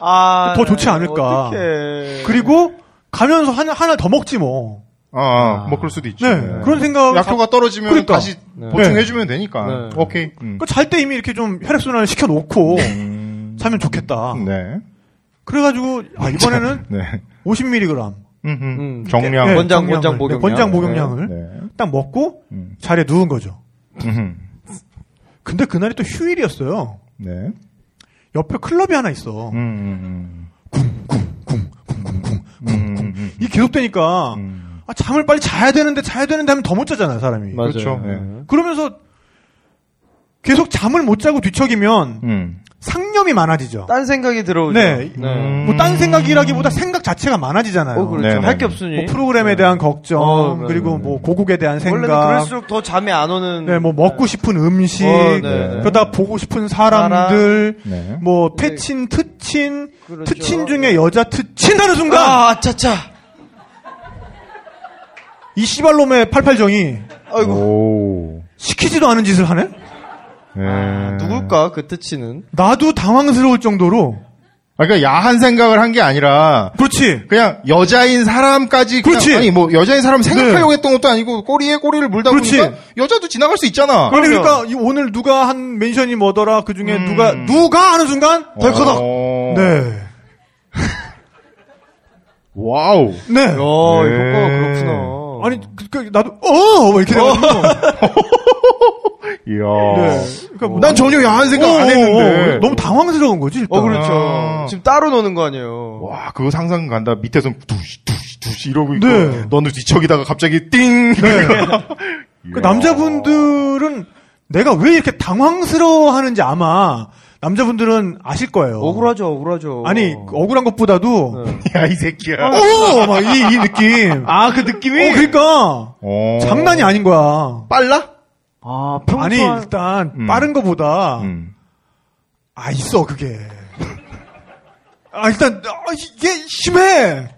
Speaker 3: 아,
Speaker 2: 더 좋지 않을까.
Speaker 3: 어떡해.
Speaker 2: 그리고 가면서 하나 하나 더 먹지 뭐.
Speaker 4: 아,
Speaker 3: 아.
Speaker 4: 뭐 그럴 수도 있죠.
Speaker 2: 네, 그런 생각.
Speaker 4: 약효가 떨어지면
Speaker 2: 그러니까.
Speaker 4: 다시
Speaker 3: 네.
Speaker 4: 보충해주면 되니까.
Speaker 3: 네.
Speaker 4: 오케이. 음.
Speaker 2: 잘때 이미 이렇게 좀 혈액 순환을 시켜 놓고
Speaker 4: 음.
Speaker 2: 자면 좋겠다.
Speaker 4: 네.
Speaker 2: 그래가지고 아, 이번에는
Speaker 4: 네.
Speaker 2: 50mg
Speaker 4: 음, 음.
Speaker 3: 음.
Speaker 4: 정량.
Speaker 2: 네,
Speaker 3: 권장,
Speaker 2: 정량을.
Speaker 3: 권장 목욕량.
Speaker 2: 네, 권장 목욕량을
Speaker 4: 네.
Speaker 2: 딱 먹고
Speaker 4: 음.
Speaker 2: 자리에 누운 거죠.
Speaker 4: 음.
Speaker 2: 근데 그날이 또 휴일이었어요.
Speaker 4: 네.
Speaker 2: 옆에 클럽이 하나 있어.
Speaker 4: 음, 음, 음.
Speaker 2: 쿵쿵쿵쿵쿵쿵쿵.
Speaker 4: 음, 음,
Speaker 2: 이 계속되니까
Speaker 4: 음.
Speaker 2: 아, 잠을 빨리 자야 되는데 자야 되는데 하면 더 못 자잖아요 사람이.
Speaker 3: 맞아요.
Speaker 4: 그렇죠.
Speaker 3: 네.
Speaker 2: 그러면서 계속 잠을 못 자고 뒤척이면
Speaker 4: 음.
Speaker 2: 상념이 많아지죠.
Speaker 3: 딴 생각이 들어오죠.
Speaker 2: 네.
Speaker 4: 음.
Speaker 2: 뭐 딴 생각이라기보다 생각 자체가 많아지잖아요.
Speaker 3: 어, 그렇죠.
Speaker 4: 네, 네.
Speaker 3: 할 게 없으니.
Speaker 2: 뭐 프로그램에 대한 걱정,
Speaker 3: 어, 네,
Speaker 2: 그리고
Speaker 3: 네,
Speaker 2: 뭐 고국에 대한
Speaker 3: 원래는
Speaker 2: 생각,
Speaker 3: 그럴수록 더 잠이 안 오는.
Speaker 2: 네, 뭐 먹고 싶은 음식,
Speaker 3: 어, 네.
Speaker 2: 그러다 보고 싶은 사람들,
Speaker 4: 네.
Speaker 2: 뭐 패친, 특친,
Speaker 3: 그렇죠.
Speaker 2: 특친 중에 여자 특친 하는 순간
Speaker 3: 아, 아차차.
Speaker 2: 이 씨발놈의 팔팔정이
Speaker 3: 아이고.
Speaker 4: 오.
Speaker 2: 시키지도 않은 짓을 하네?
Speaker 4: 네.
Speaker 3: 아, 누굴까, 그 트치는?
Speaker 2: 나도 당황스러울 정도로.
Speaker 4: 아, 그러니까 야한 생각을 한 게 아니라
Speaker 2: 그렇지.
Speaker 4: 그냥 여자인 사람까지 그냥-
Speaker 2: 그렇지.
Speaker 4: 아니 뭐 여자인 사람 생각하려고
Speaker 2: 네.
Speaker 4: 했던 것도 아니고 꼬리에 꼬리를 물다
Speaker 2: 그렇지.
Speaker 4: 보니까 여자도 지나갈 수 있잖아.
Speaker 2: 아니, 그러니까 이 오늘 누가 한 멘션이 뭐더라 그 중에
Speaker 4: 음. 어.
Speaker 2: 누가 누가 하는 순간 덜커덕.
Speaker 4: 오.
Speaker 2: 네.
Speaker 4: 와우.
Speaker 2: 네.
Speaker 3: 야, 효과가
Speaker 4: 네.
Speaker 3: 어, 그렇구나.
Speaker 2: 아니 그, 그, 나도 어! 막 이렇게 돼가지고.
Speaker 4: 이야.
Speaker 2: 네. 그러니까 뭐-
Speaker 4: 어. 난 전혀 야한 생각 안
Speaker 2: 어,
Speaker 4: 했는데.
Speaker 2: 어, 어. 너무 당황스러운 거지. 일단.
Speaker 3: (laughs) 어, 그렇죠.
Speaker 4: 아.
Speaker 3: 지금 따로 노는 거 아니에요.
Speaker 4: 어. 와, 그거 상상 간다. 밑에서 두시, 두시, 두시 이러고 있고.
Speaker 2: 네.
Speaker 4: 너는 뒤척이다가 갑자기 띵! (laughs)
Speaker 2: 그 남자분들은 내가 왜 이렇게 당황스러워하는지 아마 남자분들은 아실 거예요.
Speaker 3: 억울하죠, 억울하죠.
Speaker 2: 아니 그 억울한 것보다도
Speaker 3: 네.
Speaker 4: 야, 이 새끼야.
Speaker 2: 어! 막이 이 느낌.
Speaker 3: 아, 그 느낌이?
Speaker 2: 어, 그러니까
Speaker 4: 어.
Speaker 2: 장난이 아닌 거야.
Speaker 4: 빨라?
Speaker 3: 아, 평소
Speaker 2: 아니 일단
Speaker 4: 음.
Speaker 2: 빠른 거보다
Speaker 4: 음.
Speaker 2: 아 있어 그게. 아 일단 아, 이게 심해.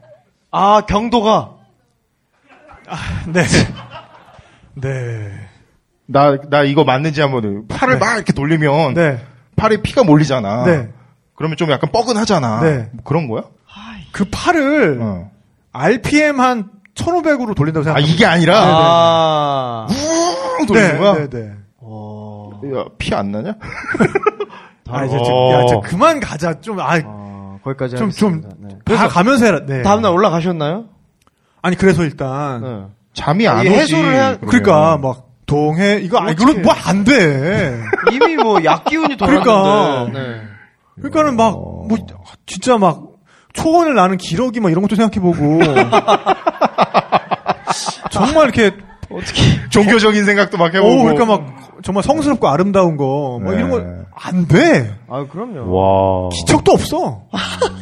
Speaker 3: 아, 경도가.
Speaker 2: 네. 네.
Speaker 4: 나, 나 이거 맞는지 한번, 팔을 막 이렇게 돌리면,
Speaker 2: 네.
Speaker 4: 팔에 피가 몰리잖아.
Speaker 2: 네.
Speaker 4: 그러면 좀 약간 뻐근하잖아.
Speaker 2: 네.
Speaker 4: 뭐 그런 거야?
Speaker 2: 그 팔을
Speaker 4: 어.
Speaker 2: RPM 한 1500으로 돌린다고
Speaker 4: 아,
Speaker 2: 생각합니다.
Speaker 4: 이게 아니라,
Speaker 3: 아,
Speaker 4: 뿡 돌리는 거야?
Speaker 2: 네, 네, 네.
Speaker 3: 어,
Speaker 4: 피 안 나냐?
Speaker 2: (laughs) 아, 이제,
Speaker 4: 어.
Speaker 2: 좀- 야, 이제 그만 가자. 좀, 아,
Speaker 3: 아, 거기까지
Speaker 2: 좀, 좀,
Speaker 3: 하겠습니다. 네.
Speaker 2: 다 가면서 해라. 네.
Speaker 3: 다음날 올라가셨나요?
Speaker 2: 아니, 그래서 일단,
Speaker 3: 네.
Speaker 4: 잠이 안
Speaker 3: 이게
Speaker 4: 오지.
Speaker 3: 해소를 해야-
Speaker 4: 그러면.
Speaker 2: 그러니까, 막, 동해, 이거, 아, 이걸로
Speaker 3: 어떡해.
Speaker 2: 뭐 안 돼.
Speaker 3: 이미 뭐 약 기운이 돌았는데.
Speaker 2: 그러니까.
Speaker 3: 네.
Speaker 2: 그러니까는 막,
Speaker 4: 어.
Speaker 2: 뭐, 진짜 막, 초원을 나는 기러기 막 이런 것도 생각해보고.
Speaker 4: (laughs)
Speaker 2: 정말 이렇게,
Speaker 3: 어떻게
Speaker 4: 종교적인 생각도 막 해보고.
Speaker 2: 오, 그러니까 막, 정말 성스럽고 아름다운 거, 뭐 이런
Speaker 4: 네.
Speaker 2: 거 안 돼.
Speaker 3: 아, 그럼요.
Speaker 4: 와.
Speaker 2: 기척도 없어.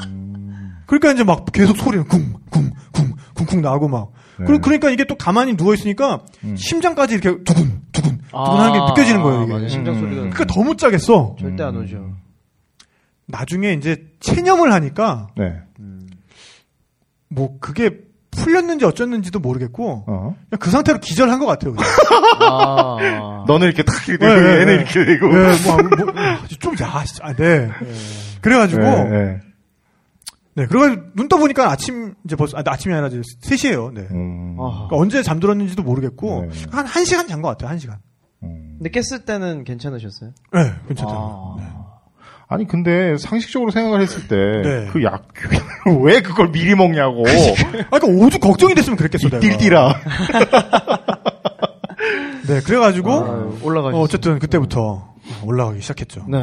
Speaker 4: 음.
Speaker 2: 그러니까 이제 막 계속 소리는 쿵쿵쿵쿵쿵 나고 막. 그러,
Speaker 4: 네. 음.
Speaker 2: 그러니까 이게 또 가만히 누워 있으니까 심장까지 이렇게 두근 두근
Speaker 3: 아,
Speaker 2: 두근하는 게 느껴지는 거예요. 이게.
Speaker 3: 맞아요. 심장
Speaker 4: 음.
Speaker 3: 소리가.
Speaker 2: 그러니까 더 못 자겠어.
Speaker 3: 절대 안 오죠.
Speaker 2: 나중에 이제 체념을 하니까
Speaker 4: 네.
Speaker 2: 뭐 그게 풀렸는지 어쨌는지도 모르겠고
Speaker 4: 어.
Speaker 2: 그냥 그 상태로 기절한 것 같아요. 그냥.
Speaker 3: 아.
Speaker 4: 어. 너는 이렇게 탁 이렇게
Speaker 2: 네,
Speaker 4: 되고
Speaker 2: 네,
Speaker 4: 얘는
Speaker 2: 네.
Speaker 4: 이렇게 되고.
Speaker 2: 네, 뭐, 뭐, 좀 야, 진짜. 아, 네. 그래가지고
Speaker 4: 네,
Speaker 2: 네,
Speaker 4: 네.
Speaker 2: 그래가지고 눈 떠보니까 아침 이제 벌써 아, 아침이 아니라 이제 3시예요. 네.
Speaker 4: 음.
Speaker 3: 아.
Speaker 2: 그러니까 언제 잠들었는지도 모르겠고
Speaker 4: 네.
Speaker 2: 한 한 시간 잔 것 같아요. 한 시간.
Speaker 4: 음.
Speaker 3: 근데 깼을 때는 괜찮으셨어요?
Speaker 2: 네,
Speaker 4: 아.
Speaker 2: 괜찮더라고요.
Speaker 4: 아니 근데 상식적으로 생각을 했을
Speaker 2: 네.
Speaker 4: 때 그 약 (laughs) 왜 그걸 미리 먹냐고
Speaker 2: 아, (laughs) 그러니까 오죽 걱정이 됐으면 그랬겠어. 내가.
Speaker 4: 딜딜아
Speaker 2: 네, 그래가지고
Speaker 3: 아유, 올라가셨어요.
Speaker 2: 어, 쨌든 그때부터 올라가기 시작했죠.
Speaker 3: 네.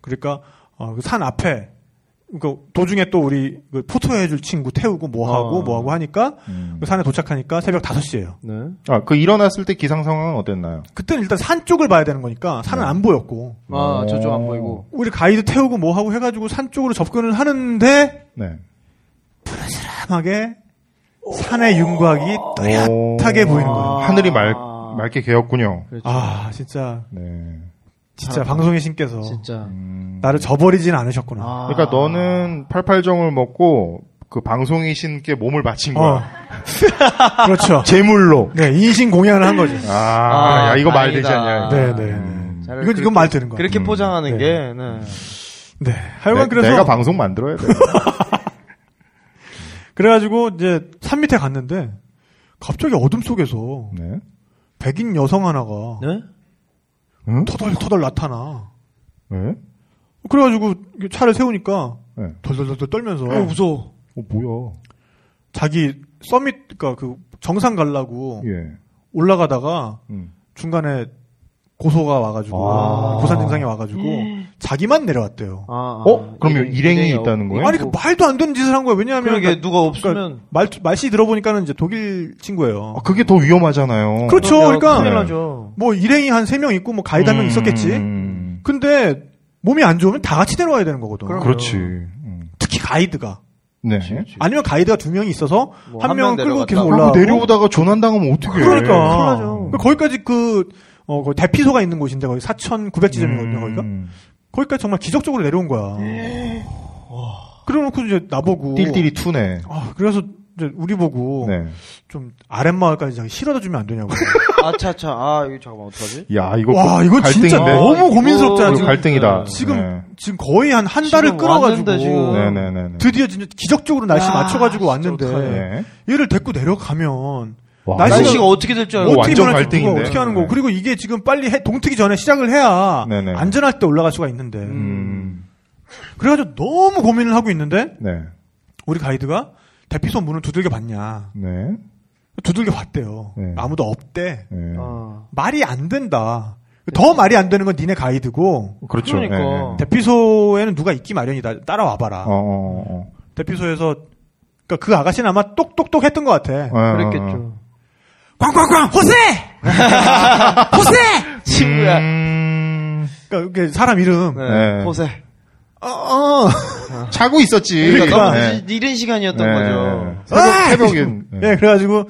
Speaker 2: 그러니까 어, 그산 앞에 그 도중에 또 우리 그 포토해줄 친구 태우고 뭐 하고
Speaker 3: 아. 음.
Speaker 2: 뭐 하고 하니까 그 산에 도착하니까 새벽 5시예요.
Speaker 3: 네.
Speaker 4: 아 그 일어났을 때 기상 상황은 어땠나요?
Speaker 2: 그때는 일단 산 쪽을 봐야 되는 거니까
Speaker 3: 네.
Speaker 2: 산은 안 보였고
Speaker 3: 아, 저쪽 안 보이고.
Speaker 2: 우리 가이드 태우고 뭐 하고 해가지고 산 쪽으로 접근을 하는데
Speaker 4: 네.
Speaker 2: 탐하게 산의 윤곽이
Speaker 3: 네.
Speaker 2: 또렷하게 보이는 거예요.
Speaker 4: 하늘이 맑 맑게 개었군요.
Speaker 2: 아 진짜
Speaker 4: 네.
Speaker 2: 진짜 방송의 신께서
Speaker 3: 진짜.
Speaker 4: 음.
Speaker 2: 나를 저버리진 않으셨구나.
Speaker 3: 아.
Speaker 4: 그러니까 너는 팔팔정을 먹고 그 방송이 신께 몸을
Speaker 3: (laughs)
Speaker 4: 바친
Speaker 2: 어.
Speaker 4: 거야.
Speaker 2: 그렇죠.
Speaker 4: 제물로.
Speaker 2: 네 인신 공연을 한 거죠.
Speaker 4: 아, 야, 이거 말 되지
Speaker 3: 다행이다.
Speaker 4: 않냐.
Speaker 2: 네, 네.
Speaker 4: 음.
Speaker 3: 잘
Speaker 2: 이건
Speaker 3: 그렇게-
Speaker 2: 이건 말 되는 거야.
Speaker 3: 아, 그렇게 포장하는
Speaker 2: 네.
Speaker 3: 게, 네.
Speaker 2: 네. 하여간
Speaker 4: 내-
Speaker 2: 그래서
Speaker 4: 내가 방송 만들어야 돼.
Speaker 2: 그래가지고 이제 산 밑에 갔는데 갑자기 어둠 속에서
Speaker 4: 네.
Speaker 2: 백인 여성 하나가
Speaker 3: 네?
Speaker 4: 응?
Speaker 2: 터덜터덜 나타나.
Speaker 4: 네?
Speaker 2: 그래가지고 차를 세우니까
Speaker 4: 네.
Speaker 2: 덜덜덜덜 떨면서
Speaker 3: 어, 무서워.
Speaker 4: 어 뭐야?
Speaker 2: 자기 서밋 그러니까 그 정상 가려고
Speaker 4: 예.
Speaker 2: 올라가다가
Speaker 4: 음.
Speaker 2: 중간에 고소가 와가지고
Speaker 4: 아.
Speaker 2: 고산 증상이 와가지고 자기만 내려왔대요.
Speaker 3: 아, 아.
Speaker 4: 어? 그러면 일행이
Speaker 3: 일행이
Speaker 4: 있다는 거예요?
Speaker 2: 아니 그 말도 안 되는 짓을 한 거예요. 왜냐하면
Speaker 3: 뭐. 그러게,
Speaker 2: 그러니까
Speaker 3: 누가 없으면.
Speaker 2: 말 말씨 들어보니까는 이제 독일 친구예요.
Speaker 4: 아, 그게 더 위험하잖아요.
Speaker 2: 그렇죠.
Speaker 3: 그럼요,
Speaker 2: 그러니까-
Speaker 3: 큰일 나죠.
Speaker 2: 뭐 일행이 한 세 명 있고 뭐 가이드 한 명
Speaker 4: 음,
Speaker 2: 있었겠지.
Speaker 4: 음,
Speaker 2: 근데 몸이 안 좋으면 다 같이 내려와야 되는 거거든.
Speaker 3: 그럼.
Speaker 4: 그렇지. 음.
Speaker 2: 특히 가이드가
Speaker 4: 네.
Speaker 2: 아니면 가이드가 두 명이 있어서
Speaker 3: 뭐
Speaker 2: 한
Speaker 3: 한명
Speaker 2: 명은 끌고
Speaker 3: 내려갔다.
Speaker 2: 계속
Speaker 4: 그리고
Speaker 2: 올라오고
Speaker 4: 내려오다가 조난당하면 음. 어떻게?
Speaker 2: 그러니까.
Speaker 3: 큰일나죠.
Speaker 2: 그 거기까지 그, 어, 그 대피소가 있는 곳인데, 거기 4,900
Speaker 4: 음.
Speaker 2: 지점이거든요, 거기가. 거기까지 정말 기적적으로 내려온 거야.
Speaker 3: 예.
Speaker 2: 그래놓고 이제 나보고.
Speaker 4: 띨띨이 투네.
Speaker 2: 아, 그래서 이제 우리 보고
Speaker 4: 네.
Speaker 2: 좀 아랫마을까지 자기 실어다 주면 안 되냐고.
Speaker 3: 아, 차, 차. 아, 이거 잠깐만, 어떡하지? 뭐
Speaker 4: 야 이거 그
Speaker 2: 와, 이거
Speaker 4: 갈등인데.
Speaker 2: 진짜 너무 고민스럽잖아,
Speaker 4: 이거
Speaker 2: 지금.
Speaker 4: 갈등이다.
Speaker 2: 지금,
Speaker 4: 네.
Speaker 2: 지금 거의 한 한 달을
Speaker 3: 지금
Speaker 2: 끌어가지고.
Speaker 3: 왔는데, 지금.
Speaker 4: 네네네.
Speaker 2: 드디어 진짜 기적적으로 날씨
Speaker 3: 야,
Speaker 2: 맞춰가지고
Speaker 3: 진짜
Speaker 2: 왔는데.
Speaker 3: 어떡하네.
Speaker 2: 얘를 데리고 내려가면.
Speaker 4: 와,
Speaker 2: 날씨가-
Speaker 3: 날씨가 어떻게 될 줄 알고.
Speaker 4: 뭐
Speaker 2: 어떻게
Speaker 4: 완전
Speaker 2: 변할지 누가
Speaker 4: 갈등인데.
Speaker 2: 어떻게 하는 거고
Speaker 4: 네.
Speaker 2: 그리고 이게 지금 빨리 해, 동트기 전에 시작을 해야
Speaker 4: 네네.
Speaker 2: 안전할 때 올라갈 수가 있는데
Speaker 4: 음.
Speaker 2: 그래가지고 너무 고민을 하고 있는데
Speaker 4: 네.
Speaker 2: 우리 가이드가 대피소 문을 두들겨 봤냐
Speaker 4: 네.
Speaker 2: 두들겨 봤대요
Speaker 4: 네.
Speaker 2: 아무도 없대
Speaker 4: 네.
Speaker 3: 아,
Speaker 2: 말이 안 된다 더 말이 안 되는 건 니네 가이드고
Speaker 4: 그렇죠.
Speaker 3: 그러니까.
Speaker 4: 네, 네.
Speaker 2: 대피소에는 누가 있기 마련이다 따라와 봐라
Speaker 4: 어, 어, 어.
Speaker 2: 대피소에서 그러니까 그 아가씨는 아마 똑똑똑 했던 것 같아
Speaker 4: 어,
Speaker 3: 그랬겠죠.
Speaker 2: 꽝꽝꽝
Speaker 4: (laughs)
Speaker 2: 호세 호세
Speaker 3: (laughs) 친구야.
Speaker 4: 음.
Speaker 2: 그러니까 이렇게 사람 이름
Speaker 3: 네.
Speaker 4: 네.
Speaker 3: 호세.
Speaker 2: 어, 어.
Speaker 4: 아. 자고 있었지.
Speaker 3: 그러니까 너무
Speaker 4: 네.
Speaker 3: 이- 이른 시간이었던
Speaker 4: 네.
Speaker 3: 거죠.
Speaker 2: 아!
Speaker 4: 새벽, 새벽엔.
Speaker 2: 예, 그래가지고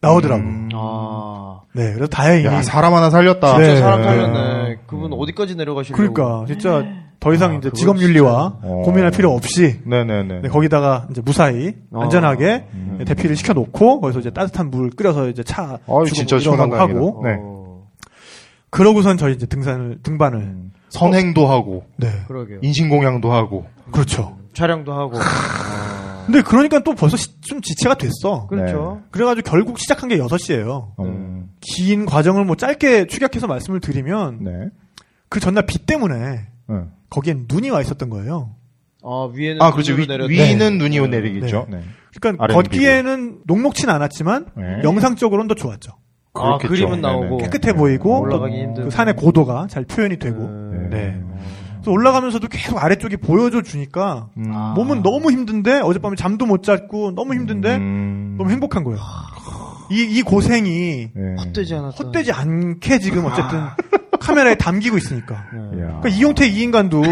Speaker 2: 나오더라고.
Speaker 4: 네. 음.
Speaker 3: 아.
Speaker 2: 네, 그래서 다행히.
Speaker 4: 야, 예. 사람 하나 살렸다.
Speaker 2: 네.
Speaker 3: 저 사람
Speaker 2: 네.
Speaker 3: 살렸네. 그분 어디까지 내려가시려고.
Speaker 2: 그러니까 진짜 더 이상
Speaker 3: 아,
Speaker 2: 이제
Speaker 3: 그거
Speaker 2: 직업 윤리와
Speaker 4: 진짜. 어.
Speaker 2: 고민할 필요 없이
Speaker 4: 네네네.
Speaker 2: 네, 거기다가 이제 무사히
Speaker 4: 어.
Speaker 3: 아.
Speaker 2: 안전하게 네, 대피를 시켜놓고 거기서 이제 따뜻한 물 끓여서 이제 차
Speaker 4: 음. 아유,
Speaker 2: 주고
Speaker 4: 진짜
Speaker 2: 뭐 이런 거
Speaker 4: 시원한
Speaker 2: 하고
Speaker 4: 네.
Speaker 3: 어,
Speaker 2: 그러고선 저희 이제 등산을 등반을
Speaker 4: 음. 선행도 하고,
Speaker 2: 네
Speaker 4: 음.
Speaker 3: 그러게요.
Speaker 4: 인신공양도 하고.
Speaker 2: 그렇죠.
Speaker 3: 촬영도 하고. 아,
Speaker 2: 근데 그러니까 또 벌써 시- 좀 지체가 됐어.
Speaker 3: 그렇죠.
Speaker 2: 그래가지고 결국 시작한 게 6시예요.
Speaker 4: 음,
Speaker 2: 긴 과정을 뭐 짧게 축약해서 말씀을 드리면
Speaker 4: 네.
Speaker 2: 그 전날 비 때문에
Speaker 4: 네.
Speaker 2: 거기엔 눈이 와 있었던 거예요.
Speaker 3: 아, 위에는
Speaker 4: 아, 그렇죠. 위,
Speaker 3: 눈으로 내렸다.
Speaker 4: 위는 눈이 내리겠죠. 네.
Speaker 2: 그러니까
Speaker 4: 아래는
Speaker 2: 걷기에는 녹록진 않았지만
Speaker 4: 네.
Speaker 2: 영상적으로는 더 좋았죠.
Speaker 3: 아,
Speaker 4: 그렇겠죠.
Speaker 3: 그림은
Speaker 4: 네네네.
Speaker 3: 나오고.
Speaker 2: 깨끗해 보이고 또
Speaker 3: 올라가기 힘든.
Speaker 2: 그 산의 고도가 잘 표현이 되고
Speaker 3: 네.
Speaker 2: 네. 그래서 올라가면서도 계속 아래쪽이 보여줘 주니까
Speaker 4: 음.
Speaker 2: 몸은 너무 힘든데 어젯밤에 잠도 못 잤고 너무 힘든데
Speaker 4: 음.
Speaker 2: 너무 행복한 거예요. 이, 이 고생이
Speaker 4: 네. 아.
Speaker 3: 헛되지 않았다.
Speaker 2: 헛되지 않게 지금 어쨌든 (laughs) 카메라에 담기고 있으니까.
Speaker 4: 이야.
Speaker 2: 그러니까 이용태 이 인간도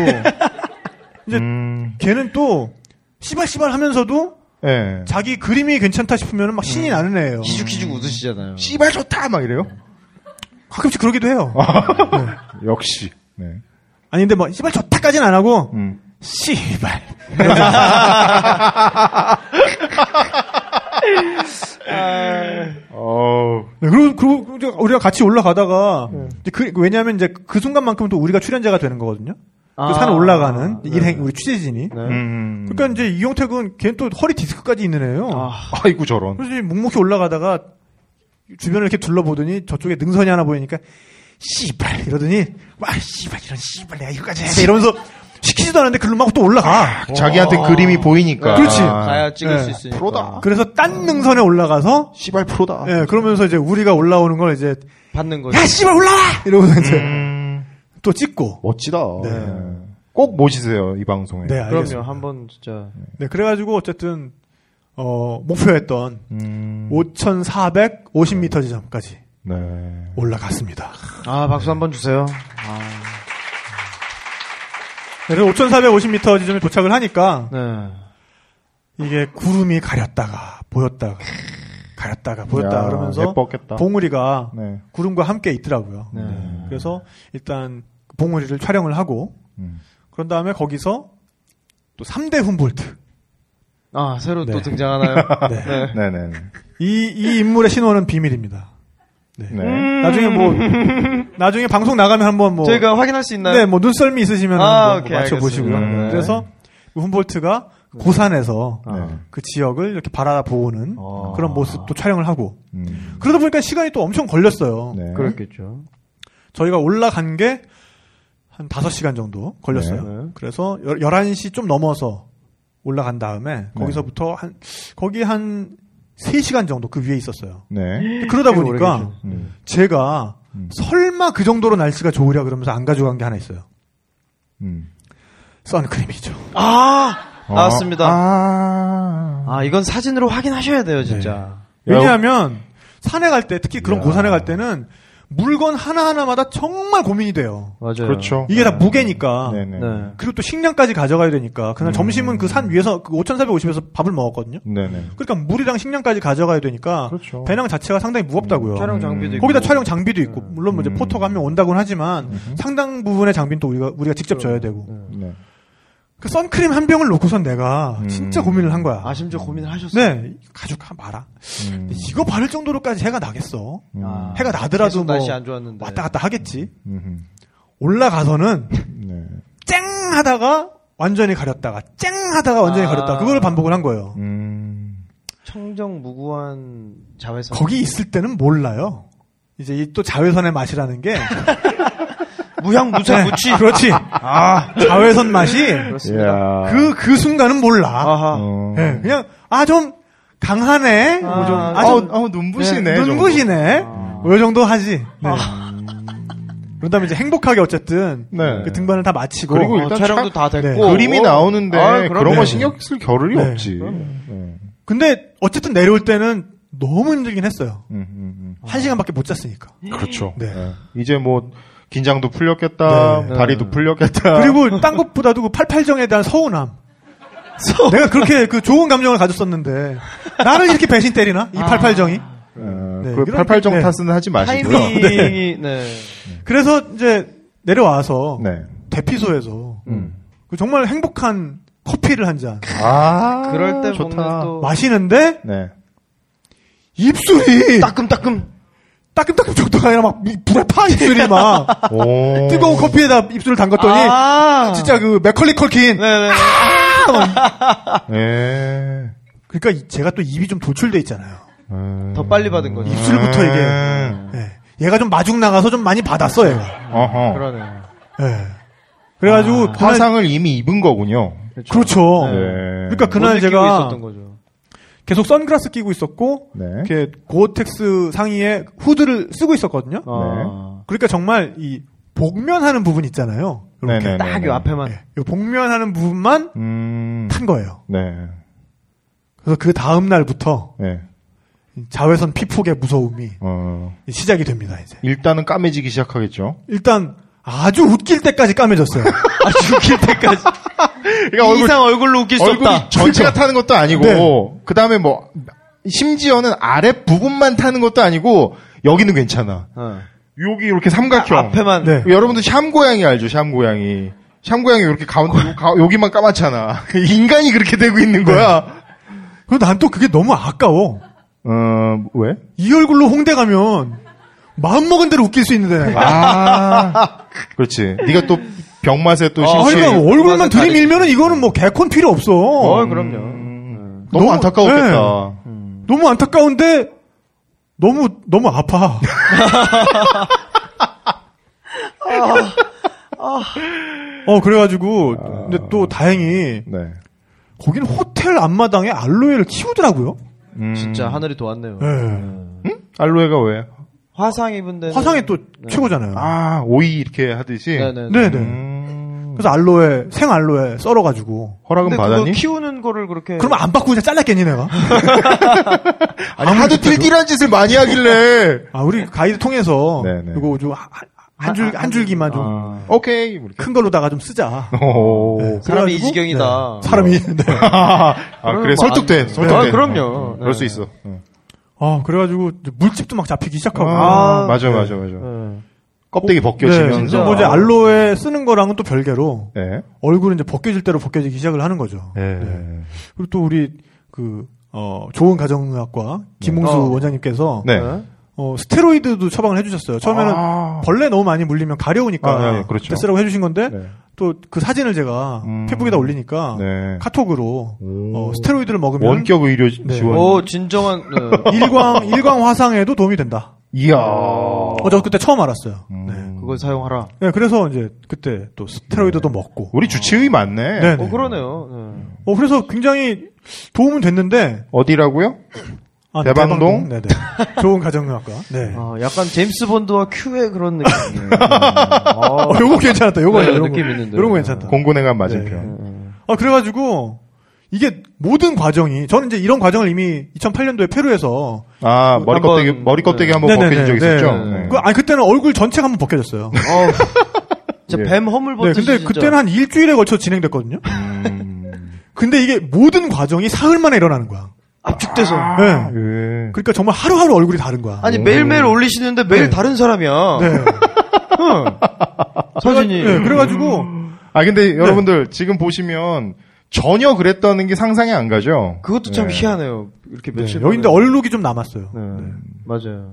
Speaker 2: 이제
Speaker 4: 음.
Speaker 2: 걔는 또 씨발씨발 하면서도
Speaker 4: 네.
Speaker 2: 자기 그림이 괜찮다 싶으면 막
Speaker 4: 음.
Speaker 2: 신이 나는 애예요.
Speaker 3: 희죽희죽 웃으시잖아요.
Speaker 4: 씨발 좋다! 막 이래요?
Speaker 2: 가끔씩 그러기도 해요.
Speaker 4: 역시. 네.
Speaker 2: 아니 근데 뭐 씨발 좋다까지는 안 하고
Speaker 3: 음.
Speaker 4: 음.
Speaker 2: 씨발
Speaker 4: 어,
Speaker 2: 네, 그리고, 그리고 이제 우리가 같이 올라가다가
Speaker 3: 네.
Speaker 2: 이제 그, 왜냐하면 이제 그 순간만큼 또 우리가 출연자가 되는 거거든요.
Speaker 3: 아.
Speaker 2: 그 산 올라가는
Speaker 3: 네.
Speaker 2: 일행 우리 취재진이.
Speaker 4: 음.
Speaker 2: 그러니까 이제 이용택은 걔는 또 허리 디스크까지 있는 애예요.
Speaker 4: 아이고 저런.
Speaker 2: 그래서 이제 묵묵히 올라가다가 주변을 이렇게 둘러보더니 저쪽에 능선이 하나 보이니까 씨발 이러더니 와 씨발 이런 씨발 내가 이거까지 해야 돼 이러면서 시키지도 않았는데 글로 막 또 올라가.
Speaker 3: 아.
Speaker 4: 자기한테 그림이 보이니까.
Speaker 2: 그렇지.
Speaker 3: 그러니까
Speaker 4: 아.
Speaker 3: 가야 찍을
Speaker 2: 네.
Speaker 3: 수 있으니까.
Speaker 4: 프로다.
Speaker 2: 그래서 딴 능선에 올라가서
Speaker 4: 씨발 프로다.
Speaker 2: 예 그러면서 이제 우리가 올라오는 걸 이제
Speaker 3: 받는 거죠.
Speaker 2: 야 씨발 올라와 이러면서 이제
Speaker 4: 그러니까. 음,
Speaker 2: 또 찍고
Speaker 4: 멋지다.
Speaker 2: 네.
Speaker 4: 꼭 모시세요 이 방송에.
Speaker 2: 네
Speaker 3: 그럼요.
Speaker 2: 알겠습니다.
Speaker 3: 한번 진짜
Speaker 2: 네 그래가지고 어쨌든 어 목표했던
Speaker 4: 음,
Speaker 2: 5,450m 지점까지
Speaker 4: 네.
Speaker 2: 올라갔습니다. 네,
Speaker 3: 아 박수 한번 주세요.
Speaker 2: 그래서 5,450m 지점에 도착을 하니까
Speaker 3: 네.
Speaker 2: 이게 구름이 가렸다가 보였다가 가렸다가 보였다
Speaker 4: 야,
Speaker 2: 그러면서
Speaker 4: 예뻤겠다.
Speaker 2: 봉우리가
Speaker 4: 네.
Speaker 2: 구름과 함께 있더라고요.
Speaker 3: 네.
Speaker 2: 그래서 일단 봉우리를 촬영을 하고
Speaker 4: 음.
Speaker 2: 그런 다음에 거기서 또 3대 훔볼트
Speaker 3: 아 새로
Speaker 2: 네.
Speaker 3: 또 등장하나요?
Speaker 2: 네.
Speaker 3: 네.
Speaker 4: 네네네.
Speaker 2: 이, 이 인물의 신원은 비밀입니다. 네.
Speaker 4: 네.
Speaker 2: 나중에 뭐
Speaker 3: 음.
Speaker 2: 나중에 방송 나가면 한번 뭐
Speaker 3: 저희가 확인할 수 있나요?
Speaker 2: 네, 뭐 눈썰미 있으시면
Speaker 3: 아,
Speaker 2: 한번
Speaker 3: 오케이,
Speaker 2: 뭐 맞춰보시고요.
Speaker 4: 알겠습니다. 네.
Speaker 2: 그래서 훔볼트가 고산에서
Speaker 4: 네.
Speaker 2: 그 지역을 이렇게 바라보는
Speaker 3: 아.
Speaker 2: 그런 모습도 촬영을 하고
Speaker 4: 음,
Speaker 2: 그러다 보니까 시간이 또 엄청 걸렸어요.
Speaker 4: 네.
Speaker 3: 그렇겠죠.
Speaker 2: 저희가 올라간 게 한 5시간 정도 걸렸어요.
Speaker 3: 네, 네.
Speaker 2: 그래서 열- 11시 좀 넘어서 올라간
Speaker 3: 네.
Speaker 2: 다음에 거기서부터 한 거기 한 3시간 정도 그 위에 있었어요.
Speaker 4: 네.
Speaker 2: 근데 그러다
Speaker 3: 꽤
Speaker 2: 보니까
Speaker 3: 오래됐죠.
Speaker 4: 음.
Speaker 2: 제가
Speaker 4: 음.
Speaker 2: 설마 그 정도로 날씨가 좋으랴 그러면서 안 가져간 게 하나 있어요.
Speaker 4: 음.
Speaker 2: 선크림이죠.
Speaker 3: 아
Speaker 4: 어,
Speaker 3: 나왔습니다. 아,
Speaker 4: 아.
Speaker 3: 이건 사진으로 확인하셔야 돼요 진짜.
Speaker 2: 네. 왜냐하면 산에 갈 때 특히 그런
Speaker 4: 야.
Speaker 2: 고산에 갈 때는 물건 하나하나마다 정말 고민이 돼요.
Speaker 3: 맞아요.
Speaker 4: 그렇죠.
Speaker 2: 이게 다 무게니까.
Speaker 4: 네네. 음.
Speaker 3: 네.
Speaker 2: 그리고 또 식량까지 가져가야 되니까 그날 점심은 그 산 위에서 그 5,450에서 밥을 먹었거든요.
Speaker 4: 네네.
Speaker 2: 그러니까 물이랑 식량까지 가져가야 되니까
Speaker 4: 그렇죠.
Speaker 2: 배낭 자체가 상당히 무겁다고요. 음.
Speaker 3: 촬영 장비도 있고.
Speaker 2: 거기다 촬영 장비도 있고 물론 뭐 이제
Speaker 4: 음.
Speaker 2: 포터가 한 명 온다고는 하지만 상당 부분의 장비는 또 우리가 우리가 직접 져야 되고
Speaker 4: 네.
Speaker 2: 그 선크림 한 병을 놓고선 내가
Speaker 4: 음.
Speaker 2: 진짜 고민을 한 거야.
Speaker 3: 아 심지어 고민을 하셨어요.
Speaker 2: 네 가져가 마라.
Speaker 4: 음.
Speaker 2: 이거 바를 정도로까지 해가 나겠어.
Speaker 3: 아,
Speaker 2: 해가 나더라도
Speaker 3: 계속
Speaker 2: 뭐
Speaker 3: 날씨 안 좋았는데.
Speaker 2: 왔다 갔다 하겠지.
Speaker 4: 음.
Speaker 2: 올라가서는
Speaker 4: 네.
Speaker 2: 쨍 하다가 완전히 가렸다가 쨍 하다가 완전히
Speaker 3: 아.
Speaker 2: 가렸다. 그걸 반복을 한 거예요.
Speaker 4: 음.
Speaker 3: 청정무구한 자외선.
Speaker 2: 거기 있을 때는 몰라요. 이제 이 또 자외선의 맛이라는 게
Speaker 3: (laughs)
Speaker 2: 네,
Speaker 3: 무향 무차 무취.
Speaker 2: 그렇지. 아, 자외선 맛이
Speaker 3: 그렇습니다.
Speaker 4: 야.
Speaker 2: 그 그 순간은 몰라.
Speaker 3: 아하.
Speaker 4: 어.
Speaker 2: 예, 그냥 아 좀 강하네.
Speaker 3: 아,
Speaker 2: 뭐 좀, 아,
Speaker 4: 아우,
Speaker 2: 좀
Speaker 4: 아우, 눈부시네. 정도.
Speaker 2: 눈부시네.
Speaker 3: 아.
Speaker 2: 뭐이 정도 하지. 네. 그런 다음에 이제 행복하게 어쨌든
Speaker 4: 네.
Speaker 2: 그 등반을 다 마치고
Speaker 4: 그리고
Speaker 3: 어,
Speaker 4: 일단
Speaker 3: 촬영도 다 됐고
Speaker 2: 네.
Speaker 4: 그림이 나오는데
Speaker 3: 아, 그럼요.
Speaker 4: 그런 거 신경 쓸 겨를이
Speaker 2: 네.
Speaker 4: 없지. 네.
Speaker 2: 근데 어쨌든 내려올 때는 너무 힘들긴 했어요.
Speaker 4: 음, 음,
Speaker 2: 한 시간밖에 못 잤으니까.
Speaker 4: 음. 그렇죠.
Speaker 2: 네.
Speaker 4: 네. 이제 뭐 긴장도 풀렸겠다,
Speaker 2: 네.
Speaker 4: 다리도 풀렸겠다.
Speaker 2: 그리고 딴 것보다도 그 팔팔정에 대한 서운함. 내가 그렇게 그 좋은 감정을 가졌었는데 나를 이렇게 배신 때리나
Speaker 4: 아.
Speaker 2: 이 팔팔정이.
Speaker 4: 어,
Speaker 2: 네,
Speaker 4: 그
Speaker 2: 이런-
Speaker 4: 팔팔정
Speaker 2: 네.
Speaker 4: 탓은 하지 마시고요.
Speaker 3: 타이밍이 네.
Speaker 2: 그래서 이제 내려와서
Speaker 4: 네.
Speaker 2: 대피소에서
Speaker 4: 음.
Speaker 2: 그 정말 행복한 커피를 한 잔
Speaker 3: 그
Speaker 4: 아,
Speaker 3: 그럴 때
Speaker 4: 좋다.
Speaker 3: 먹는 또
Speaker 2: 마시는데 (laughs)
Speaker 4: 네.
Speaker 2: 입술이
Speaker 3: 따끔따끔.
Speaker 2: 따끔따끔 정도가 아니라 막 미- 불에 파 입술이 막
Speaker 3: (laughs)
Speaker 4: 오.
Speaker 2: 뜨거운 커피에다 입술을 담갔더니
Speaker 3: 어. 아.
Speaker 2: 진짜 그 맥컬리 컬킨 아,
Speaker 3: 네네.
Speaker 4: 예.
Speaker 2: 그러니까 이- 제가 또 입이 좀 돌출돼 있잖아요
Speaker 4: 음.
Speaker 3: 더 빨리 받은 거죠.
Speaker 2: 입술부터 이게
Speaker 3: 네.
Speaker 4: 음.
Speaker 2: 예. 얘가 좀 마중 나가서 좀 많이 받았어 얘가
Speaker 4: 어허.
Speaker 3: 그러네요.
Speaker 2: 예.
Speaker 3: 아,
Speaker 2: 그래가지고 그날-
Speaker 4: 화상을 이미 입은 거군요.
Speaker 2: 그렇죠
Speaker 4: 네.
Speaker 2: 그러니까 그날
Speaker 3: 못 느끼고
Speaker 2: 제가
Speaker 3: 있었던 거죠.
Speaker 2: 계속 선글라스 끼고 있었고
Speaker 4: 네.
Speaker 2: 이렇게 고어텍스 상의에 후드를 쓰고 있었거든요
Speaker 3: 아.
Speaker 2: 그러니까 정말 이 복면하는 부분 있잖아요. 이렇게
Speaker 4: 네네.
Speaker 3: 딱 요 앞에만.
Speaker 2: 예, 요 복면하는 부분만
Speaker 4: 음.
Speaker 2: 탄 거예요.
Speaker 4: 네.
Speaker 2: 그래서 그 다음 날부터
Speaker 4: 네.
Speaker 2: 자외선 피폭의 무서움이
Speaker 4: 어.
Speaker 2: 시작이 됩니다. 이제
Speaker 4: 일단은 까매지기 시작하겠죠.
Speaker 2: 일단 아주 웃길 때까지 까매졌어요.
Speaker 3: (laughs) 아주 웃길 때까지.
Speaker 4: 그러니까
Speaker 3: 이 이상 얼굴로 웃길 수
Speaker 4: 얼굴이
Speaker 3: 없다.
Speaker 4: 전체가 타는 것도 아니고
Speaker 2: 네.
Speaker 4: 그다음에 뭐 심지어는 아랫 부분만 타는 것도 아니고 여기는 괜찮아.
Speaker 3: 어.
Speaker 4: 여기 이렇게 삼각형.
Speaker 3: 앞에만.
Speaker 2: 네.
Speaker 4: 여러분들 샴 고양이 알죠? 샴 고양이. (laughs) 네. 샴 고양이 이렇게 가운데 가- 여기만 까맣잖아. 인간이 그렇게 되고 있는 거야.
Speaker 2: 근데 난 또 그게 너무 아까워.
Speaker 4: 어, 왜?
Speaker 2: 이 얼굴로 홍대 가면 마음 먹은 대로 웃길 수 있는데 내가.
Speaker 4: 아, 그렇지. 네가 또 병맛에 또
Speaker 2: 아,
Speaker 4: 심취해.
Speaker 2: 그러니까 얼굴만
Speaker 3: 그거는 다르지.
Speaker 2: 들이밀면은 이거는 뭐 개콘 필요 없어.
Speaker 3: 어, 그럼요.
Speaker 4: 음,
Speaker 2: 너무-
Speaker 4: 너무 네. 안타까웠겠다. 음.
Speaker 2: 너무 안타까운데 너무 너무 아파.
Speaker 3: 아.
Speaker 2: 어 그래가지고 근데 또 다행히
Speaker 4: 네.
Speaker 2: 거긴 호텔 앞마당에 알로에를 키우더라고요.
Speaker 4: 음,
Speaker 3: 진짜 하늘이 도왔네요.
Speaker 2: 예.
Speaker 4: 알로에가 왜?
Speaker 3: 화상 입은 데는
Speaker 2: 화상이 또 최고잖아요.
Speaker 4: 아, 오이 이렇게 하듯이.
Speaker 3: 네. 네네.
Speaker 2: 네네.
Speaker 4: 음,
Speaker 2: 그래서 알로에 생 알로에 썰어가지고
Speaker 4: 허락은
Speaker 3: 근데 그거
Speaker 4: 받았니?
Speaker 3: 키우는 거를 그렇게
Speaker 2: 그러면 안 받고 그냥 잘랐겠니 내가?
Speaker 4: 아니, 하도 띠리띠리한 짓을 많이 하길래. (laughs)
Speaker 2: 아 우리
Speaker 3: 네.
Speaker 2: 가이드 통해서
Speaker 4: 네네.
Speaker 2: 이거 좀한줄 한 줄기만 좀 큰
Speaker 4: 아, 오케이. 이렇게.
Speaker 2: 걸로다가 좀 쓰자.
Speaker 4: 오.
Speaker 3: 사람이 이
Speaker 2: 그래가지고,
Speaker 3: 지경이다.
Speaker 2: 어. 네. 사람이 있는데.
Speaker 4: (laughs) 아, 그래.
Speaker 3: 뭐
Speaker 4: 설득돼.
Speaker 3: 안-
Speaker 4: 설득돼.
Speaker 3: 아, 그럼요.
Speaker 4: 그럴 수
Speaker 3: 네.
Speaker 4: 있어. 응.
Speaker 2: 아, 그래가지고 이제 물집도 막 잡히기 시작하고.
Speaker 4: 아,
Speaker 3: 아,
Speaker 4: 맞아, 맞아, 맞아.
Speaker 3: 네.
Speaker 4: 껍데기 벗겨지면서.
Speaker 2: 어. 진짜 뭐 이제 알로에 쓰는 거랑은 또 별개로
Speaker 4: 네.
Speaker 2: 얼굴은 이제 벗겨질 대로 벗겨지기 시작을 하는 거죠.
Speaker 4: 네.
Speaker 2: 네. 그리고 또 우리 그, 어, 좋은 가정의학과 김홍수
Speaker 3: 어.
Speaker 2: 원장님께서
Speaker 4: 네.
Speaker 2: 어, 스테로이드도 처방을 해주셨어요. 처음에는
Speaker 4: 아.
Speaker 2: 벌레 너무 많이 물리면 가려우니까
Speaker 4: 아, 네, 그렇죠.
Speaker 2: 그때 쓰라고 해주신 건데
Speaker 4: 네.
Speaker 2: 또 그 사진을 제가
Speaker 4: 음.
Speaker 2: 페북에다 올리니까
Speaker 4: 네.
Speaker 2: 카톡으로
Speaker 4: 오.
Speaker 2: 어, 스테로이드를 먹으면
Speaker 4: 원격 의료
Speaker 2: 네.
Speaker 4: 지원.
Speaker 3: 오, 어, 진정한 네.
Speaker 2: (laughs) 일광 일광 화상에도 도움이 된다.
Speaker 4: 이야.
Speaker 2: 어, 저 그때 처음 알았어요.
Speaker 4: 음.
Speaker 2: 네.
Speaker 3: 그걸 사용하라. 어,
Speaker 2: 네, 그래서 이제 그때 또
Speaker 4: 네.
Speaker 2: 스테로이드도 먹고.
Speaker 4: 우리 주치의 맞네.
Speaker 2: 네.
Speaker 3: 어, 그러네요. 네.
Speaker 2: 어, 그래서 굉장히 도움은 됐는데.
Speaker 4: 어디라고요?
Speaker 2: 아,
Speaker 4: 대방동?
Speaker 2: 네네. 좋은 가정의학과. 네. 어,
Speaker 3: 아, 약간 제임스 본드와 큐의 그런 느낌이에요. 어,
Speaker 2: 어, 요거 괜찮았다. 요거
Speaker 3: 네,
Speaker 2: 요런 거.
Speaker 3: 느낌 있는데.
Speaker 2: 요런 거 괜찮다.
Speaker 4: 공군회관 맞은편.
Speaker 2: 아, 그래가지고 이게 모든 과정이 저는 이제 이런 과정을 이미 2008년도에 페루에서
Speaker 4: 아 머리
Speaker 3: 한번-
Speaker 4: 껍데기 머리 껍데기 한번
Speaker 2: 네네네,
Speaker 4: 벗겨진 적
Speaker 2: 네.
Speaker 4: 있었죠. 네.
Speaker 2: 그, 아니 그때는 얼굴 전체가 한번
Speaker 4: (laughs)
Speaker 2: 벗겨졌어요.
Speaker 3: 진짜
Speaker 4: 예.
Speaker 3: 뱀 허물
Speaker 2: 네,
Speaker 3: 버튼.
Speaker 2: 근데 그때는 한 일주일에 걸쳐 진행됐거든요.
Speaker 4: 음.
Speaker 2: 근데 이게 모든 과정이 사흘 만에 일어나는 거야.
Speaker 3: 압축돼서.
Speaker 4: 아,
Speaker 2: 네.
Speaker 4: 예.
Speaker 2: 그러니까 정말 하루하루 얼굴이 다른 거야.
Speaker 3: 아니 매일매일 올리시는데 매일
Speaker 2: 네.
Speaker 3: 다른 사람이야.
Speaker 2: 네.
Speaker 3: 사진이.
Speaker 2: 네, 그래가지고
Speaker 4: 아 근데
Speaker 2: 네.
Speaker 4: 여러분들 지금 보시면 전혀 그랬다는 게 상상이 안 가죠.
Speaker 3: 그것도 참
Speaker 4: 네.
Speaker 3: 희한해요. 이렇게
Speaker 2: 네,
Speaker 3: 며칠.
Speaker 2: 여기인데 얼룩이 좀 남았어요.
Speaker 3: 네. 맞아요.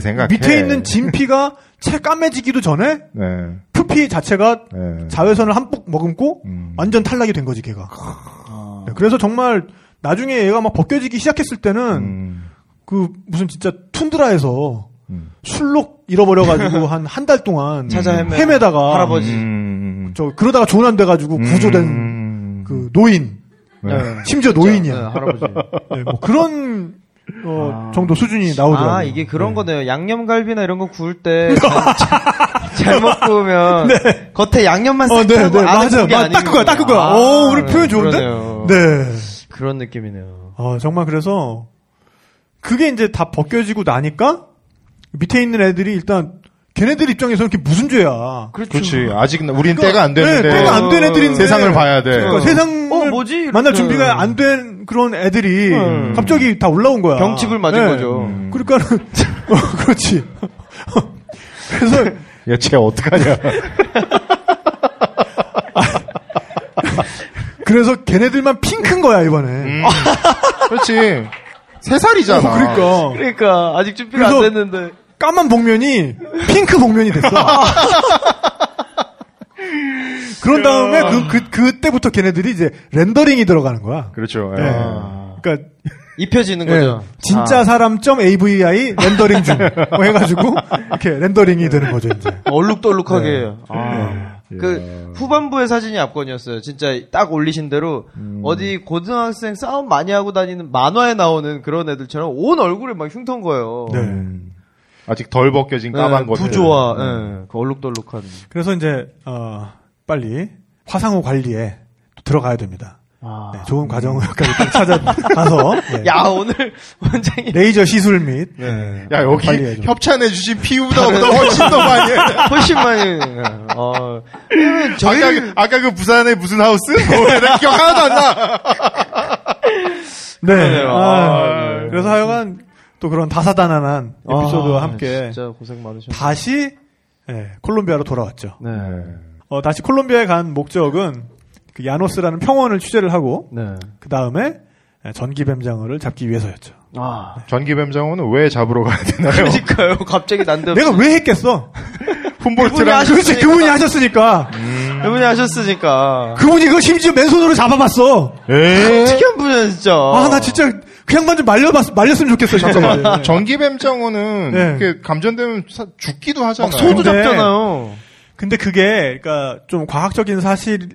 Speaker 2: 그러니까
Speaker 4: 생각해.
Speaker 2: 밑에 있는 진피가 채 까매지기도 전에
Speaker 4: 네.
Speaker 2: 표피 자체가
Speaker 4: 네.
Speaker 2: 자외선을 한뿍 머금고
Speaker 4: 음.
Speaker 2: 완전 탈락이 된 거지 걔가. 네, 그래서 정말 나중에 얘가 막 벗겨지기 시작했을 때는
Speaker 4: 음.
Speaker 2: 그 무슨 진짜 툰드라에서
Speaker 4: 음.
Speaker 2: 술록
Speaker 4: (laughs)
Speaker 2: 잃어버려가지고 한 한 달 동안
Speaker 3: 찾아 헤매-
Speaker 2: 헤매다가
Speaker 3: 할아버지.
Speaker 4: 음.
Speaker 2: 저 그러다가 조난돼가지고 구조된
Speaker 4: 음.
Speaker 2: 그 노인
Speaker 4: 네.
Speaker 2: (laughs) 심지어
Speaker 3: 네,
Speaker 2: 노인이야.
Speaker 3: 할아버지.
Speaker 2: 네, 뭐 그런 어, 정도 수준이 나오더라고요. 네.
Speaker 3: 아 이게 그런 거네요. 양념갈비나 이런 거 구울
Speaker 2: (laughs)
Speaker 3: 때. 잘- 잘못 구우면 겉에 양념만 싹
Speaker 2: 어, 네,
Speaker 3: 하고
Speaker 2: 네,
Speaker 3: 안에
Speaker 2: 맞아요.
Speaker 3: 고기
Speaker 2: 맞-
Speaker 3: 아니면-
Speaker 2: 딱 그거야, 딱 그거야.
Speaker 3: 아,
Speaker 2: 오, 우리
Speaker 3: 네,
Speaker 2: 표현 좋은데?
Speaker 3: 그러네요.
Speaker 2: 네.
Speaker 3: 그런 느낌이네요.
Speaker 2: 아, 정말 그래서 그게 이제 다 벗겨지고 나니까 밑에 있는 애들이 일단 걔네들 입장에서는 그게 무슨 죄야.
Speaker 4: 그렇지. 아직 우린
Speaker 2: 그러니까,
Speaker 4: 때가 안 되는데. 어,
Speaker 2: 네, 때가 안 된 애들인데
Speaker 4: 세상을 봐야 돼.
Speaker 2: 그러니까
Speaker 3: 어.
Speaker 2: 세상을
Speaker 3: 어, 뭐지? 이렇게.
Speaker 2: 만날 준비가 안 된 그런 애들이
Speaker 3: 음.
Speaker 2: 갑자기 다 올라온 거야.
Speaker 3: 병칩을 맞은
Speaker 2: 네.
Speaker 3: 거죠.
Speaker 4: 음.
Speaker 2: 그러니까는 (laughs) 어, 그렇지. (laughs) 그래서
Speaker 4: 야, 쟤 어떡하냐.
Speaker 2: (laughs) 그래서 걔네들만 핑큰 거야 이번에.
Speaker 4: 음. 그렇지. 세 살이잖아.
Speaker 2: 어, 그러니까
Speaker 3: 그러니까 아직 준비가 안
Speaker 2: 그래서-
Speaker 3: 됐는데.
Speaker 2: 까만 복면이 핑크 복면이
Speaker 4: (laughs)
Speaker 2: 됐어. 그런 다음에 그, 그, 그때부터 걔네들이 이제 렌더링이 들어가는 거야.
Speaker 4: 그렇죠.
Speaker 2: 예.
Speaker 4: 아. (laughs)
Speaker 2: 그러니까
Speaker 3: 입혀지는
Speaker 2: 예,
Speaker 3: 거죠.
Speaker 2: 진짜
Speaker 3: 아,
Speaker 2: 사람 점 AVI 렌더링
Speaker 4: (laughs)
Speaker 2: 중뭐 해가지고 이렇게 렌더링이 되는 거죠 이제.
Speaker 3: 얼룩덜룩하게.
Speaker 2: 네.
Speaker 4: 아.
Speaker 3: 그
Speaker 2: 예.
Speaker 3: 후반부의 사진이 압권이었어요. 진짜 딱 올리신 대로
Speaker 2: 음.
Speaker 3: 어디 고등학생 싸움 많이 하고 다니는 만화에 나오는 그런 애들처럼 온 얼굴에 막 흉터인 거예요. 네,
Speaker 2: 네.
Speaker 4: 음. 아직 덜 벗겨진 까만 것들.
Speaker 3: 부조화,
Speaker 2: 네.
Speaker 3: 예, 그 얼룩덜룩한.
Speaker 2: 그래서 이제 어, 빨리 화상호 관리에 들어가야 됩니다.
Speaker 4: 아.
Speaker 2: 네, 좋은 과정을 (laughs) 좀 찾아가서 네,
Speaker 3: 야 오늘 (laughs) 원장님
Speaker 2: 레이저 시술 및 네,
Speaker 4: 야, 여기
Speaker 2: 관리 해줘.
Speaker 4: 협찬해주신 피부보다 훨씬 더 많이. 해.
Speaker 2: (laughs)
Speaker 3: 훨씬 많이. 어,
Speaker 4: 아까, 그- 아까 그 부산의 무슨 하우스? 뭐야, 나 기억 하나도 안 나.
Speaker 2: 네.
Speaker 3: 그러네요.
Speaker 2: 아,
Speaker 3: 아, 네.
Speaker 2: 그래서 하여간 또 그런 다사다난한 에피소드와
Speaker 3: 아,
Speaker 2: 함께
Speaker 3: 진짜 고생 많으셨네.
Speaker 2: 다시 예, 콜롬비아로 돌아왔죠.
Speaker 3: 네.
Speaker 2: 어, 다시 콜롬비아에 간 목적은 그 야노스라는 평원을 취재를 하고
Speaker 3: 네.
Speaker 2: 그 다음에 예, 전기뱀장어를 잡기 위해서였죠.
Speaker 3: 아.
Speaker 4: 전기뱀장어는 왜 잡으러 가야 되나요?
Speaker 3: 그러니까요.
Speaker 2: (laughs)
Speaker 3: 갑자기 난데
Speaker 2: 내가 왜 했겠어?
Speaker 3: 그분이
Speaker 4: (laughs) 훔볼트랑
Speaker 2: 그렇지
Speaker 3: 하셨으니까.
Speaker 2: 그분이 하셨으니까
Speaker 3: 이분이 하셨으니까.
Speaker 2: 그분이 그거 심지어 맨손으로 잡아봤어.
Speaker 4: 에?
Speaker 3: 특이한 분이야 진짜.
Speaker 2: 그 아 나 진짜 그 양반 좀 말려봤 말렸으면 좋겠어.
Speaker 4: 잠깐만.
Speaker 2: 잠깐만.
Speaker 4: 그렇죠. 전기뱀장어는
Speaker 2: 네.
Speaker 4: 이렇게 감전되면 사- 죽기도 하잖아요.
Speaker 3: 막 소도
Speaker 2: 근데-
Speaker 3: 잡잖아요.
Speaker 2: 근데 그게 그러니까 좀 과학적인 사실을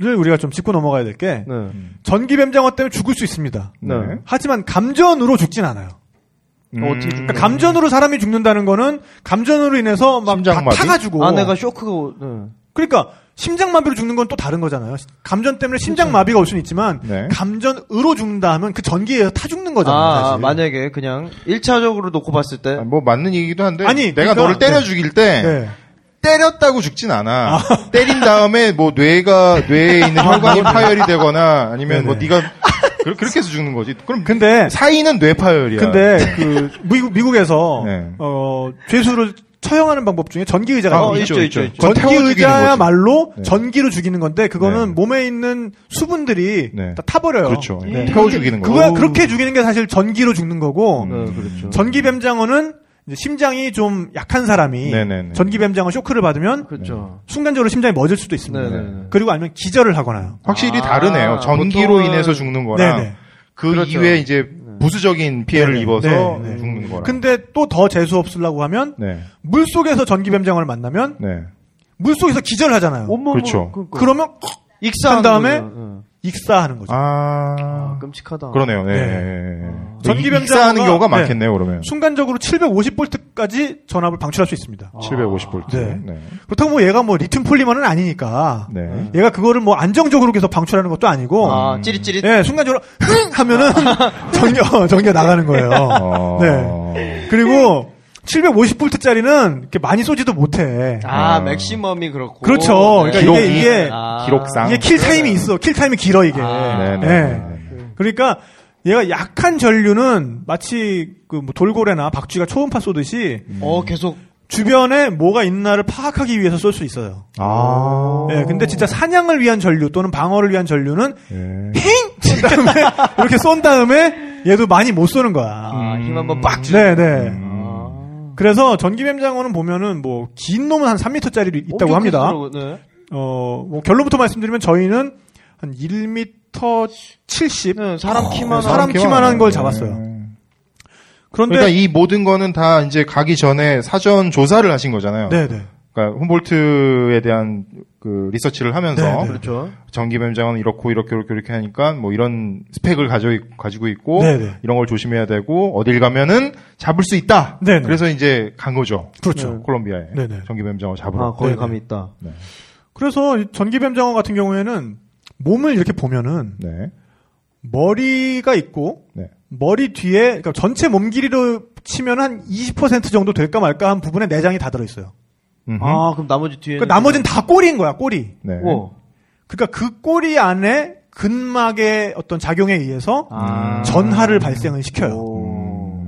Speaker 2: 우리가 좀 짚고 넘어가야 될 게
Speaker 3: 네.
Speaker 2: 전기뱀장어 때문에 죽을 수 있습니다.
Speaker 3: 네.
Speaker 2: 하지만 감전으로 죽진 않아요.
Speaker 4: 음.
Speaker 3: 어떻게 죽는
Speaker 2: 그러니까 감전으로 사람이 죽는다는 거는 감전으로 인해서 막 다
Speaker 4: 심장마비?
Speaker 2: 타가지고
Speaker 3: 아내가 쇼크가 네.
Speaker 2: 그러니까 심장마비로 죽는 건 또 다른 거잖아요. 감전 때문에 심장마비가 올 수는 있지만
Speaker 4: 네.
Speaker 2: 감전으로 죽는다 하면 그 전기에서 타 죽는 거잖아요.
Speaker 3: 아, 아,
Speaker 2: 사실. 음.
Speaker 3: 만약에 그냥 1차적으로 놓고 봤을 때
Speaker 4: 아, 뭐 맞는 얘기도 한데
Speaker 2: 아니,
Speaker 4: 내가
Speaker 2: 그러니까-
Speaker 4: 너를 때려 죽일 때
Speaker 2: 네.
Speaker 4: 때렸다고 죽진 않아. (laughs) 때린 다음에 뭐 뇌가 뇌에 있는 혈관이 파열이 되거나 아니면 뭐
Speaker 2: 아, 네네.
Speaker 4: 네가 그- 그렇게 해서 죽는 거지. 그럼
Speaker 2: 근데
Speaker 4: 사인은 뇌 파열이야.
Speaker 2: 근데 그 미국 미국에서
Speaker 4: (laughs) 네.
Speaker 2: 어 죄수를 처형하는 방법 중에 전기 의자가
Speaker 4: 아,
Speaker 3: 어,
Speaker 2: 있거든요.
Speaker 3: 있죠, 있죠, 있죠.
Speaker 4: 그건 태워
Speaker 2: 전기
Speaker 4: 죽이는 거지.
Speaker 2: 의자야말로
Speaker 4: 네.
Speaker 2: 전기로 죽이는 건데 그거는
Speaker 4: 네.
Speaker 2: 몸에 있는 수분들이
Speaker 4: 네.
Speaker 2: 다 타버려요.
Speaker 4: 그렇죠.
Speaker 2: 네.
Speaker 4: 태워 죽이는 거.
Speaker 2: 그거야 그렇게 죽이는 게 사실 전기로 죽는 거고
Speaker 4: 음.
Speaker 3: 네, 그렇죠.
Speaker 2: 전기뱀장어는 이제 심장이 좀 약한 사람이
Speaker 4: 네네네.
Speaker 2: 전기뱀장어 쇼크를 받으면
Speaker 3: 그렇죠.
Speaker 2: 순간적으로 심장이 멎을 수도 있습니다.
Speaker 3: 네네네.
Speaker 2: 그리고 아니면 기절을 하거나요.
Speaker 4: 확실히
Speaker 3: 아,
Speaker 4: 다르네요. 전기로
Speaker 3: 보통은-
Speaker 4: 인해서 죽는 거랑
Speaker 2: 네네.
Speaker 4: 그
Speaker 3: 그렇죠.
Speaker 4: 이후에 이제 부수적인 피해를 입어서
Speaker 2: 네네.
Speaker 4: 죽는 거랑.
Speaker 2: 근데 또 더 재수 없으려고 하면
Speaker 4: 네.
Speaker 2: 물 속에서 전기뱀장어를 만나면
Speaker 4: 네.
Speaker 2: 물 속에서 기절하잖아요.
Speaker 3: 온몸
Speaker 4: 그렇죠.
Speaker 2: 네. 그러면
Speaker 3: 익사한
Speaker 2: 한 다음에
Speaker 3: 거죠.
Speaker 2: 익사하는 거죠.
Speaker 4: 아,
Speaker 3: 아, 끔찍하다.
Speaker 4: 그러네요. 네.
Speaker 2: 네.
Speaker 4: 네.
Speaker 2: 전기변장어가-
Speaker 4: 익사하는 경우가
Speaker 2: 네.
Speaker 4: 많겠네요. 그러면
Speaker 2: 순간적으로 750볼트까지 전압을 방출할 수 있습니다.
Speaker 4: 750볼트.
Speaker 2: 아. 네.
Speaker 4: 네.
Speaker 2: 그렇다고 뭐 얘가 뭐 리튬 폴리머는 아니니까
Speaker 4: 네.
Speaker 2: 얘가 그거를 뭐 안정적으로 계속 방출하는 것도 아니고
Speaker 3: 아, 찌릿찌릿.
Speaker 2: 예, 순간적으로 흥 하면은 (laughs) 전기 전기가 나가는 거예요.
Speaker 4: 어.
Speaker 2: 아. 네. 그리고 750볼트짜리는 이렇게 많이 쏘지도 못해.
Speaker 3: 아,
Speaker 4: 아.
Speaker 3: 맥시멈이 그렇고. 네.
Speaker 2: 그렇죠. 그러니까 이게-
Speaker 4: 기록이
Speaker 2: 이게-
Speaker 3: 아.
Speaker 4: 기록상.
Speaker 2: 이게 킬 타임이 있어. 킬 타임이 길어 이게.
Speaker 3: 아.
Speaker 4: 네, 네,
Speaker 2: 예.
Speaker 4: 네.
Speaker 2: 그러니까 얘가 약한 전류는 마치 그뭐 돌고래나 박쥐가 초음파 쏘듯이
Speaker 3: 어, 계속
Speaker 2: 주변에 뭐가 있나를 파악하기 위해서 쏠 수 있어요.
Speaker 4: 아.
Speaker 2: 예, 근데 진짜 사냥을 위한 전류 또는 방어를 위한 전류는
Speaker 4: 예.
Speaker 2: 힝! 친 다음에 이렇게 쏜 다음에 얘도 많이 못 쏘는 거야.
Speaker 3: 아, 힘 한번 빡 주.
Speaker 2: 네, 네.
Speaker 3: 아.
Speaker 2: 그래서 전기뱀장어는 보면은 뭐 긴 놈은 한 3m짜리 있다고
Speaker 3: 엄청
Speaker 2: 합니다.
Speaker 3: 어, 크더라고요. 네.
Speaker 2: 어, 뭐 결론부터 말씀드리면 저희는 한 1m 70
Speaker 3: 네, 사람 키만 한-
Speaker 2: 어, 사람 키만한 걸 잡았어요.
Speaker 4: 네.
Speaker 2: 그런데
Speaker 4: 그러니까 이 모든 거는 다 이제 가기 전에 사전 조사를 하신 거잖아요.
Speaker 2: 네, 네.
Speaker 4: 그러니까 훔볼트에 대한 그 리서치를 하면서
Speaker 2: 네, 네.
Speaker 3: 그렇죠.
Speaker 4: 전기뱀장은 이렇고 이렇게 이렇게 이렇게 하니까 뭐 이런 스펙을 가져 가지고 있고
Speaker 2: 네네.
Speaker 4: 이런 걸 조심해야 되고 어딜 가면은 잡을 수 있다.
Speaker 2: 네네.
Speaker 4: 그래서 이제 간 거죠.
Speaker 2: 그렇죠.
Speaker 4: 콜롬비아에
Speaker 2: 네네.
Speaker 4: 전기뱀장어 잡으러.
Speaker 3: 아, 거기
Speaker 2: 네,
Speaker 3: 감이 있다.
Speaker 2: 그래서 이 전기뱀장어 같은 경우에는 몸을 이렇게 보면은
Speaker 4: 네.
Speaker 2: 머리가 있고
Speaker 4: 네.
Speaker 2: 머리 뒤에 그러니까 전체 몸 길이로 치면 한 20% 정도 될까 말까 한 부분에 내장이 다 들어 있어요.
Speaker 4: 음흠.
Speaker 3: 아, 그럼 나머지 뒤에
Speaker 2: 그러니까 나머지는 다 꼬리인 거야, 꼬리.
Speaker 4: 네.
Speaker 3: 오.
Speaker 2: 그러니까 그 꼬리 안에 근막의 어떤 작용에 의해서
Speaker 3: 아.
Speaker 2: 전하를 발생을 시켜요.
Speaker 3: 오.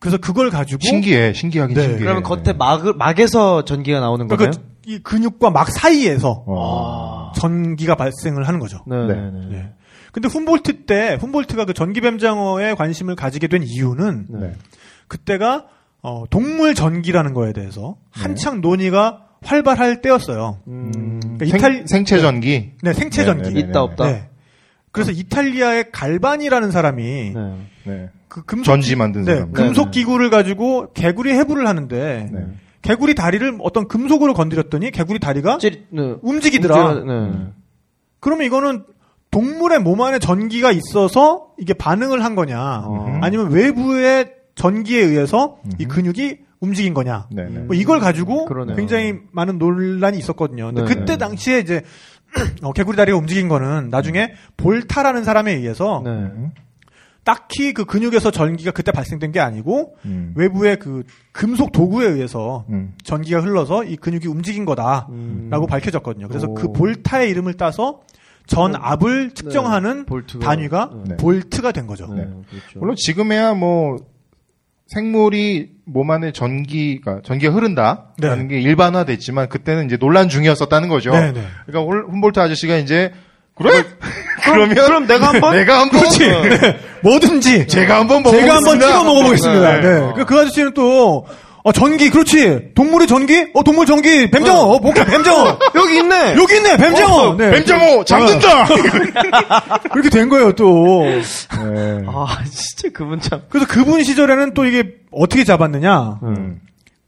Speaker 2: 그래서 그걸 가지고
Speaker 4: 음. 신기해. 신기하긴
Speaker 2: 네.
Speaker 3: 어.
Speaker 4: 신기해.
Speaker 3: 그러면 겉에 막 막에서 전기가 나오는 거예요?
Speaker 2: 그러니까 그, 이 근육과 막 사이에서
Speaker 3: 아,
Speaker 4: 어.
Speaker 2: 전기가 발생을 하는 거죠.
Speaker 3: 네,
Speaker 4: 네.
Speaker 3: 네, 네.
Speaker 2: 네. 근데 훔볼트 때 훔볼트가 그 전기뱀장어에 관심을 가지게 된 이유는
Speaker 4: 네.
Speaker 2: 그때가 어, 동물 전기라는 거에 대해서
Speaker 4: 네.
Speaker 2: 한창 논의가 활발할 때였어요. 그러니까
Speaker 4: 생,
Speaker 2: 이탈-
Speaker 4: 음. 생체 전기.
Speaker 2: 네, 생체
Speaker 4: 네,
Speaker 2: 전기.
Speaker 4: 네, 네,
Speaker 3: 있다 없다.
Speaker 2: 네. 그래서 이탈리아의 갈반이라는 사람이
Speaker 3: 네.
Speaker 4: 네.
Speaker 2: 그 금속
Speaker 4: 전지 만든
Speaker 2: 네,
Speaker 4: 사람.
Speaker 2: 금속
Speaker 3: 네.
Speaker 2: 기구를 가지고 개구리 해부를 하는데
Speaker 4: 네.
Speaker 2: 개구리 다리를 어떤 금속으로 건드렸더니 개구리 다리가
Speaker 3: 찌릿, 네.
Speaker 2: 움직이더라.
Speaker 3: 움직여- 네.
Speaker 2: 그러면 이거는 동물의 몸 안에 전기가 있어서 이게 반응을 한 거냐,
Speaker 3: 어.
Speaker 2: 아니면 외부의 전기에 의해서 이 근육이 움직인 거냐.
Speaker 4: 네. 네.
Speaker 2: 뭐 이걸 가지고
Speaker 3: 그러네요.
Speaker 2: 굉장히 많은 논란이 있었거든요. 근데
Speaker 3: 네,
Speaker 2: 그때
Speaker 3: 네.
Speaker 2: 당시에 이제 (clears throat) 어, 개구리 다리가 움직인 거는 나중에 볼타라는 사람에 의해서
Speaker 3: 음. 네.
Speaker 2: 딱히 그 근육에서 전기가 그때 발생된 게 아니고
Speaker 4: 음.
Speaker 2: 외부의 그 금속 도구에 의해서
Speaker 4: 음.
Speaker 2: 전기가 흘러서 이 근육이 움직인 거다라고
Speaker 3: 음.
Speaker 2: 밝혀졌거든요. 그래서
Speaker 3: 오. 네.
Speaker 2: 그 볼타의 이름을 따서 전압을 측정하는
Speaker 3: 볼트가-
Speaker 2: 단위가
Speaker 4: 네.
Speaker 2: 볼트가 된 거죠.
Speaker 3: 네, 그렇죠.
Speaker 4: 물론 지금에야 뭐 생물이 몸 안에 전기가 전기가 흐른다라는 게 일반화됐지만 그때는 이제 논란 중이었었다는 거죠.
Speaker 2: 네, 네.
Speaker 4: 그러니까 홀- 훔볼트 아저씨가 이제 그래? (laughs) 그러면
Speaker 3: 그럼 내가 한번?
Speaker 4: 내가 한번
Speaker 2: 그렇지.
Speaker 4: 어.
Speaker 2: 네. 뭐든지
Speaker 4: 제가 한번 먹어
Speaker 2: 제가 한번 찍어 먹어보겠습니다.
Speaker 4: 네.
Speaker 2: 네. 그, 그 아저씨는 또 어, 전기, 그렇지. 동물의 전기? 어, 동물 전기, 뱀장어. 어, 오케이, 뱀장어.
Speaker 3: 여기 있네.
Speaker 2: 여기 있네, 뱀장어.
Speaker 3: 어,
Speaker 2: 네.
Speaker 4: 뱀장어 잠든다.
Speaker 2: 그렇게 된 거예요, 또. 네.
Speaker 3: 아 진짜 그분 참.
Speaker 2: 그래서 그분 시절에는 또 이게 어떻게 잡았느냐.
Speaker 4: 음.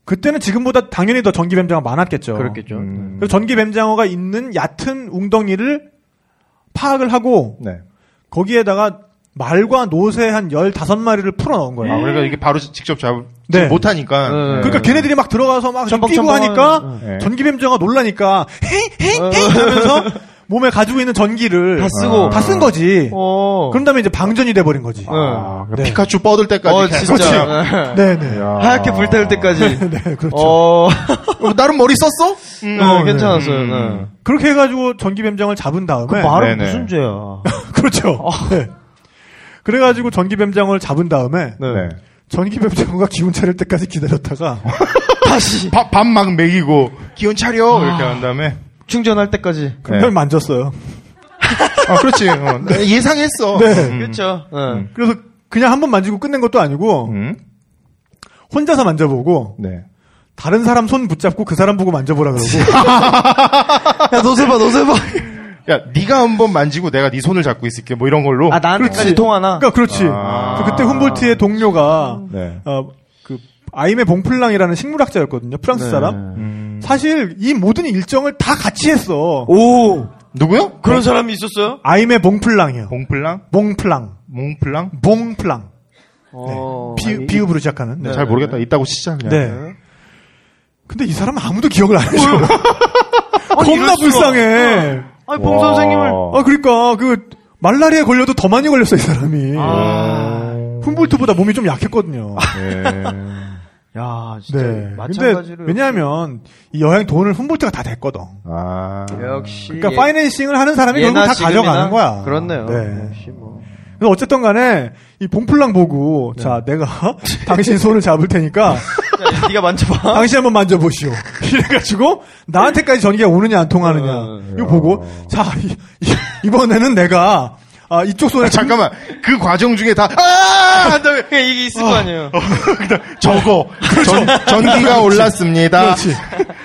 Speaker 2: 그때는 지금보다 당연히 더 전기 뱀장어 많았겠죠.
Speaker 3: 그렇겠죠. 네.
Speaker 4: 음.
Speaker 2: 그래서 전기 뱀장어가 있는 얕은 웅덩이를 파악을 하고
Speaker 4: 네.
Speaker 2: 거기에다가 말과 노새 한 15마리를 풀어 넣은 거예요.
Speaker 4: 아, 우리가 이게 바로 직접 잡
Speaker 2: 네.
Speaker 4: 못하니까.
Speaker 3: 네.
Speaker 2: 그러니까 걔네들이 막 들어가서 막
Speaker 3: 첨벙,
Speaker 2: 뛰고
Speaker 3: 첨벙
Speaker 2: 하니까
Speaker 4: 네.
Speaker 2: 전기뱀장어가 놀라니까 헤헤헤
Speaker 3: (laughs)
Speaker 2: 하면서 몸에 가지고 있는 전기를 아.
Speaker 3: 다 쓰고.
Speaker 2: 다 쓴 거지.
Speaker 3: 어.
Speaker 2: 그런 다음에 이제 방전이 돼 버린 거지.
Speaker 4: 아, 그러니까
Speaker 2: 네.
Speaker 4: 피카츄 뻗을 때까지.
Speaker 3: 어
Speaker 4: 계속
Speaker 3: 진짜. 네.
Speaker 2: 네, 네.
Speaker 4: 야.
Speaker 3: 하얗게 불태울 때까지.
Speaker 2: (laughs) 네, 그렇죠.
Speaker 3: 어.
Speaker 2: 네.
Speaker 4: 어, 나름 머리 썼어? 음,
Speaker 3: 네, 괜찮았어요.
Speaker 4: 음.
Speaker 3: 네.
Speaker 2: 그렇게 해 가지고 전기뱀장을 잡은
Speaker 3: 그
Speaker 2: 다음에
Speaker 3: 말은
Speaker 4: 네, 네.
Speaker 3: 무슨 죄야.
Speaker 2: (laughs) 그렇죠.
Speaker 3: 아.
Speaker 2: 네. 그래 가지고 전기뱀장을 잡은 다음에
Speaker 4: 네.
Speaker 2: 전기뱀장어가 기운 차릴 때까지 기다렸다가
Speaker 3: 아. 다시
Speaker 4: 밥, 밥 막 먹이고, 아, 기운 차려! 이렇게 한 다음에. 네.
Speaker 3: 충전할 때까지.
Speaker 2: 그걸 만졌어요.
Speaker 4: 아, 그렇지. 어, 나 예상했어. 음.
Speaker 3: 그렇죠. 네.
Speaker 2: 그래서 그냥 한 번 만지고 끝낸 것도 아니고
Speaker 4: 음?
Speaker 2: 혼자서 만져보고
Speaker 4: 네.
Speaker 2: 다른 사람 손 붙잡고 그 사람 보고 만져보라
Speaker 3: (laughs)
Speaker 2: 그러고
Speaker 3: 야 노세봐 노세봐.
Speaker 4: 야, 네가 한번 만지고 내가 네 손을 잡고 있을게. 뭐 이런 걸로.
Speaker 3: 아 나한테까지 통하나.
Speaker 2: 그러니까 그렇지
Speaker 4: 아.
Speaker 2: 그 그때 훔볼트의 동료가
Speaker 4: 네.
Speaker 2: 어, 그 아임의 봉플랑이라는 식물학자였거든요
Speaker 3: 네.
Speaker 2: 프랑스 사람
Speaker 4: 음.
Speaker 2: 사실 이 모든 일정을 다 같이 했어
Speaker 3: 오
Speaker 4: 누구요?
Speaker 3: 그런 사람이 있었어요?
Speaker 2: 아임의 봉플랑이요
Speaker 4: 봉플랑?
Speaker 2: 봉플랑
Speaker 4: 몽플랑?
Speaker 2: 봉플랑
Speaker 3: 어.
Speaker 2: 비, 비읍으로 시작하는 네.
Speaker 4: 잘 모르겠다. 이따고 시작 그냥.
Speaker 2: 네. 근데 이 사람은 아무도 기억을 안 해줘 (laughs) 겁나
Speaker 3: 이럴 수가. 어.
Speaker 2: 불쌍해
Speaker 3: 아니 봉
Speaker 4: 와.
Speaker 3: 선생님을.
Speaker 2: 아 그러니까 그 말라리에 걸려도 더 많이 걸렸어 이 사람이
Speaker 3: 아.
Speaker 2: 훔볼트보다 몸이 좀 약했거든요
Speaker 4: 네.
Speaker 3: 야 진짜
Speaker 2: 네. 근데
Speaker 3: 마찬가지로.
Speaker 2: 왜냐하면 이 여행 돈을 훔볼트가 다 냈거든.
Speaker 4: 아.
Speaker 3: 역시.
Speaker 2: 그러니까
Speaker 3: 예-
Speaker 2: 파이낸싱을 하는 사람이 결국
Speaker 3: 예나
Speaker 2: 다
Speaker 3: 지금이나
Speaker 2: 가져가는 거야.
Speaker 3: 그렇네요.
Speaker 2: 네.
Speaker 3: 역시 뭐.
Speaker 2: 그래서 어쨌든 간에 이 봉플랑 보고
Speaker 3: 네.
Speaker 2: 자 내가 (laughs) 당신 손을 잡을 테니까
Speaker 3: 자,
Speaker 2: (laughs)
Speaker 3: 네가 만져봐.
Speaker 2: 당신 한번 만져보시오. 이래가지고 나한테까지 전기가 오느냐 안
Speaker 3: 어,
Speaker 2: 통하느냐 이거 보고 자 이, 번에는 내가 아, 이쪽 손에
Speaker 4: 아, 잠깐만. 그 과정 중에 다, 아! (laughs) 한 다음에,
Speaker 3: 그러니까 이게
Speaker 2: 어.
Speaker 3: 있을 거 아니에요.
Speaker 4: 저거. 전, 전기가 올랐습니다.
Speaker 2: 그렇지.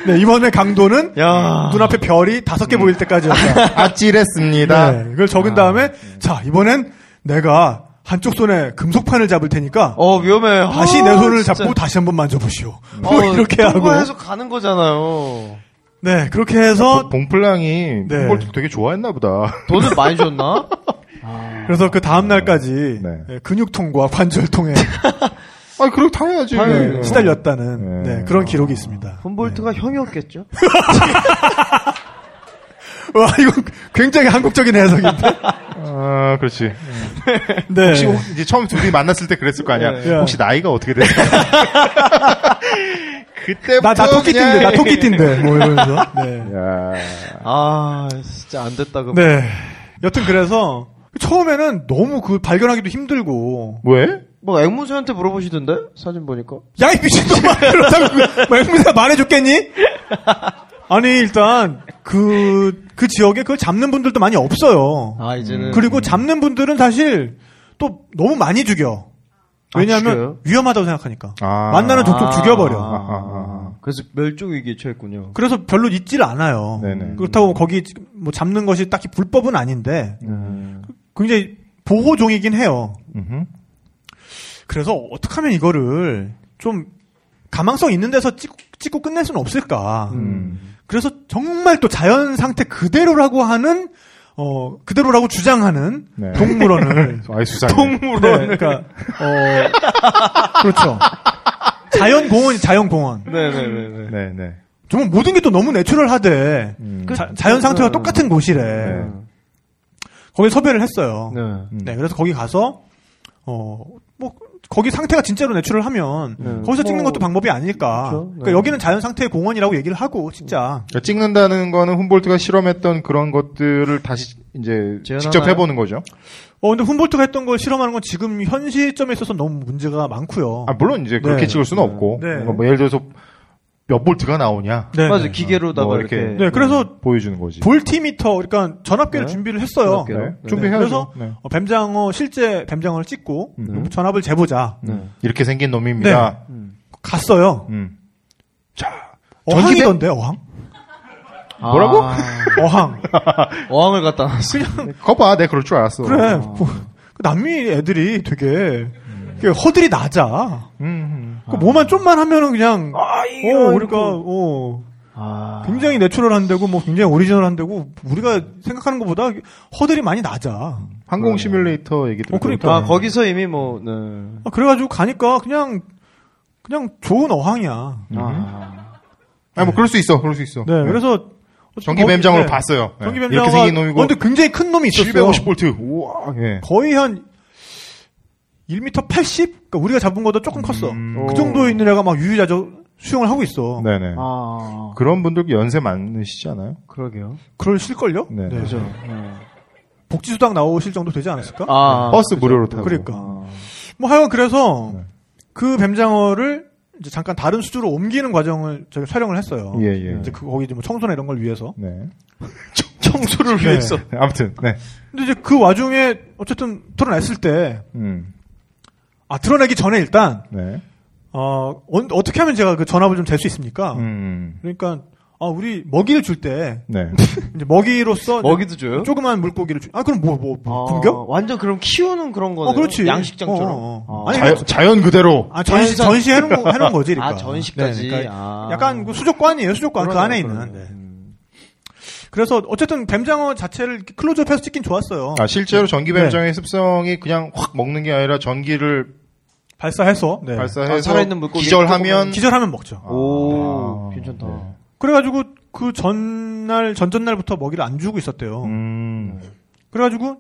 Speaker 2: 네, 이번에 강도는
Speaker 3: 야.
Speaker 2: 눈앞에 별이 다섯 개 보일
Speaker 3: (laughs)
Speaker 2: 때까지였다.
Speaker 4: 아찔했습니다.
Speaker 2: 네, 이걸 적은 다음에 자 이번엔 내가 한쪽 손에 금속판을 잡을 테니까
Speaker 3: 어 위험해.
Speaker 2: 다시
Speaker 3: 아,
Speaker 2: 내 손을
Speaker 3: 진짜.
Speaker 2: (laughs) 잡고 다시 한번 만져보시오. 뭐
Speaker 3: 어,
Speaker 2: 이렇게 하고
Speaker 3: 통과해서 어, 가는 거잖아요.
Speaker 2: 네 그렇게 해서
Speaker 4: 봉플랑이
Speaker 2: 네.
Speaker 4: 그걸 되게 좋아했나 보다.
Speaker 3: 돈을
Speaker 2: (laughs)
Speaker 3: 많이 줬나?
Speaker 2: 그래서 그 다음 날까지
Speaker 4: 네.
Speaker 2: 예, 근육통과
Speaker 3: (laughs)
Speaker 2: 관절통에
Speaker 4: 아, 그렇게 타야지.
Speaker 3: 네.
Speaker 4: 어.
Speaker 2: 예, 시달렸다는
Speaker 4: 네.
Speaker 2: 네, 그런 기록이 있습니다.
Speaker 3: 홈볼트가
Speaker 2: 네.
Speaker 3: 형이었겠죠?
Speaker 2: 와 이거 굉장히 한국적인
Speaker 3: (laughs)
Speaker 2: 해석인데.
Speaker 4: 아, 그렇지.
Speaker 2: 네.
Speaker 4: 혹시 혹- 이제 처음 둘이 만났을 때 그랬을 거 아니야.
Speaker 2: 네.
Speaker 4: 혹시 나이가
Speaker 2: (laughs)
Speaker 4: 어떻게 되세요?
Speaker 2: 나,
Speaker 4: 그때부터
Speaker 2: 나
Speaker 3: 네.
Speaker 2: 토끼띠인데, 나
Speaker 4: 그냥-
Speaker 2: 토끼띠인데, 뭐 이러면서.
Speaker 3: (laughs)
Speaker 2: 네.
Speaker 4: 야,
Speaker 3: 아, 진짜 안 됐다, 그거.
Speaker 2: 네. 여튼 그래서, 처음에는 너무 그 발견하기도 힘들고,
Speaker 4: 왜?
Speaker 3: 뭐, 앵무새한테 물어보시던데? 사진 보니까.
Speaker 2: 야, 이 미친놈아! (laughs) 그렇다고 맹무새가 말해줬겠니? 아니, 일단, 그, 그 지역에 그걸 잡는 분들도 많이 없어요.
Speaker 3: 아, 이제는.
Speaker 2: 그리고 잡는 분들은 사실 또 너무 많이 죽여.
Speaker 3: 아,
Speaker 2: 왜냐하면
Speaker 3: 죽여요?
Speaker 2: 위험하다고 생각하니까.
Speaker 4: 아.
Speaker 2: 만나는 족족
Speaker 3: 아.
Speaker 2: 죽여버려.
Speaker 4: 아, 아,
Speaker 3: 그래서 멸종위기에 처했군요.
Speaker 2: 그래서 별로 있질 않아요.
Speaker 4: 네네.
Speaker 2: 그렇다고 거기 뭐 잡는 것이 딱히 불법은 아닌데
Speaker 4: 음.
Speaker 2: 굉장히 보호종이긴 해요.
Speaker 4: 음흠.
Speaker 2: 그래서 어떻게 하면 이거를 좀 가망성 있는 데서 찍, 찍고 끝낼 수는 없을까.
Speaker 4: 음.
Speaker 2: 그래서 정말 또 자연 상태 그대로라고 하는 어 그대로라고 주장하는
Speaker 4: 네. (laughs)
Speaker 2: 동물원을
Speaker 4: 아이 수상해.
Speaker 2: 동물원 그러니까 어 그렇죠 자연 공원이 자연 공원
Speaker 3: 네네네네.
Speaker 4: 네네.
Speaker 2: 정말 모든 게 또 너무 내추럴하대
Speaker 4: 음.
Speaker 3: 그-
Speaker 2: 자, 자연 상태와 똑같은 곳이래
Speaker 4: 네.
Speaker 2: 거기 섭외를 했어요
Speaker 3: 네.
Speaker 4: 음.
Speaker 2: 네, 그래서 거기 가서 어 뭐 거기 상태가 진짜로 내추럴 하면
Speaker 3: 네.
Speaker 2: 거기서 찍는
Speaker 3: 뭐,
Speaker 2: 것도 방법이 아닐까.
Speaker 3: 그렇죠.
Speaker 2: 그러니까
Speaker 3: 네.
Speaker 2: 여기는 자연 상태의 공원이라고 얘기를 하고 진짜.
Speaker 4: 그러니까 찍는다는 거는 훔볼트가 실험했던 그런 것들을 다시 이제
Speaker 3: 재현하나요?
Speaker 4: 직접 해보는 거죠.
Speaker 2: 어 근데 훔볼트가 했던 걸 실험하는 건 지금 현 시점에 있어서 너무 문제가 많고요.
Speaker 4: 아, 물론 이제 그렇게
Speaker 2: 네.
Speaker 4: 찍을 수는 없고.
Speaker 2: 네.
Speaker 4: 뭐 예를 들어서 몇 볼트가 나오냐.
Speaker 2: 네.
Speaker 3: 맞아
Speaker 2: 네.
Speaker 3: 기계로다가
Speaker 4: 뭐
Speaker 3: 이렇게,
Speaker 4: 이렇게.
Speaker 2: 네, 그래서
Speaker 4: 보여주는 거지.
Speaker 2: 볼티미터 그러니까 전압계를
Speaker 3: 네.
Speaker 2: 준비를 했어요.
Speaker 3: 전압계를.
Speaker 4: 네.
Speaker 3: 네.
Speaker 4: 준비해야죠.
Speaker 2: 그래서
Speaker 4: 네.
Speaker 2: 어, 뱀장어 실제 뱀장어를 찍고 그
Speaker 4: 음.
Speaker 2: 전압을 재보자.
Speaker 4: 음. 이렇게 생긴 놈입니다.
Speaker 2: 네. 갔어요.
Speaker 4: 음. 전기대- 음.
Speaker 2: 어항이던데 어항?
Speaker 3: 아.
Speaker 4: 뭐라고?
Speaker 2: 어항.
Speaker 3: 음.
Speaker 4: 아.
Speaker 3: 어항을 갖다 놨어.
Speaker 4: (laughs)
Speaker 3: (laughs)
Speaker 4: 거봐, 내가 그럴 줄 알았어.
Speaker 2: 그래. 뭐, 그 남미 애들이 되게 그 허들이 낮아.
Speaker 4: 음, 아, 음.
Speaker 2: 그 뭐만 좀만 하면은 그냥 어 그러니까 어
Speaker 3: 아,
Speaker 2: 굉장히 내추럴한데고 뭐 굉장히 오리지널한데고 우리가 생각하는 것보다 허들이 많이 낮아.
Speaker 4: 항공 시뮬레이터 얘기 들어.
Speaker 2: 어, 그러니까.
Speaker 3: 아 거기서 이미 뭐 네.
Speaker 2: 아, 그래가지고 가니까 그냥 그냥 좋은 어항이야.
Speaker 3: 아.
Speaker 4: 아, 뭐 그럴 수 있어. 그럴 수 있어.
Speaker 2: 네, 그래서
Speaker 4: 전기 뱀장으로
Speaker 2: 네.
Speaker 4: 봤어요. 네.
Speaker 2: 전기
Speaker 4: 이렇게
Speaker 2: 뱀장어가
Speaker 4: 생긴 놈이고.
Speaker 2: 근데 굉장히 큰 놈이 있었어요.
Speaker 4: 750 볼트. 우와. 예.
Speaker 2: 거의 한 1m 80? 그러니까 우리가 잡은 것보다 조금 컸어. 그 정도 있는 애가 막 유유자적 수영을 하고 있어.
Speaker 4: 음. 네네.
Speaker 3: 아
Speaker 4: 그런 분들 연세 많으시지 않아요?
Speaker 3: 그러게요.
Speaker 2: 그럴실걸요?
Speaker 4: 네.
Speaker 3: 그죠. 네.
Speaker 2: 복지수당 나오실 정도 되지 않았을까?
Speaker 3: 아
Speaker 4: 버스 무료로 타고.
Speaker 2: 그러니까. 뭐 하여간 그래서 그 뱀장어를 이제 잠깐 다른 수조로 옮기는 과정을 저희가 촬영을 했어요.
Speaker 4: 예, 예.
Speaker 2: 이제 그 거기 이제 뭐 청소나 이런 걸 위해서.
Speaker 4: 네. (laughs)
Speaker 3: 청소를 위해서.
Speaker 4: 네, 아무튼, 네.
Speaker 2: 근데 이제 그 와중에 어쨌든 드러냈을 때,
Speaker 4: 음.
Speaker 2: 아, 드러내기 전에 일단,
Speaker 4: 네.
Speaker 2: 어, 어, 떻게 하면 제가 그 전압을 좀 잴 수 있습니까?
Speaker 4: 음.
Speaker 2: 그러니까, 아, 우리 먹이를 줄 때
Speaker 4: 네.
Speaker 2: 이제 먹이로서
Speaker 3: 먹이도 줘요?
Speaker 2: 조그만 물고기를 주. 아 그럼 뭐 뭐
Speaker 3: 아,
Speaker 2: 굶겨?
Speaker 3: 완전 그럼 키우는 그런 거네요.
Speaker 2: 어, 그렇지.
Speaker 3: 양식장처럼.
Speaker 2: 어, 어,
Speaker 3: 아,
Speaker 2: 아니,
Speaker 4: 자연, 자연 그대로.
Speaker 2: 아 전시
Speaker 3: 자연산-
Speaker 2: 전시 해놓은 거 해놓은 거지. 그러니까.
Speaker 3: 아, 전시까지.
Speaker 2: 네, 그러니까
Speaker 3: 아.
Speaker 2: 약간 그 수족관이에요. 수족관 그
Speaker 3: 그러네요,
Speaker 2: 안에
Speaker 3: 그러네요. 음.
Speaker 2: 있는. 네. 그래서 어쨌든 뱀장어 자체를 이렇게 클로즈업해서 찍긴 좋았어요. 네.
Speaker 4: 아, 실제로 전기 뱀장의 습성이 그냥 확 먹는 게 아니라 전기를
Speaker 2: 발사해서 네.
Speaker 4: 발사해서 아.
Speaker 3: 아, 살아있는 물고기
Speaker 4: 기절하면
Speaker 2: 기절하면 먹죠.
Speaker 3: 오,
Speaker 4: 아,
Speaker 3: 괜찮다.
Speaker 2: 그래가지고 그 전날 전전날부터 먹이를 안 주고 있었대요.
Speaker 4: 음.
Speaker 2: 그래가지고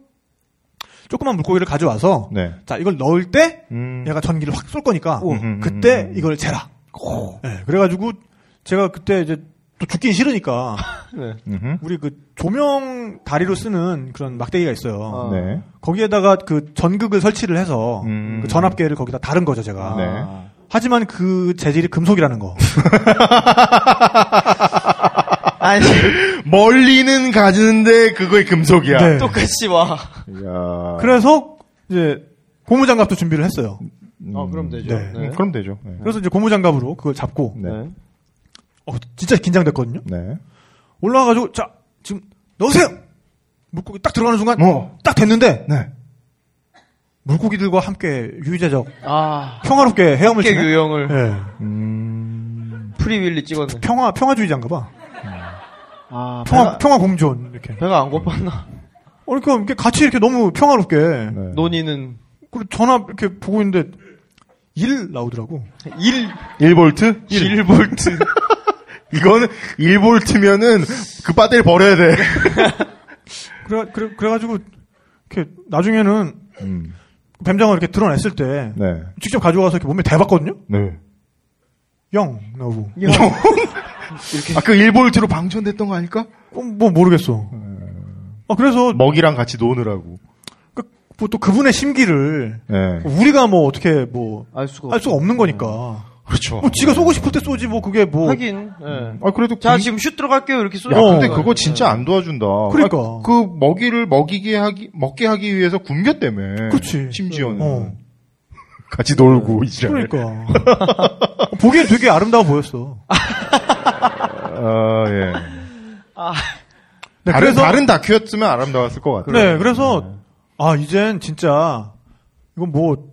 Speaker 2: 조그만 물고기를 가져와서
Speaker 4: 네.
Speaker 2: 자 이걸 넣을 때
Speaker 4: 음.
Speaker 2: 얘가 전기를 확 쏠 거니까
Speaker 4: 음, 음,
Speaker 2: 그때
Speaker 4: 음, 음.
Speaker 2: 이걸 재라. 네, 그래가지고 제가 그때 이제 또 죽긴 싫으니까
Speaker 4: (laughs) 음흠.
Speaker 2: 우리 그 조명 다리로 쓰는 그런 막대기가 있어요.
Speaker 3: 아.
Speaker 4: 네.
Speaker 2: 거기에다가 그 전극을 설치를 해서
Speaker 4: 음.
Speaker 2: 그 전압계를 거기다 다른 거죠 제가.
Speaker 4: 네.
Speaker 2: 하지만 그 재질이 금속이라는 거.
Speaker 3: 아니, (laughs)
Speaker 4: 멀리는 가지는데 그거의 금속이야.
Speaker 2: 네.
Speaker 3: 똑같이 와.
Speaker 4: 야.
Speaker 2: 그래서 이제 고무장갑도 준비를 했어요.
Speaker 4: 음.
Speaker 3: 어, 그럼 되죠.
Speaker 2: 네.
Speaker 4: 음, 그럼 되죠. 네.
Speaker 2: 그래서 이제 고무장갑으로 그걸 잡고
Speaker 4: 네.
Speaker 3: 네.
Speaker 2: 어, 진짜 긴장됐거든요.
Speaker 4: 네.
Speaker 2: 올라와가지고 자 지금 넣으세요. 물고기 딱 들어가는 순간
Speaker 4: 어.
Speaker 2: 딱 됐는데
Speaker 4: 네.
Speaker 2: 물고기들과 함께 유유자적
Speaker 3: 아,
Speaker 2: 평화롭게 헤엄을
Speaker 3: 함께
Speaker 2: 치네.
Speaker 3: 유형을
Speaker 2: 예.
Speaker 3: 프리윌리 찍었네.
Speaker 2: 평화 평화주의자인가 봐.
Speaker 3: 아,
Speaker 2: 평화
Speaker 3: 배가,
Speaker 2: 평화 공존 이렇게.
Speaker 3: 배가 안 고팠나?
Speaker 2: 어, 그러니까 이렇게 같이 이렇게 너무 평화롭게.
Speaker 4: 네.
Speaker 3: 논의는
Speaker 2: 그리고 전화 이렇게 보고 있는데 일 나오더라고.
Speaker 3: 1,
Speaker 2: (laughs)
Speaker 4: 1볼트?
Speaker 3: 1볼트.
Speaker 4: 이거는 1볼트면은 그 배터리 버려야 돼.
Speaker 2: 그래 그래 그래가지고 이렇게 나중에는
Speaker 4: 음.
Speaker 2: 뱀장어 이렇게 드러냈을 때
Speaker 4: 네.
Speaker 2: 직접 가져와서 이렇게 몸에 대봤거든요.
Speaker 4: 네.
Speaker 2: 영 나오고.
Speaker 4: (laughs) 아, 그 1볼트로 방전됐던 거 아닐까?
Speaker 2: 어, 뭐 모르겠어. 아 그래서
Speaker 4: 먹이랑 같이 노느라고.
Speaker 2: 그, 뭐또 그분의 심기를
Speaker 4: 네.
Speaker 2: 우리가 뭐 어떻게 뭐 알
Speaker 3: 알 수가 없
Speaker 2: 수가 없는 거니까.
Speaker 4: 그렇죠.
Speaker 2: 뭐 지가 쏘고 싶을 때 쏘지 뭐 그게 뭐.
Speaker 3: 하긴, 예.
Speaker 4: 아, 그래도
Speaker 3: 자,
Speaker 4: 군-
Speaker 3: 지금 슛 들어갈게요. 이렇게 쏘
Speaker 4: 야, 근데 그거 진짜 안 도와준다.
Speaker 2: 그러니까.
Speaker 4: 아, 그 먹이를 먹이게 하기, 먹게 하기 위해서 굶겼다며.
Speaker 2: 그치.
Speaker 4: 심지어는.
Speaker 2: 어.
Speaker 4: 같이 놀고, 이제.
Speaker 2: 그러니까. (laughs) 보기엔 되게 아름다워 보였어.
Speaker 4: 아, 예.
Speaker 2: 네,
Speaker 4: 다른, 다른 다큐였으면 아름다웠을 것 같아요.
Speaker 2: 네, 그래서, 아, 이젠 진짜, 이건 뭐,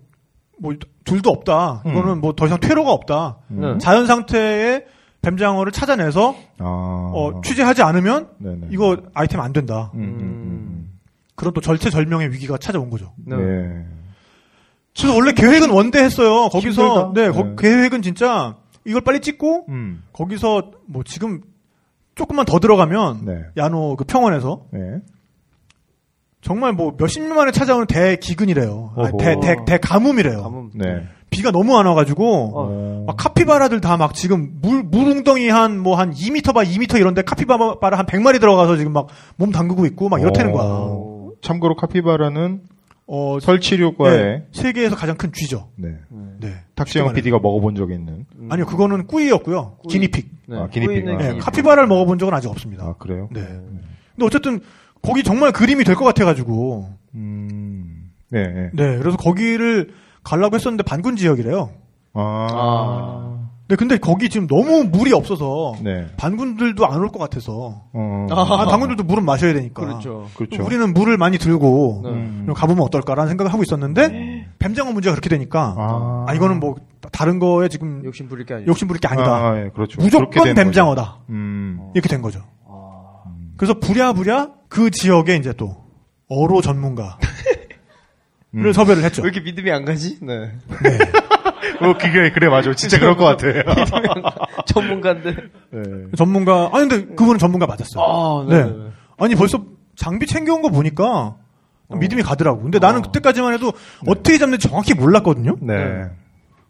Speaker 2: 뭐, 둘도 없다. 이거는 뭐 더 이상 퇴로가 없다.
Speaker 3: 네.
Speaker 2: 자연 상태의 뱀장어를 찾아내서,
Speaker 4: 아.
Speaker 2: 어, 취재하지 않으면,
Speaker 4: 네네.
Speaker 2: 이거 아이템 안 된다.
Speaker 4: 음,
Speaker 3: 네.
Speaker 4: 음, 음,
Speaker 2: 그런 또 절체절명의 위기가 찾아온 거죠.
Speaker 4: 음.
Speaker 3: 네.
Speaker 2: 그래서 원래 계획은 원대 했어요. 거기서,
Speaker 4: 힘들다.
Speaker 2: 네, 거-
Speaker 4: 네.
Speaker 2: 계획은 진짜, 이걸 빨리 찍고,
Speaker 4: 예. 음.
Speaker 2: 거기서, 뭐 지금, 조금만 더 들어가면,
Speaker 4: 네.
Speaker 2: 야노 그 평원에서,
Speaker 4: 네.
Speaker 2: 정말 뭐 몇십 년 만에 찾아오는 대기근이래요. 아니,
Speaker 4: 어허.
Speaker 2: 대, 대, 대가뭄이래요.
Speaker 3: 가뭄.
Speaker 4: 네.
Speaker 2: 비가 너무 안 와가지고,
Speaker 3: 어.
Speaker 2: 막 카피바라들 다 막 지금 물, 물웅덩이 한 뭐 한 2m 바 2m 이런데 카피바라 한 100마리 들어가서 지금 막 몸 담그고 있고 막 이렇다는 거야.
Speaker 4: 어. 참고로 카피바라는
Speaker 2: 어, 설-
Speaker 4: 설치류과의
Speaker 2: 네, 세계에서 가장 큰 쥐죠.
Speaker 4: 네.
Speaker 2: 네.
Speaker 4: 탁수영
Speaker 2: 쉽게
Speaker 4: PD가 먹어본 적이 있는
Speaker 2: 아니요, 그거는 꾸이였고요.
Speaker 3: 꾸이.
Speaker 2: 기니픽.
Speaker 4: 아, 기니피가.
Speaker 3: 꾸이는
Speaker 2: 네,
Speaker 4: 기니픽.
Speaker 2: 카피바라를 먹어본 적은 아직 없습니다.
Speaker 4: 아 그래요?
Speaker 2: 네. 근데 어쨌든 거기 정말 그림이 될 것 같아가지고.
Speaker 4: 음. 네. 네.
Speaker 2: 네. 그래서 거기를 가려고 했었는데 반군 지역이래요.
Speaker 4: 아.
Speaker 2: 네, 근데 거기 지금 너무 물이 없어서
Speaker 4: 네.
Speaker 2: 반군들도 안 올 것 같아서.
Speaker 4: 어.
Speaker 2: 아, 반군들도 물은 마셔야 되니까.
Speaker 3: 그렇죠.
Speaker 4: 그렇죠.
Speaker 2: 우리는 물을 많이 들고
Speaker 3: 네.
Speaker 4: 음.
Speaker 2: 그럼 가보면 어떨까라는 생각을 하고 있었는데 뱀장어 문제가 그렇게 되니까
Speaker 4: 아.
Speaker 2: 아, 이거는 뭐 다른 거에 지금
Speaker 3: 욕심 부릴 게 아니죠.
Speaker 2: 욕심 부릴 게 아니다.
Speaker 4: 아, 아, 예, 그렇죠. 그렇게
Speaker 2: 무조건
Speaker 4: 된
Speaker 2: 뱀장어다.
Speaker 4: 거죠. 음.
Speaker 2: 이렇게 된 거죠.
Speaker 3: 아.
Speaker 2: 그래서 부랴부랴 그 지역에 이제 또 어로 전문가를
Speaker 4: 음.
Speaker 2: 섭외를 했죠.
Speaker 3: 왜 이렇게 믿음이 안 가지? 네. (laughs)
Speaker 4: 어, 그게 그래 맞아. 진짜 그럴 것
Speaker 2: (laughs)
Speaker 4: 같아.
Speaker 3: 전문가인데.
Speaker 4: 네.
Speaker 2: 전문가 아니 근데 그분은 전문가 맞았어요.
Speaker 3: 아,
Speaker 2: 네.
Speaker 3: 네. 네.
Speaker 2: 아니 벌써 장비 챙겨온 거 보니까 믿음이 가더라고. 근데 나는 그때까지만 해도 어떻게 잡는지 정확히 몰랐거든요.
Speaker 4: 네.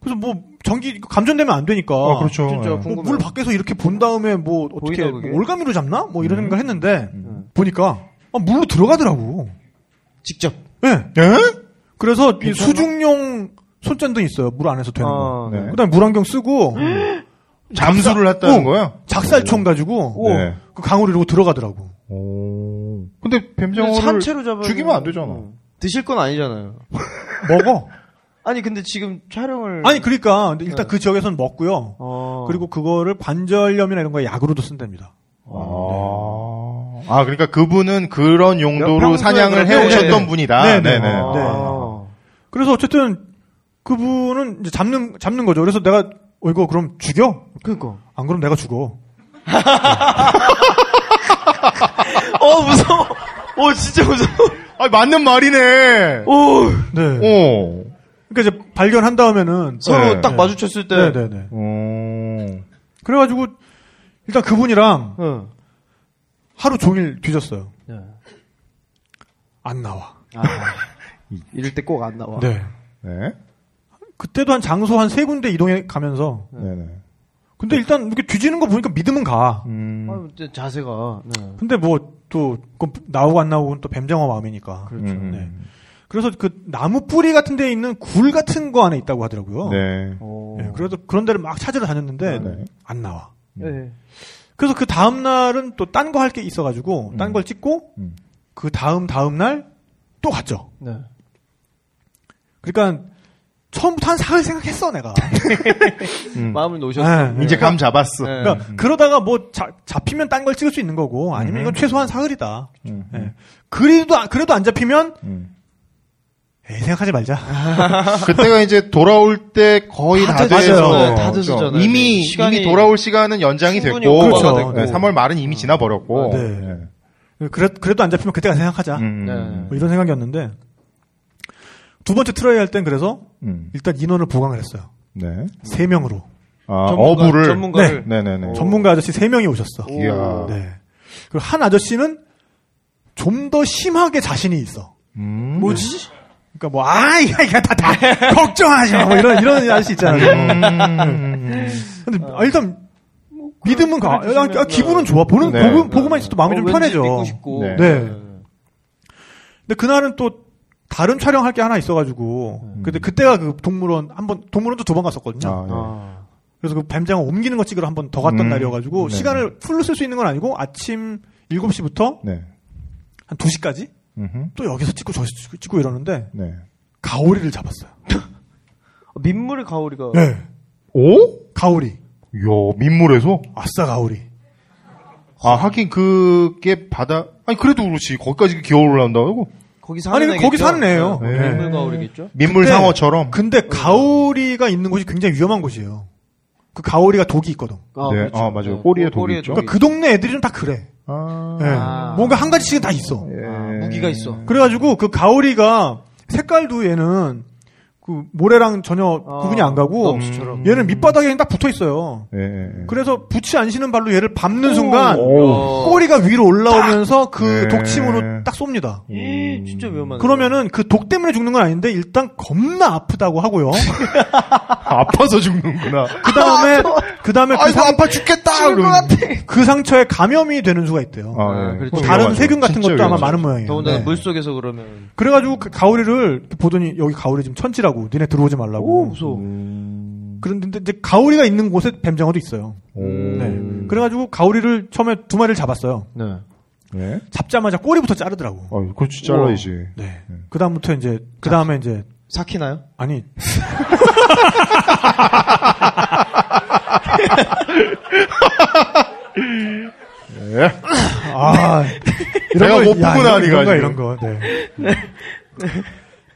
Speaker 2: 그래서 뭐 전기 감전되면 안 되니까.
Speaker 4: 어, 그렇죠.
Speaker 3: 아, 진짜
Speaker 4: 예.
Speaker 2: 뭐
Speaker 3: 궁금해요.
Speaker 2: 물 밖에서 이렇게 본 다음에 뭐 어떻게
Speaker 3: 보이나,
Speaker 2: 뭐
Speaker 3: 그게?
Speaker 2: 올가미로 잡나? 뭐 이런 생각을 했는데 보니까 아, 물로 들어가더라고.
Speaker 3: 직접.
Speaker 2: 예. 그래서 이 수중용 손전등 있어요. 물 안에서 되는 거.
Speaker 3: 아,
Speaker 4: 네.
Speaker 3: 네.
Speaker 2: 그다음 에 물안경 쓰고
Speaker 4: 잠수를 했다는
Speaker 2: 어,
Speaker 4: 거예요?
Speaker 2: 작살총 가지고
Speaker 4: 네.
Speaker 2: 그 강으로 이러고 들어가더라고.
Speaker 4: 오. 근데
Speaker 3: 근데
Speaker 4: 뱀장어를
Speaker 3: 산채로 잡아
Speaker 4: 죽이면 안 되잖아.
Speaker 3: 드실 건 아니잖아요.
Speaker 2: 먹어.
Speaker 3: 아니 근데 지금 촬영을
Speaker 2: 아니 그러니까 근데 일단 그 지역에서는 먹고요.
Speaker 3: 음. 어.
Speaker 2: 그리고 그거를 관절염이나 이런 거에 약으로도 쓴답니다.
Speaker 4: 아. 아, 그러니까 그분은 그런 용도로
Speaker 3: 네. 평소에
Speaker 4: 사냥을
Speaker 3: 그렇게-
Speaker 4: 해오셨던
Speaker 3: 네.
Speaker 4: 분이다.
Speaker 2: 네, 네.
Speaker 4: 네네.
Speaker 2: 네. 그래서 어쨌든 그분은 이제 잡는 잡는 거죠. 그래서 내가 어 이거 그럼 죽여?
Speaker 3: 그니까.
Speaker 2: 안 그럼 내가 죽어.
Speaker 3: 어 무서워. 어 진짜 무서워.
Speaker 4: 아, 맞는 말이네.
Speaker 3: 오.
Speaker 2: 네.
Speaker 4: 어. 오.
Speaker 2: 그러니까 이제 발견한 다음에는
Speaker 3: 서로
Speaker 4: 네.
Speaker 3: 딱 마주쳤을 때.
Speaker 2: 네, 네, 네.
Speaker 4: 오.
Speaker 2: 그래가지고 일단 그분이랑
Speaker 3: 응.
Speaker 2: 하루 종일 뒤졌어요.
Speaker 3: 네.
Speaker 2: 안 나와.
Speaker 3: 아, 이럴 때 꼭 안 나와.
Speaker 2: 네.
Speaker 4: 네.
Speaker 2: 그때도 한 장소 한 세 군데 이동해 가면서
Speaker 4: 네네.
Speaker 2: 근데 일단 이렇게 뒤지는 거 보니까 믿음은 가.
Speaker 4: 음.
Speaker 3: 아, 근데 자세가. 네.
Speaker 2: 근데 뭐 또 나오고 안 나오고는 또 뱀장어 마음이니까.
Speaker 3: 그렇죠.
Speaker 4: 음.
Speaker 2: 네. 그래서 그 나무 뿌리 같은 데에 있는 굴 같은 거 안에 있다고 하더라고요.
Speaker 4: 네.
Speaker 3: 오.
Speaker 2: 네, 그래서 그런 데를 막 찾으러 다녔는데
Speaker 4: 네.
Speaker 2: 안 나와.
Speaker 3: 네.
Speaker 2: 음. 그래서 그 다음 날은 또 딴 거 할 게 있어가지고 딴 걸 찍고
Speaker 4: 음.
Speaker 2: 그 다음 다음 날 또 갔죠.
Speaker 3: 네.
Speaker 2: 그러니까 처음부터 한 사흘 생각했어
Speaker 4: (laughs)
Speaker 2: 내가.
Speaker 4: 음.
Speaker 3: 마음을
Speaker 2: 네,
Speaker 3: 놓으셨어요.
Speaker 2: 네.
Speaker 4: 이제 감 잡았어.
Speaker 3: 네.
Speaker 2: 그러니까 그러다가 뭐 자- 잡히면 딴 걸 찍을 수 있는 거고 아니면 이건 최소한 사흘이다.
Speaker 4: 음.
Speaker 3: 네.
Speaker 2: 예. 그래도 안- 그래도 안 잡히면
Speaker 4: 음.
Speaker 2: 에이, 생각하지 말자.
Speaker 4: 아. (laughs) 그때가 이제 돌아올 때 거의 다,
Speaker 3: 다
Speaker 4: 돼서
Speaker 3: 됐어요. 네, 다
Speaker 4: 그렇죠.
Speaker 3: 됐었잖아요. 네,
Speaker 4: 이미
Speaker 3: 시간이
Speaker 4: 이미 돌아올 시간은 연장이 됐고,
Speaker 3: 충분히 오버가 음. 아,
Speaker 2: 됐고.
Speaker 4: 네, 3월 말은 이미 지나버렸고.
Speaker 2: 네. 그래, 도안 잡히면 그때가 생각하자.
Speaker 4: 음.
Speaker 3: 네.
Speaker 2: 뭐 이런 생각이었는데 두 번째 트라이 할 땐 그래서
Speaker 4: 음.
Speaker 2: 일단 인원을 보강을 했어요.
Speaker 4: 네.
Speaker 2: 세 명으로
Speaker 4: 아,
Speaker 3: 전문가-
Speaker 4: 어부를.
Speaker 3: 전문가를.
Speaker 4: 네네네.
Speaker 2: 전문가 아저씨 세 명이 오셨어.
Speaker 3: 오.
Speaker 4: 이야.
Speaker 2: 네. 그리고 한 아저씨는 좀 더 심하게 자신이 있어.
Speaker 4: 음.
Speaker 2: 뭐지? 그러니까 뭐 아이 이거 다다 걱정하지 마. 뭐 이런 이런 아저씨 있잖아요.
Speaker 4: 음.
Speaker 2: 근데 아, 일단 믿음은 가.
Speaker 3: 어. 뭐 그래 주시면-
Speaker 2: 아, 아, 기분은 좋아. 보는
Speaker 4: 네.
Speaker 2: 보고, 보고만 있어도 마음이
Speaker 3: 어,
Speaker 2: 좀
Speaker 3: 왠지
Speaker 2: 편해져.
Speaker 3: 믿고 싶고.
Speaker 4: 네.
Speaker 2: 네. 근데 그날은 또 다른 촬영할 게 하나 있어가지고 근데 그때가 그 동물원 한번 동물원도 두 번 갔었거든요.
Speaker 4: 음. 아, 네.
Speaker 3: 아.
Speaker 2: 그래서 그 뱀장어 옮기는 거 찍으러 한 번 더 갔던
Speaker 4: 음.
Speaker 2: 날이어가지고
Speaker 4: 네.
Speaker 2: 시간을 풀로 쓸 수 있는 건 아니고 아침 7시부터
Speaker 4: 네.
Speaker 2: 한 2시까지
Speaker 4: 음흠.
Speaker 2: 또 여기서 찍고 저기서 찍고, 찍고 이러는데
Speaker 4: 네.
Speaker 2: 가오리를 잡았어요.
Speaker 3: 민물의 가오리가.
Speaker 2: 네.
Speaker 4: 오?
Speaker 2: 가오리. 네.
Speaker 4: 요 민물에서?
Speaker 2: 아싸 가오리.
Speaker 4: 아, 하긴 그게 바다. 아니, 그래도 그렇지. 거기까지 기어 올라온다고?
Speaker 3: 거기 사는
Speaker 2: 아니,
Speaker 3: 애겠죠?
Speaker 2: 거기 사는 애예요.
Speaker 3: 네.
Speaker 4: 네.
Speaker 3: 민물 가오리겠죠?
Speaker 4: 민물
Speaker 2: 그때-
Speaker 4: 상어처럼.
Speaker 2: 근데 가오리가 있는 곳이 굉장히 위험한 곳이에요. 그 가오리가 독이 있거든.
Speaker 3: 아,
Speaker 4: 네. 아, 맞아요. 꼬리에 독이 있죠.
Speaker 2: 그러니까 그 동네 애들은 다 그래.
Speaker 4: 아.
Speaker 2: 예.
Speaker 3: 아.
Speaker 2: 뭔가 한 가지씩은 다 있어.
Speaker 4: 예.
Speaker 3: 아, 무기가 있어.
Speaker 2: 그래가지고 그 가오리가 색깔도 얘는 그 모래랑 전혀 구분이 안 가고
Speaker 3: 넙시처럼.
Speaker 2: 얘는 밑바닥에 딱 붙어 있어요.
Speaker 4: 예, 예.
Speaker 2: 그래서 붙이 안 쉬는 발로 얘를 밟는 순간
Speaker 3: 오.
Speaker 2: 꼬리가 위로 올라오면서 그
Speaker 4: 네. 음.
Speaker 2: 독침으로 딱 쏩니다.
Speaker 3: 에이, 진짜 위험하네.
Speaker 2: 그러면은 그 독 때문에 죽는 건 아닌데 일단 겁나 아프다고 하고요.
Speaker 4: 아파서 예. 죽는구나.
Speaker 2: 그
Speaker 4: (laughs)
Speaker 2: 다음에 그 다음에 그,
Speaker 4: 아, 아이고,
Speaker 2: 상,
Speaker 4: 아파 죽겠다!
Speaker 3: 죽을 것
Speaker 4: 그러면.
Speaker 3: 같아.
Speaker 2: 그 상처에 감염이 되는 수가 있대요.
Speaker 4: 아,
Speaker 3: 네,
Speaker 4: 예.
Speaker 3: 그렇죠.
Speaker 2: 뭐
Speaker 4: 또
Speaker 2: 다른
Speaker 4: 위험하죠.
Speaker 2: 세균 같은
Speaker 4: 진짜
Speaker 2: 것도 아마
Speaker 4: 위험하죠.
Speaker 2: 많은 모양이에요.
Speaker 3: 더군다나
Speaker 2: 네.
Speaker 3: 물속에서 그러면. 음.
Speaker 2: 그래가지고 그 가오리를 보더니 여기 가오리 지금 천지라고 니네 들어오지 말라고.
Speaker 3: 무서워.
Speaker 2: 그런데 이제 가오리가 있는 곳에 뱀장어도 있어요. 네. 그래가지고 가오리를 처음에 두 마리를 잡았어요.
Speaker 3: 네.
Speaker 4: 네.
Speaker 2: 잡자마자 꼬리부터 자르더라고.
Speaker 4: 어, 그거 잘라야지.
Speaker 2: 네. 그 다음부터 이제 그 다음에 이제
Speaker 3: 삭히나요?
Speaker 2: 아니 아 이런
Speaker 4: 예.
Speaker 2: 거,
Speaker 4: 내가 못
Speaker 2: 야,
Speaker 4: 보구나,
Speaker 2: 이런,
Speaker 4: 네가
Speaker 2: 이런 거
Speaker 4: 지금.
Speaker 2: 이런 거. 네.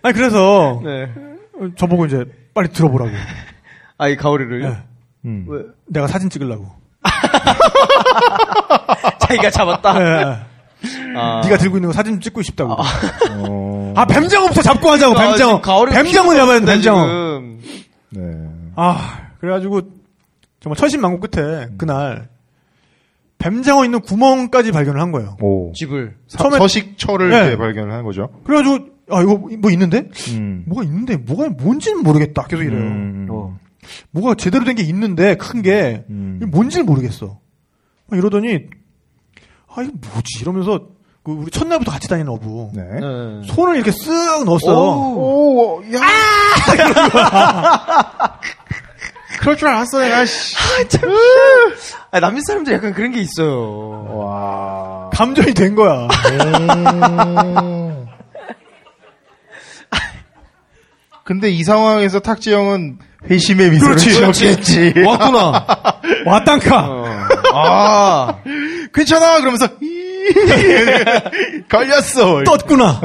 Speaker 2: 아니 그래서
Speaker 3: 네.
Speaker 2: 저보고 이제 빨리 들어보라고.
Speaker 3: 아이 가오리를요? (laughs)
Speaker 2: 네.
Speaker 4: 음.
Speaker 3: 왜?
Speaker 2: 내가 사진 찍으려고.
Speaker 3: 자기가 아, 잡았다.
Speaker 2: 네. 네.
Speaker 3: 아.
Speaker 2: 가 들고 있는 거 사진 찍고 싶다고. 아,
Speaker 4: 어,
Speaker 2: 뱀장어부터 잡고 하자고.
Speaker 3: 아,
Speaker 2: 뱀장어.
Speaker 3: 지금 가오리가
Speaker 2: 뱀장어
Speaker 3: 피우고
Speaker 2: 잡아야 돼.
Speaker 3: 있습니다,
Speaker 2: 뱀장어.
Speaker 3: 지금.
Speaker 4: 네.
Speaker 2: 아, 그래가지고 정말 천신만고 끝에
Speaker 4: 음.
Speaker 2: 그날 뱀장어 있는 구멍까지 발견을 한 거예요.
Speaker 4: 오.
Speaker 3: 집을.
Speaker 4: 사-
Speaker 2: 처음에-
Speaker 4: 서식처를
Speaker 2: 네.
Speaker 4: 이제 발견을 한 거죠.
Speaker 2: 그래가지고 아 이거 뭐 있는데?
Speaker 4: 음.
Speaker 2: 뭐가 있는데? 뭐가 뭔지는 모르겠다. 계속 이래요.
Speaker 4: 음.
Speaker 3: 어.
Speaker 2: 뭐가 제대로 된 게 있는데 큰 게
Speaker 4: 음.
Speaker 2: 뭔지를 모르겠어. 막 이러더니 아 이거 뭐지? 이러면서 그 우리 첫날부터 같이 다니는 어부
Speaker 4: 네.
Speaker 3: 네.
Speaker 2: 손을 이렇게 쓱 넣었어.
Speaker 4: 오, 야! 아! (laughs) 그럴 줄 알았어, 내가, 씨.
Speaker 3: 아, 남미 사람들 약간 그런 게 있어요.
Speaker 4: 와.
Speaker 2: 감정이 된
Speaker 4: (laughs)
Speaker 2: 거야.
Speaker 4: 근데 이 상황에서 탁지영은 회심의 미소를 지었겠지. 어?
Speaker 3: 왔구나. 어.
Speaker 2: (laughs) 와땅카.
Speaker 3: 아.
Speaker 4: (laughs) 괜찮아! 그러면서, 이- (laughs) 걸렸어.
Speaker 2: 떴구나.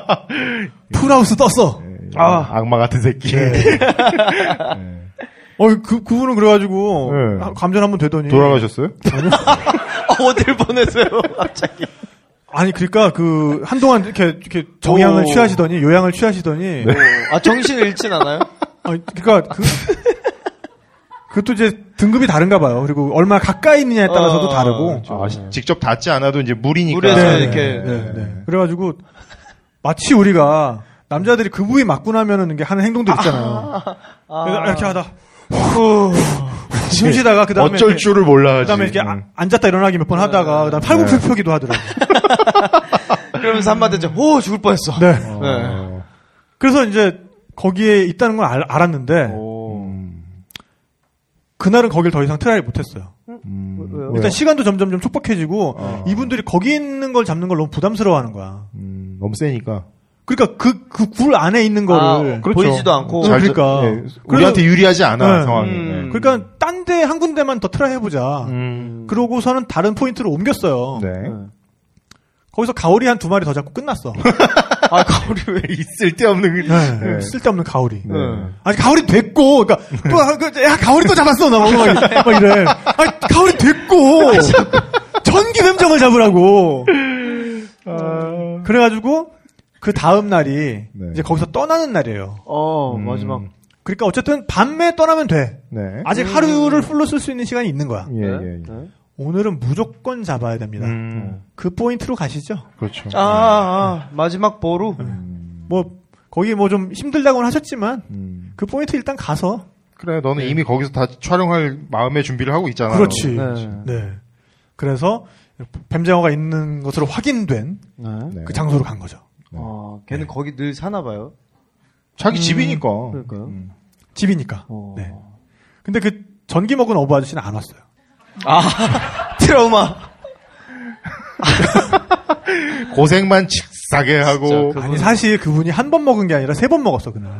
Speaker 2: (laughs) 풀하우스 떴어.
Speaker 4: 아. 네. 악마 같은 새끼.
Speaker 2: 어, 그, 그분은 그래가지고,
Speaker 4: 네.
Speaker 2: 아, 감전 한번 되더니.
Speaker 4: 돌아가셨어요?
Speaker 3: 어딜 보내세요, (laughs) 갑자기.
Speaker 2: 아니, 그러니까 그, 한동안 이렇게, 이렇게 정향을
Speaker 3: 오.
Speaker 2: 취하시더니, 요양을 취하시더니.
Speaker 4: 네.
Speaker 3: 아, 정신을 잃진 않아요?
Speaker 2: 아니, 그러니까 (laughs) 그, 그것도 이제 등급이 다른가 봐요. 그리고 얼마 가까이 있느냐에 따라서도
Speaker 3: 어,
Speaker 2: 다르고.
Speaker 4: 아, 시- 직접 닿지 않아도 이제 물이니까.
Speaker 3: 물에서 이렇게.
Speaker 2: 네, 네. 그래가지고, 마치 우리가, 남자들이 그 부위 맞고 나면은 이게 하는 행동들 있잖아요. 그래서 이렇게 하다. 숨 쉬다가 그 다음에.
Speaker 4: 어쩔 줄을 몰라.
Speaker 2: 그 다음에 이렇게 아- 앉았다 일어나기
Speaker 4: 네.
Speaker 2: 몇 번 하다가, 그 다음에 팔굽혀 펴기도 하더라고요.
Speaker 3: 그러면서 한마디 했죠. 오, 죽을 뻔했어.
Speaker 2: 네.
Speaker 3: 네.
Speaker 4: 어.
Speaker 2: 그래서 이제 거기에 있다는 걸 알, 았는데
Speaker 4: 음.
Speaker 2: 그날은 거길 더 이상 트라이를 못했어요.
Speaker 3: 왜요?
Speaker 2: 일단 시간도 점점 좀 촉박해지고
Speaker 4: 어.
Speaker 2: 이분들이 거기 있는 걸 잡는 걸 너무 부담스러워하는 거야.
Speaker 4: 너무 세니까.
Speaker 2: 그러니까 그 그 굴 안에 있는
Speaker 3: 아,
Speaker 2: 거를
Speaker 4: 그렇죠.
Speaker 3: 보이지도 않고.
Speaker 2: 잘- 그러니까.
Speaker 4: 예, 우리한테 유리하지 않아
Speaker 2: 네.
Speaker 4: 상황이.
Speaker 3: 음.
Speaker 2: 그러니까 딴 데 한 군데만 더 트라이 해보자.
Speaker 4: 음.
Speaker 2: 그러고서는 다른 포인트로 옮겼어요.
Speaker 4: 네.
Speaker 2: 거기서 가오리 한 두 마리 더 잡고 끝났어.
Speaker 3: 아, 가오리 왜
Speaker 4: (laughs)
Speaker 3: 있을 때 없는.
Speaker 2: 네. (laughs)
Speaker 4: 네.
Speaker 2: 쓸데없는 가오리.
Speaker 4: 네.
Speaker 2: 아니 가오리 됐고, 그러니까 또야 가오리 또 잡았어 나 막, 막, 막 이래. 아니 가오리 됐고 전기 뱀장을 잡으라고. 그래가지고 그 다음 날이
Speaker 4: 네.
Speaker 2: 이제 거기서 떠나는 날이에요.
Speaker 3: 어,
Speaker 4: 음.
Speaker 3: 마지막.
Speaker 2: 그러니까 어쨌든 밤에 떠나면 돼.
Speaker 4: 네.
Speaker 2: 아직 하루를 풀로 쓸 수 있는 시간이 있는 거야.
Speaker 4: 예, 예, 예.
Speaker 3: 네.
Speaker 2: 오늘은 무조건 잡아야 됩니다.
Speaker 4: 음.
Speaker 2: 그 포인트로 가시죠.
Speaker 4: 그렇죠.
Speaker 3: 아, 아, 아, 마지막 보루.
Speaker 2: 뭐 거기 뭐 좀 힘들다고는 하셨지만
Speaker 4: 음.
Speaker 2: 그 포인트 일단 가서
Speaker 4: 그래, 너는 이미 거기서 다 촬영할 마음의 준비를 하고 있잖아.
Speaker 2: 네. 그렇지.
Speaker 3: 네.
Speaker 2: 네. 그래서 뱀장어가 있는 것으로 확인된
Speaker 3: 네.
Speaker 4: 네.
Speaker 2: 그 장소로 간 거죠.
Speaker 3: 어, 걔는 거기 늘 사나 봐요.
Speaker 2: 음.
Speaker 4: 자기 집이니까.
Speaker 2: 네.
Speaker 3: 그러니까요.
Speaker 2: 집이니까.
Speaker 3: 어.
Speaker 2: 네. 근데 그 전기 먹은 어부 아저씨는 안 왔어요.
Speaker 3: 아, 트라우마.
Speaker 4: 고생만 칙싸게 하고.
Speaker 3: 진짜
Speaker 2: 아니 사실 그분이 한 번 먹은 게 아니라 세 번 먹었어 그날.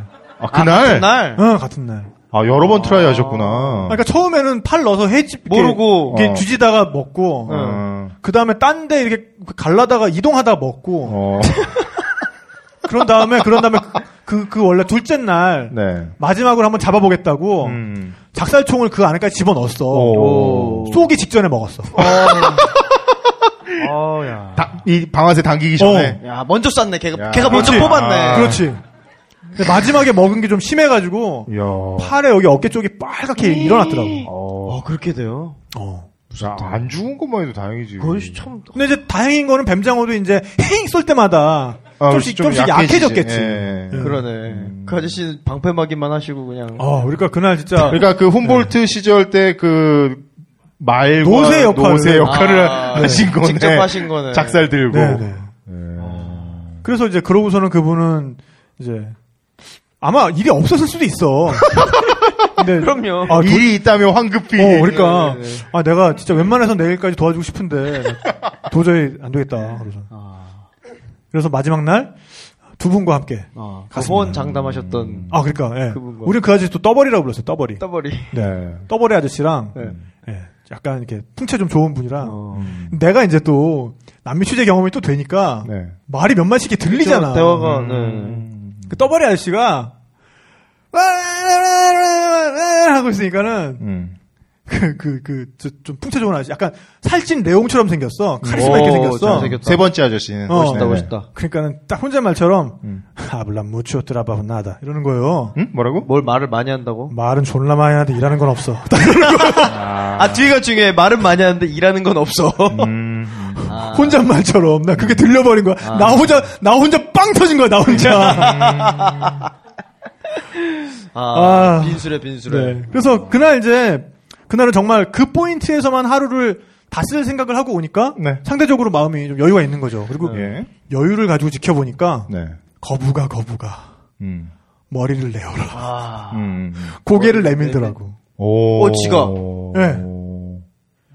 Speaker 4: 아, 그날? 아,
Speaker 3: 날.
Speaker 2: 어, 같은 날.
Speaker 4: 여러 번 트라이 하셨구나.
Speaker 2: 그러니까 처음에는 팔 넣어서 해집 이렇게-
Speaker 3: 모르고.
Speaker 2: 이렇게
Speaker 4: 어.
Speaker 2: 뒤지다가 먹고
Speaker 4: 어.
Speaker 2: 그 다음에 딴 데 이렇게 갈라다가 이동하다 먹고
Speaker 4: 어.
Speaker 2: 그런 다음에 그런 다음에 그 그 원래 둘째 날
Speaker 4: 네.
Speaker 2: 마지막으로 한번 잡아보겠다고
Speaker 4: 음.
Speaker 2: 작살총을 그 안에까지 집어 넣었어.
Speaker 4: 오.
Speaker 2: 쏘기 직전에 먹었어.
Speaker 3: 어, 야.
Speaker 4: 다- 이 방아쇠 당기기 전에.
Speaker 3: 야, 먼저 쐈네. 걔가,
Speaker 4: 야.
Speaker 3: 걔가 먼저
Speaker 2: 그렇지.
Speaker 3: 뽑았네.
Speaker 4: 아.
Speaker 2: 그렇지. 근데 마지막에 먹은 게 좀 심해가지고
Speaker 3: 어.
Speaker 4: 이야.
Speaker 2: 팔에 여기 어깨 쪽이 빨갛게 일어났더라고.
Speaker 4: 어.
Speaker 3: 어, 그렇게 돼요.
Speaker 2: 어.
Speaker 4: 야, 안 죽은 것만 해도 다행이지.
Speaker 3: 그건 참.
Speaker 2: 근데 이제 다행인 거는 뱀장어도 이제 헤잉 쏠 때마다
Speaker 4: 아,
Speaker 2: 조금씩
Speaker 4: 좀
Speaker 2: 조금씩
Speaker 4: 약해지지.
Speaker 2: 약해졌겠지.
Speaker 4: 예.
Speaker 2: 예.
Speaker 3: 그러네. 그 아저씨는 방패막이만 하시고 그냥.
Speaker 2: 어, 그러니까 그날 진짜
Speaker 4: 그러니까 그 홈볼트 시절 때 그 말과
Speaker 2: 네. 노세 역할을-
Speaker 4: 노세 역할을
Speaker 3: 아,
Speaker 4: (laughs) 하신 거네.
Speaker 3: 직접 하신 거네.
Speaker 4: 작살 들고. 예.
Speaker 2: 네, 네. 그래서 이제
Speaker 4: (laughs)
Speaker 2: 그러고서는 그분은 이제 아마 일이 없었을 수도 있어. 근데
Speaker 3: 그럼요.
Speaker 2: 아, 도-
Speaker 4: 일이 있다며 황급히.
Speaker 2: 어, 그러니까
Speaker 4: 네, 네, 네.
Speaker 2: 아 내가 진짜 웬만해서 내일까지 도와주고 싶은데 도저히 안 되겠다. 그래서 그래서 마지막 날 두 분과 함께
Speaker 3: 아,
Speaker 2: 갔습니다.
Speaker 3: 후원 장담하셨던
Speaker 2: 아 그러니까 예.
Speaker 3: 그분과.
Speaker 2: 우리 그 아저씨 또 떠버리라고 불렀어요. 떠버리.
Speaker 3: 떠버리.
Speaker 4: 네.
Speaker 2: 떠버리 아저씨랑
Speaker 3: 네.
Speaker 2: 예, 약간 이렇게 풍채 좀 좋은 분이라
Speaker 3: 어.
Speaker 2: 내가 이제 또 남미 취재 경험이 또 되니까
Speaker 4: 네.
Speaker 2: 말이 몇 마디씩 이렇게 들리잖아.
Speaker 3: (laughs) 대화가 네.
Speaker 2: 그 떠버리 아저씨가 하고 있으니까
Speaker 4: 음.
Speaker 2: 그, 그그그좀 풍채 좋은 아저씨 약간 살찐 레옹처럼 생겼어 카리스마
Speaker 3: 오,
Speaker 2: 있게 생겼어
Speaker 3: 잘생겼다.
Speaker 4: 세 번째 아저씨는.
Speaker 2: 어.
Speaker 4: 네,
Speaker 3: 멋있다
Speaker 4: 네.
Speaker 3: 멋있다.
Speaker 2: 그러니까는 딱 혼잣말처럼
Speaker 4: 음.
Speaker 2: 아블라 무초 드라바훈 나다 이러는 거예요
Speaker 3: 음?
Speaker 4: 응? 음? 뭐라고?
Speaker 3: 뭘 말을 많이 한다고?
Speaker 2: 말은 존나 많이 하는데 일하는 건 없어
Speaker 3: 아, 뒤가 중요해. 말은 많이 하는데 일하는 건 없어.
Speaker 4: 음.
Speaker 3: (laughs) 아. 음.
Speaker 2: 혼잣말처럼 나 그게 들려버린 거야 나 혼자 나 혼자 빵 터진 거야 나 혼자
Speaker 3: 아,
Speaker 2: 아.
Speaker 3: 빈수레 빈수레.
Speaker 2: (laughs) 네. 그래서 그날 이제 그날은 정말 그 포인트에서만 하루를 다 쓸 생각을 하고 오니까
Speaker 4: 네.
Speaker 2: 상대적으로 마음이 좀 여유가 있는 거죠 그리고
Speaker 3: 네.
Speaker 4: 예.
Speaker 2: 여유를 가지고 지켜보니까
Speaker 4: 네.
Speaker 2: 거부가 거부가
Speaker 4: 음.
Speaker 2: 머리를 내어라
Speaker 3: 아,
Speaker 4: 음.
Speaker 2: 고개를
Speaker 4: 네,
Speaker 2: 내밀더라고
Speaker 4: 오.
Speaker 3: 어, 지가.
Speaker 2: 네.
Speaker 4: 오.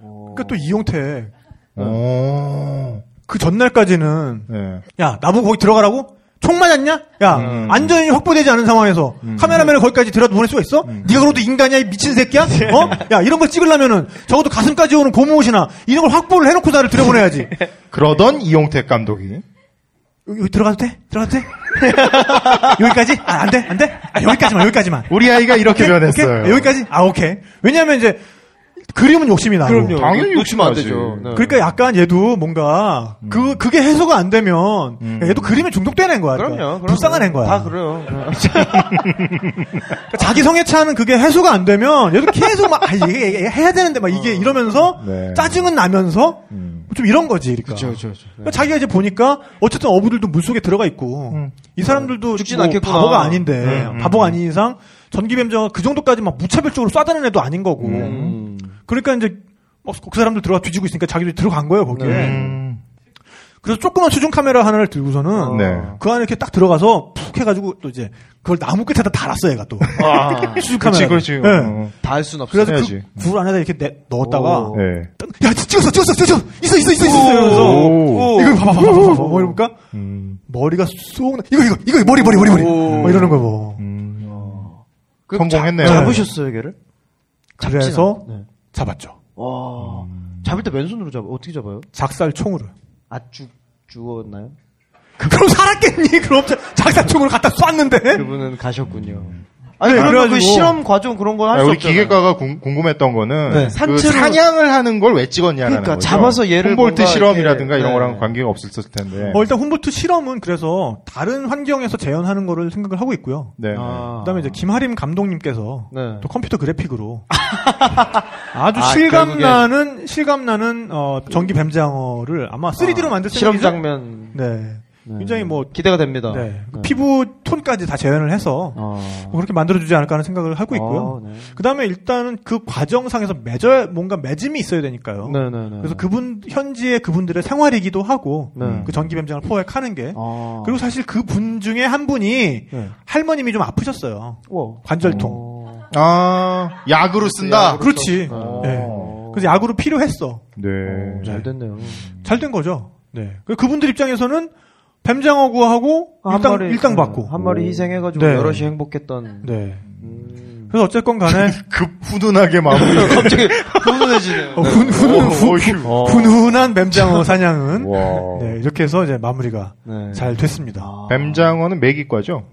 Speaker 4: 어.
Speaker 2: 그러니까 또 이용태
Speaker 4: 오.
Speaker 2: 그 전날까지는
Speaker 4: 네.
Speaker 2: 야 나보고 거기 들어가라고 총 맞았냐? 야
Speaker 4: 음.
Speaker 2: 안전이 확보되지 않은 상황에서 카메라맨을 거기까지 들여다 보낼 수가 있어?
Speaker 4: 음.
Speaker 2: 네가 그래도 인간이야 이 미친
Speaker 4: (laughs)
Speaker 2: 새끼야?
Speaker 4: 네.
Speaker 2: 어? 야 이런 거 찍으려면은 적어도 가슴까지 오는 고무 옷이나 이런 걸 확보를 해놓고 나를
Speaker 4: (laughs)
Speaker 2: 들여보내야지.
Speaker 4: 그러던 이용택 감독이.
Speaker 2: 여기, 여기 들어가도 돼? 들어가도 돼? (laughs) 여기까지? 아, 안 돼? 안 돼? 아, 여기까지만, 여기까지만.
Speaker 4: 우리 아이가 이렇게
Speaker 2: 오케이?
Speaker 4: 변했어요.
Speaker 2: 오케이? 여기까지? 아, 오케이. 왜냐면 하 이제, 그림은 욕심이 나고.
Speaker 3: 그럼요.
Speaker 4: 당연히
Speaker 3: 욕심 안
Speaker 4: 욕심하지.
Speaker 3: 되죠. 네. 음.
Speaker 2: 그러니까 약간 얘도 뭔가, 그, 그게 해소가 안 되면,
Speaker 4: 음.
Speaker 2: 얘도 그림에 중독된 애인 거야.
Speaker 3: 그럼요. 그럼요.
Speaker 2: 불쌍한 애인 거야.
Speaker 3: 다 그래요. 네.
Speaker 2: 그러니까 자기 성애차는 그게 해소가 안 되면, 얘도 계속 막, 아, 얘, 얘, 얘 해야 되는데, 막
Speaker 3: 어.
Speaker 2: 이게 이러면서,
Speaker 4: 네.
Speaker 2: 짜증은 나면서,
Speaker 4: 음.
Speaker 2: 좀 이런 거지, 그러니까.
Speaker 3: 그렇죠, 그렇죠.
Speaker 2: 그러니까 자기가 이제 보니까 어쨌든 어부들도 물속에 들어가 있고
Speaker 4: 네. 음.
Speaker 2: 이 사람들도
Speaker 3: 죽진
Speaker 2: 뭐
Speaker 3: 않겠구나. 네.
Speaker 2: 바보가 아닌데
Speaker 4: 음, 음,
Speaker 2: 바보가 아닌 이상 전기뱀자가 그 정도까지 막 무차별적으로 쏴대는 애도 아닌 거고
Speaker 3: 음.
Speaker 2: 그러니까 이제 막 그 사람들 들어가 뒤지고 있으니까 자기들 들어간 거예요 거기에
Speaker 3: 네.
Speaker 4: 음.
Speaker 2: 그래서 조그만 수중 카메라 하나를
Speaker 3: 어.
Speaker 2: 들고서는
Speaker 4: 네.
Speaker 2: 그 안에 이렇게 딱 들어가서 푹 해가지고 또 이제 그걸 나무 끝에다 달았어 얘가 또 수중
Speaker 4: 그렇지,
Speaker 2: 카메라
Speaker 4: 그렇지.
Speaker 2: 네.
Speaker 4: 어.
Speaker 3: 다 할 순 아, 없어.
Speaker 2: 그래서
Speaker 4: 해야지.
Speaker 2: 그굴 안에다 이렇게 내, 넣었다가
Speaker 3: 오.
Speaker 4: 네.
Speaker 2: 딱, 야 찍었어 찍었어 찍었어 있어 있어 있어 있어 이러면서
Speaker 4: 오.
Speaker 2: 이거 봐봐 봐봐 봐봐 뭐 이러니까
Speaker 4: 음.
Speaker 2: 머리가 쏙 나- 이거 이거 이거 머리 머리 머리 머리
Speaker 3: 오.
Speaker 2: 뭐 이러는 거 뭐.
Speaker 4: 음.
Speaker 3: 그
Speaker 4: 성공했네요.
Speaker 3: 잡- 잡으셨어요, 걔를?
Speaker 2: 그래서
Speaker 3: 네.
Speaker 2: 잡았죠.
Speaker 3: 와. 잡을 때 맨손으로 잡아. 어떻게 잡아요?
Speaker 2: 작살 총으로.
Speaker 3: 아주 주었나요?
Speaker 2: 그럼 살았겠니? (laughs) 그럼 자- 작살 총으로 갖다 쐈는데.
Speaker 3: 그분은 가셨군요. 아니
Speaker 2: 네,
Speaker 3: 그러면 그
Speaker 2: 그래가지고-
Speaker 3: 실험 과정 그런 건 할 수
Speaker 4: 우리
Speaker 3: 없잖아요.
Speaker 4: 기계과가 궁- 궁금했던 거는
Speaker 2: 네.
Speaker 4: 그
Speaker 3: 산채로-
Speaker 4: 사냥을 하는 걸 왜 찍었냐라는
Speaker 3: 그러니까
Speaker 4: 거죠.
Speaker 3: 잡아서 얘를
Speaker 4: 홈볼트
Speaker 3: 뭔가
Speaker 4: 실험이라든가
Speaker 3: 이렇게-
Speaker 4: 이런
Speaker 3: 네.
Speaker 4: 거랑 관계가 없었을 텐데.
Speaker 2: 어, 일단 홈볼트 실험은 그래서 다른 환경에서 재현하는 거를 생각을 하고 있고요.
Speaker 4: 네.
Speaker 3: 아.
Speaker 2: 그다음에 이제 김하림 감독님께서
Speaker 3: 네.
Speaker 2: 또 컴퓨터 그래픽으로 아주
Speaker 3: 아,
Speaker 2: 실감
Speaker 3: 결국엔-
Speaker 2: 나는 실감 나는 어, 전기 뱀장어를 아마 3D로 만들
Speaker 3: 실험
Speaker 2: 생각이죠?
Speaker 3: 장면
Speaker 2: 네. 굉장히 뭐
Speaker 3: 기대가 됩니다.
Speaker 2: 네. 그 피부 톤까지 다 재현을 해서
Speaker 3: 어.
Speaker 2: 뭐 그렇게 만들어주지 않을까 하는 생각을 하고 있고요.
Speaker 3: 아, 네.
Speaker 2: 그 다음에 일단은 그 과정상에서 맺어 뭔가 맺음이 있어야 되니까요.
Speaker 3: 네, 네, 네.
Speaker 2: 그래서 그분 현지의 그분들의 생활이기도 하고
Speaker 3: 네.
Speaker 2: 그 전기뱀장을 포획하는 게
Speaker 3: 아.
Speaker 2: 그리고 사실 그 분 중에 한 분이
Speaker 3: 네.
Speaker 2: 할머님이 좀 아프셨어요.
Speaker 3: 우와.
Speaker 2: 관절통.
Speaker 3: 어.
Speaker 4: 아, 약으로 쓴다.
Speaker 2: 그렇지.
Speaker 3: 어.
Speaker 2: 네. 그래서 야구로 필요했어.
Speaker 4: 네.
Speaker 3: 잘 됐네요.
Speaker 2: 잘 된 거죠. 네. 그 그분들 입장에서는 뱀장어 구하고
Speaker 3: 한
Speaker 2: 일당
Speaker 3: 마리-
Speaker 2: 일당
Speaker 3: 네,
Speaker 2: 받고.
Speaker 3: 한 마리 희생해가지고
Speaker 2: 네.
Speaker 3: 여럿이 행복했던.
Speaker 2: 네.
Speaker 3: 음.
Speaker 2: 그래서 어쨌건
Speaker 3: (laughs)
Speaker 2: 간에
Speaker 4: 급 훈훈하게 마무리.
Speaker 3: 갑자기 훈훈해지네요.
Speaker 2: 어, 훈, 훈, 훈,
Speaker 3: 어.
Speaker 2: 훈훈한 뱀장어 사냥은
Speaker 4: 와.
Speaker 2: 네, 이렇게 해서 이제 마무리가
Speaker 3: 네.
Speaker 2: 잘 됐습니다.
Speaker 4: 뱀장어는 매기과죠?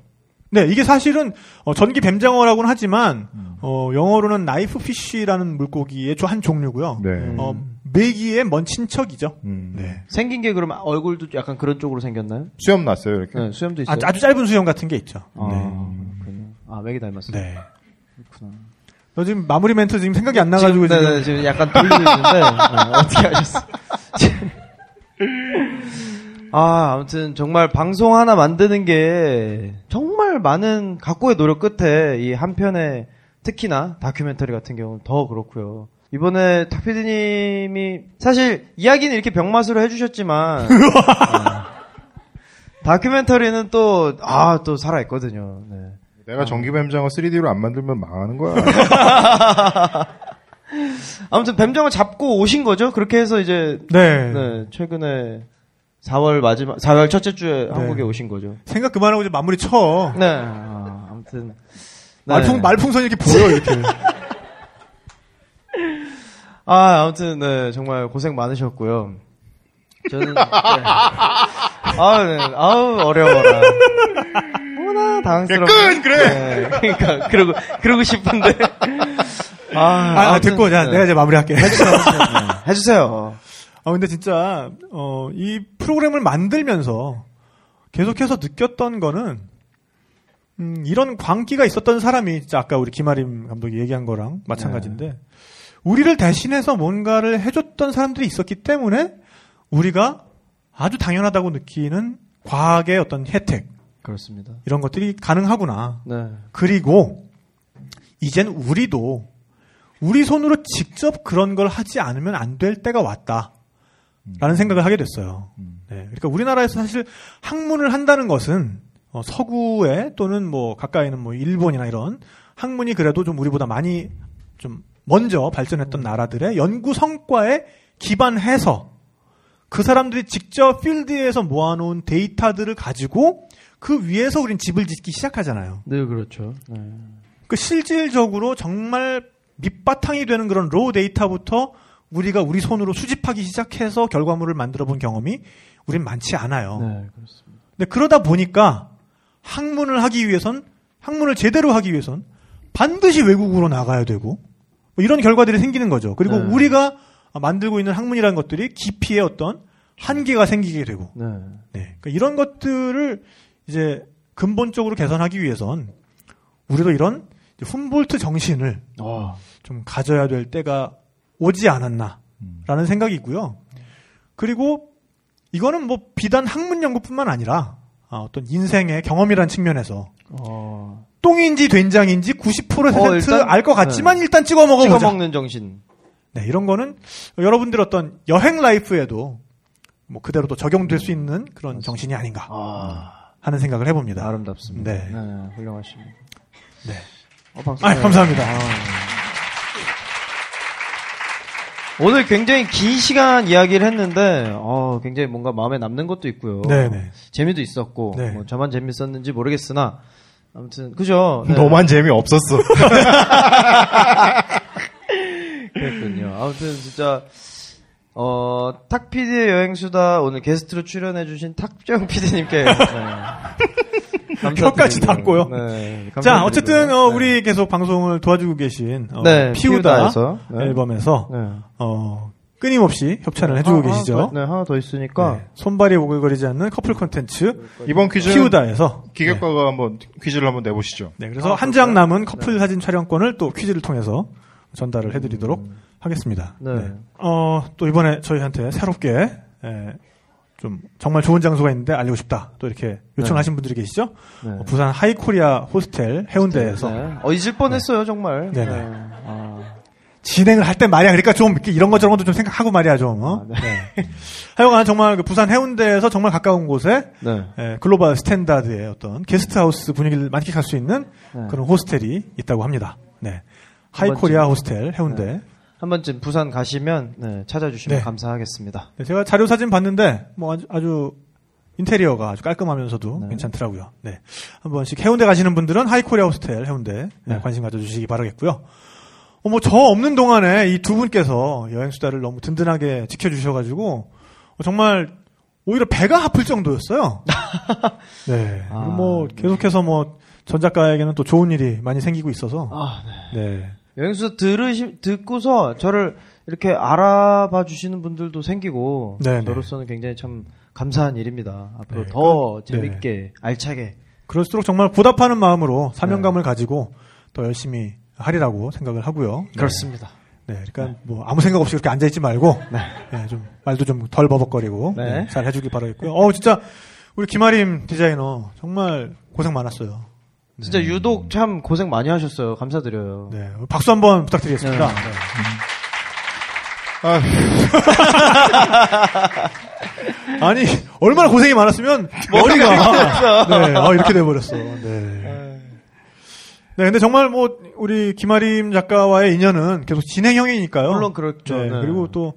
Speaker 2: 네, 이게 사실은 어, 전기 뱀장어라고는 하지만
Speaker 3: 음.
Speaker 2: 어, 영어로는 나이프 피쉬라는 물고기의 조- 한 종류고요.
Speaker 4: 네.
Speaker 2: 어, 메기의 먼 친척이죠.
Speaker 4: 음.
Speaker 2: 네.
Speaker 3: 생긴 게 그럼 얼굴도 약간 그런 쪽으로 생겼나요?
Speaker 4: 수염 났어요, 이렇게.
Speaker 3: 네, 수염도
Speaker 2: 아,
Speaker 3: 있어요.
Speaker 2: 아주 짧은 수염 같은 게 있죠.
Speaker 3: 아,
Speaker 2: 네.
Speaker 3: 그렇군요. 아, 맥이 닮았어요.
Speaker 2: 네. 너 지금 마무리 멘트 지금 생각이 안 나가지고
Speaker 3: 지금,
Speaker 2: 지금
Speaker 3: 네, 네, 지금 약간 돌리고 있는데 (laughs) 네, 어떻게 하셨어? 아 아무튼 정말 방송 하나 만드는 게 정말 많은 각고의 노력 끝에 이 한 편의 특히나 다큐멘터리 같은 경우는 더 그렇고요. 이번에 탁피디님이 사실 이야기는 이렇게 병맛으로 (laughs) 해주셨지만 아, 다큐멘터리는 또 아 또 살아있거든요. 네.
Speaker 4: 내가 전기뱀장어 3D로 안 만들면 망하는 거야.
Speaker 3: 아무튼 뱀장을 잡고 오신 거죠? 그렇게 해서 이제
Speaker 2: 네.
Speaker 3: 네, 최근에 4월 마지막 4월 첫째 주에 한국에 오신 거죠.
Speaker 2: 생각 그만하고 이제 마무리 쳐.
Speaker 3: 네. 아, 아무튼 네.
Speaker 2: 말풍 말풍선 이렇게 보여 이렇게.
Speaker 3: 아, 아무튼 네, 정말 고생 많으셨고요. 저는 네. 아, 네. 아우 어려워라. 뭐나 당황스러워.
Speaker 4: 끝! 그래!
Speaker 3: 그러니까 그러고 그러고 싶은데. 아,
Speaker 2: 아, 아
Speaker 3: 아무튼,
Speaker 2: 됐고 자
Speaker 3: 네.
Speaker 2: 내가 이제 마무리할게.
Speaker 3: 해 주세요.
Speaker 2: 아 근데 진짜 어, 이 프로그램을 만들면서 계속해서 느꼈던 거는 음, 이런 광기가 있었던 사람이 진짜 아까 우리 김아림 감독이 얘기한 거랑 마찬가지인데 우리를 대신해서 뭔가를 해줬던 사람들이 있었기 때문에 우리가 아주 당연하다고 느끼는 과학의 어떤 혜택
Speaker 3: 그렇습니다.
Speaker 2: 이런 것들이 가능하구나
Speaker 3: 네.
Speaker 2: 그리고 이젠 우리도 우리 손으로 직접 그런 걸 하지 않으면 안 될 때가 왔다. 라는 생각을 하게 됐어요. 네, 그러니까 우리나라에서 사실 학문을 한다는 것은 어, 서구에 또는 뭐 가까이는 뭐 일본이나 이런 학문이 그래도 좀 우리보다 많이 좀 먼저 발전했던 나라들의 연구 성과에 기반해서 그 사람들이 직접 필드에서 모아놓은 데이터들을 가지고 그 위에서 우린 집을 짓기 시작하잖아요.
Speaker 3: 네, 그렇죠. 네.
Speaker 2: 그 실질적으로 정말 밑바탕이 되는 그런 로우 데이터부터 우리가 우리 손으로 수집하기 시작해서 결과물을 만들어 본 경험이 우린 많지 않아요.
Speaker 3: 네, 그렇습니다.
Speaker 2: 근데 그러다 보니까 학문을 하기 위해선 학문을 제대로 하기 위해선 반드시 외국으로 나가야 되고 뭐 이런 결과들이 생기는 거죠. 그리고
Speaker 3: 네.
Speaker 2: 우리가 만들고 있는 학문이라는 것들이 깊이의 어떤 한계가 생기게 되고
Speaker 3: 네.
Speaker 2: 네. 그러니까 이런 것들을 이제 근본적으로 개선하기 위해선 우리도 이런 이제 훔볼트 정신을
Speaker 3: 아,
Speaker 2: 좀 가져야 될 때가 오지
Speaker 3: 음.
Speaker 2: 않았나라는 생각이고요. 그리고 이거는 뭐 비단 학문 연구뿐만 아니라 아, 어떤 인생의 경험이란 측면에서
Speaker 3: 어,
Speaker 2: 똥인지 된장인지 90%
Speaker 3: 어, 일단- 네.
Speaker 2: 알 것 같지만 일단 찍어 먹어보자.
Speaker 3: 찍어 먹는 정신.
Speaker 2: 네, 이런 거는 여러분들 어떤 여행 라이프에도 뭐 그대로 또 적용될 수 있는 그런 정신이 아닌가
Speaker 3: 아,
Speaker 2: 하는 생각을 해봅니다.
Speaker 3: 아름답습니다.
Speaker 2: 네.
Speaker 3: 훌륭하십니다.
Speaker 2: 네.
Speaker 3: 어, 박수.
Speaker 2: 아, 감사합니다.
Speaker 3: 오늘 굉장히 긴 시간 이야기를 했는데, 어, 굉장히 뭔가 마음에 남는 것도 있고요.
Speaker 2: 네네.
Speaker 3: 재미도 있었고,
Speaker 2: 네.
Speaker 3: 뭐 저만 재밌었는지 모르겠으나, 아무튼, 그죠? 네.
Speaker 4: 너만 재미 없었어.
Speaker 3: 그랬군요. 아무튼, 진짜, 어, 탁 PD의 여행수다 오늘 게스트로 출연해주신 탁재영
Speaker 2: (laughs)
Speaker 3: PD님께.
Speaker 2: 네. 혀까지 닿고요.
Speaker 3: 네,
Speaker 2: 자, 어쨌든 어, 우리 계속 방송을 도와주고 계신 어, 피우다
Speaker 3: 네, 피우다에서, 네.
Speaker 2: 앨범에서 어, 끊임없이 협찬을 해주고 계시죠.
Speaker 3: 네, 하나 더 있으니까.
Speaker 2: 네, 손발이 오글거리지 않는 커플 콘텐츠
Speaker 3: 네.
Speaker 4: 이번 퀴즈는
Speaker 2: 피우다에서
Speaker 4: 기획과가 한번 퀴즈를 한번 내보시죠.
Speaker 2: 네,
Speaker 3: 아,
Speaker 2: 그래서 한 장 남은
Speaker 3: 네.
Speaker 2: 커플 사진 촬영권을 또 퀴즈를 통해서 전달을 해드리도록 하겠습니다.
Speaker 3: 음. 네.
Speaker 2: 어, 또 이번에 저희한테 새롭게 예, 좀 정말 좋은 장소가 있는데 알리고 싶다. 또 이렇게 요청하신 분들이 계시죠.
Speaker 3: 네.
Speaker 2: 어, 부산 하이코리아 호스텔 해운대에서
Speaker 3: 네. 어, 잊을 뻔했어요, 정말.
Speaker 2: 네네.
Speaker 3: 아,
Speaker 2: 진행을 할 때 말이야. 그러니까 좀 이렇게 이런 것 저런 것도 좀 생각하고 말이야 좀. 어?
Speaker 3: 아, 네.
Speaker 2: (laughs) 하여간 정말 그 부산 해운대에서 정말 가까운 곳에
Speaker 3: 네.
Speaker 2: 예, 글로벌 스탠다드의 어떤 게스트하우스 분위기를 만끽할 수 있는
Speaker 3: 네.
Speaker 2: 그런 호스텔이 있다고 합니다. 네. 하이코리아 호스텔 해운대.
Speaker 3: 한 번쯤 부산 가시면 네, 찾아주시면
Speaker 2: 네.
Speaker 3: 감사하겠습니다.
Speaker 2: 네, 제가 자료 사진 봤는데 뭐 아주, 아주 인테리어가 아주 깔끔하면서도
Speaker 3: 네.
Speaker 2: 괜찮더라고요. 네. 한 번씩 해운대 가시는 분들은 하이코리아 호스텔 해운대 네,
Speaker 3: 네.
Speaker 2: 관심 가져주시기 바라겠고요. 어, 뭐 저 없는 동안에 이 두 분께서 여행 수다를 너무 든든하게 지켜주셔가지고 어, 정말 오히려 배가 아플
Speaker 3: (laughs)
Speaker 2: 정도였어요. 네.
Speaker 3: 아,
Speaker 2: 뭐
Speaker 3: 네.
Speaker 2: 계속해서 뭐 전 작가에게는 또 좋은 일이 많이 생기고 있어서
Speaker 3: 아, 네.
Speaker 2: 네.
Speaker 3: 여행수 들으시 듣고서 저를 이렇게 알아봐 주시는 분들도 생기고
Speaker 2: 네,
Speaker 3: 저로서는 굉장히 참 감사한 일입니다. 앞으로
Speaker 2: 네,
Speaker 3: 더
Speaker 2: 그- 네.
Speaker 3: 재밌게 알차게
Speaker 2: 그럴수록 정말 보답하는 마음으로
Speaker 3: 네.
Speaker 2: 사명감을 가지고 더 열심히 하리라고 생각을 하고요. 네.
Speaker 3: 그렇습니다.
Speaker 2: 네, 그러니까 뭐 아무 생각 없이 그렇게 앉아 있지 말고 네, 좀 말도 좀 덜 버벅거리고
Speaker 3: 네.
Speaker 2: 네, 잘 해주길 바라겠고요. 어 진짜 우리 김아림 디자이너 정말 고생 많았어요.
Speaker 3: 네. 진짜 유독 참 고생 많이 하셨어요. 감사드려요.
Speaker 2: 네, 박수 한번 부탁드리겠습니다.
Speaker 3: 그렇죠. 네.
Speaker 2: 네.
Speaker 4: 아,
Speaker 2: (laughs) 아니
Speaker 3: (laughs)
Speaker 2: 얼마나 고생이 많았으면 머리가 네, 아, 이렇게 돼버렸어. 네. 네, 근데 정말 뭐 우리 김아림 작가와의 인연은 계속 진행형이니까요.
Speaker 3: 물론 그렇죠.
Speaker 2: 네,
Speaker 3: 네.
Speaker 2: 그리고 또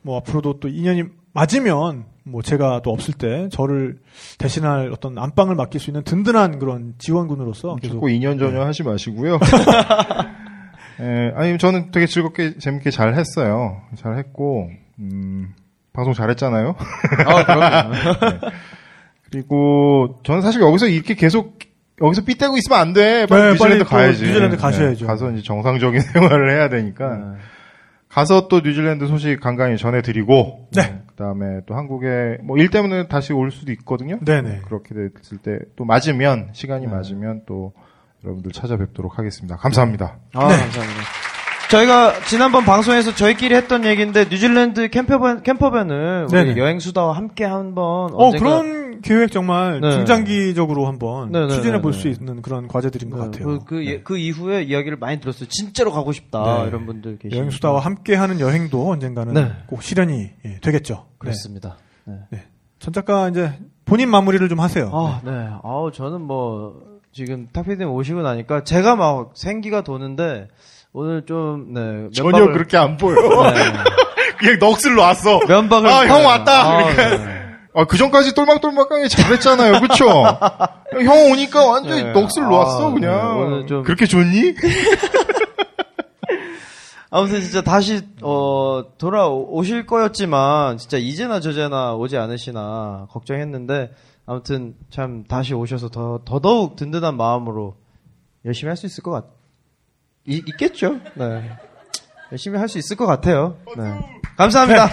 Speaker 2: 뭐 앞으로도 또 인연이 맞으면 뭐 제가 또 없을 때 저를 대신할 어떤 안방을 맡길 수 있는 든든한 그런 지원군으로서 네. 계속
Speaker 4: 자꾸 2년 전혀 하지
Speaker 2: (laughs)
Speaker 4: 마시고요. 에, 아니 저는 되게 즐겁게 재밌게 잘 했어요. 잘 했고 음, 방송 잘했잖아요. 네.
Speaker 3: 아,
Speaker 4: (laughs)
Speaker 3: 그럼요.
Speaker 4: 그리고 저는 사실 여기서 이렇게 계속 여기서 삐대고 있으면 안 돼. 빨리
Speaker 2: 네,
Speaker 4: 뉴질랜드
Speaker 2: 빨리 또
Speaker 4: 가야지. 네,
Speaker 2: 뉴질랜드 가셔야죠. 네.
Speaker 4: 가서 이제 정상적인 (laughs) 생활을 해야 되니까. 가서 또 뉴질랜드 소식 간간히 전해드리고,
Speaker 2: 네.
Speaker 4: 어, 그다음에 또 한국에 뭐 일 때문에 다시 올 수도 있거든요.
Speaker 2: 네네.
Speaker 4: 그렇게 됐을 때 또 맞으면
Speaker 3: 네.
Speaker 4: 시간이 맞으면 또 여러분들 찾아뵙도록 하겠습니다. 감사합니다.
Speaker 3: 아,
Speaker 2: 네.
Speaker 3: 감사합니다. 저희가 지난번 방송에서 저희끼리 했던 얘기인데 뉴질랜드 캠퍼밴 캠퍼밴을
Speaker 2: 네네.
Speaker 3: 우리 여행 수다와 함께 한번
Speaker 2: 어
Speaker 3: 언젠가-
Speaker 2: 그런 계획 정말
Speaker 3: 네.
Speaker 2: 중장기적으로 한번
Speaker 3: 네, 네,
Speaker 2: 추진해 볼
Speaker 3: 네,
Speaker 2: 수
Speaker 3: 네.
Speaker 2: 있는 그런 과제들인 것
Speaker 3: 네,
Speaker 2: 같아요.
Speaker 3: 그, 그, 예- 그 이후에 이야기를 많이 들었어요. 진짜로 가고 싶다
Speaker 2: 네.
Speaker 3: 이런 분들 계시.
Speaker 2: 여행 수다와 함께하는 여행도 언젠가는
Speaker 3: 네.
Speaker 2: 꼭 실현이 예, 되겠죠. 네.
Speaker 3: 그렇습니다. 네.
Speaker 2: 전 작가 이제 본인 마무리를 좀 하세요.
Speaker 3: 아, 네. 아우 저는 뭐 지금 탁피디님 오시고 나니까 제가 막 생기가 도는데 오늘 좀 네.
Speaker 4: 전혀 그렇게 안 보여. (laughs) 그냥 넋을 놨어.
Speaker 3: 면박을
Speaker 4: 아, 형 왔다.
Speaker 3: 아,
Speaker 4: 그러니까
Speaker 3: 네.
Speaker 4: 아, 그 전까지 똘망똘망하게
Speaker 3: (laughs)
Speaker 4: 잘했잖아요. 그쵸? 형 오니까 완전히
Speaker 3: 네.
Speaker 4: 넋을
Speaker 3: 아,
Speaker 4: 놓았어,
Speaker 3: 네.
Speaker 4: 그냥.
Speaker 3: 오늘 좀-
Speaker 4: 그렇게 좋니?
Speaker 3: 아무튼 진짜 다시 어 돌아오실 거였지만 진짜 이제나 저제나 오지 않으시나 걱정했는데 아무튼 참 다시 오셔서 더 더더욱 든든한 마음으로 열심히 할 수 있을 것 같. 이, 있겠죠. 네. 열심히 할 수 있을 것 같아요. 네. 감사합니다.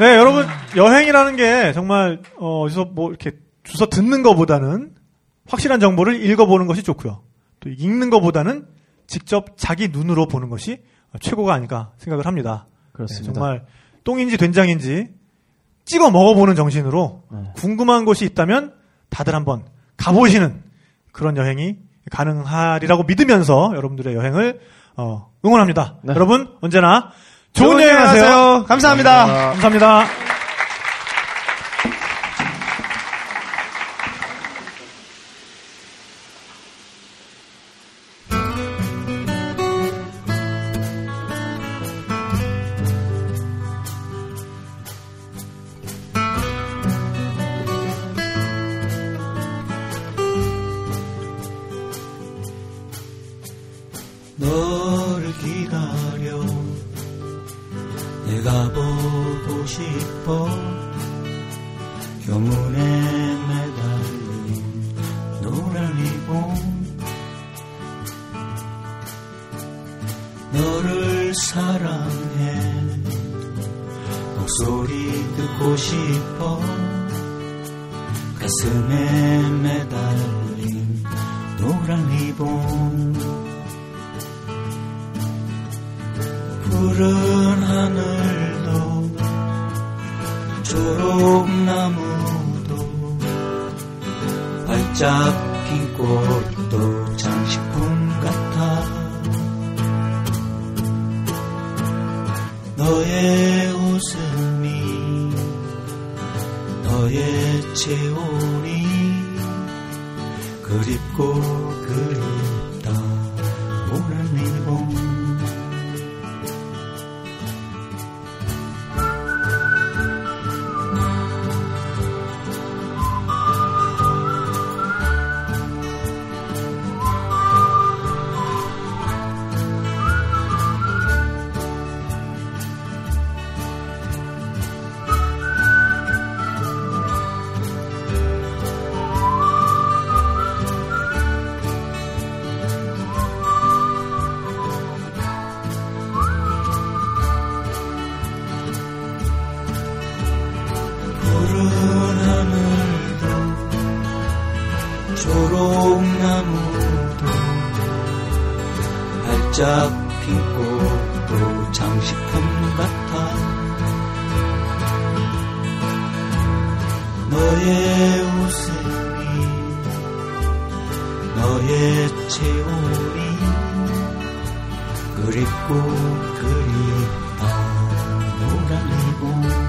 Speaker 2: 네, 여러분 여행이라는 게 정말 어, 어디서 뭐 이렇게 주워 듣는 것보다는 확실한 정보를 읽어보는 것이 좋고요. 또 읽는 것보다는 직접 자기 눈으로 보는 것이 최고가 아닐까 생각을 합니다.
Speaker 3: 그렇습니다.
Speaker 2: 네, 정말 똥인지 된장인지 찍어 먹어보는 정신으로 궁금한 곳이 있다면 다들 한번 가보시는 그런 여행이 가능하리라고 믿으면서 여러분들의 여행을 어, 응원합니다.
Speaker 3: 네.
Speaker 2: 여러분 언제나 좋은, 여행 하세요.
Speaker 3: 하세요. 감사합니다.
Speaker 2: 감사합니다.
Speaker 8: 너를 기다려 내가 보고 싶어 교문에 매달린 노란 리본 너를 사랑해 목소리 듣고 싶어 가슴에 매달린 노란 리본 푸른 하늘도 초록나무도 활짝 핀 꽃도 장식품 같아 너의 웃음이 너의 체온이 그립고 그립다 오랜 일본 푸른 하늘도 초록나무도 활짝 핀 꽃도 장식품 같아 너의 웃음이 너의 체온이 그립고 그립다 노란 리본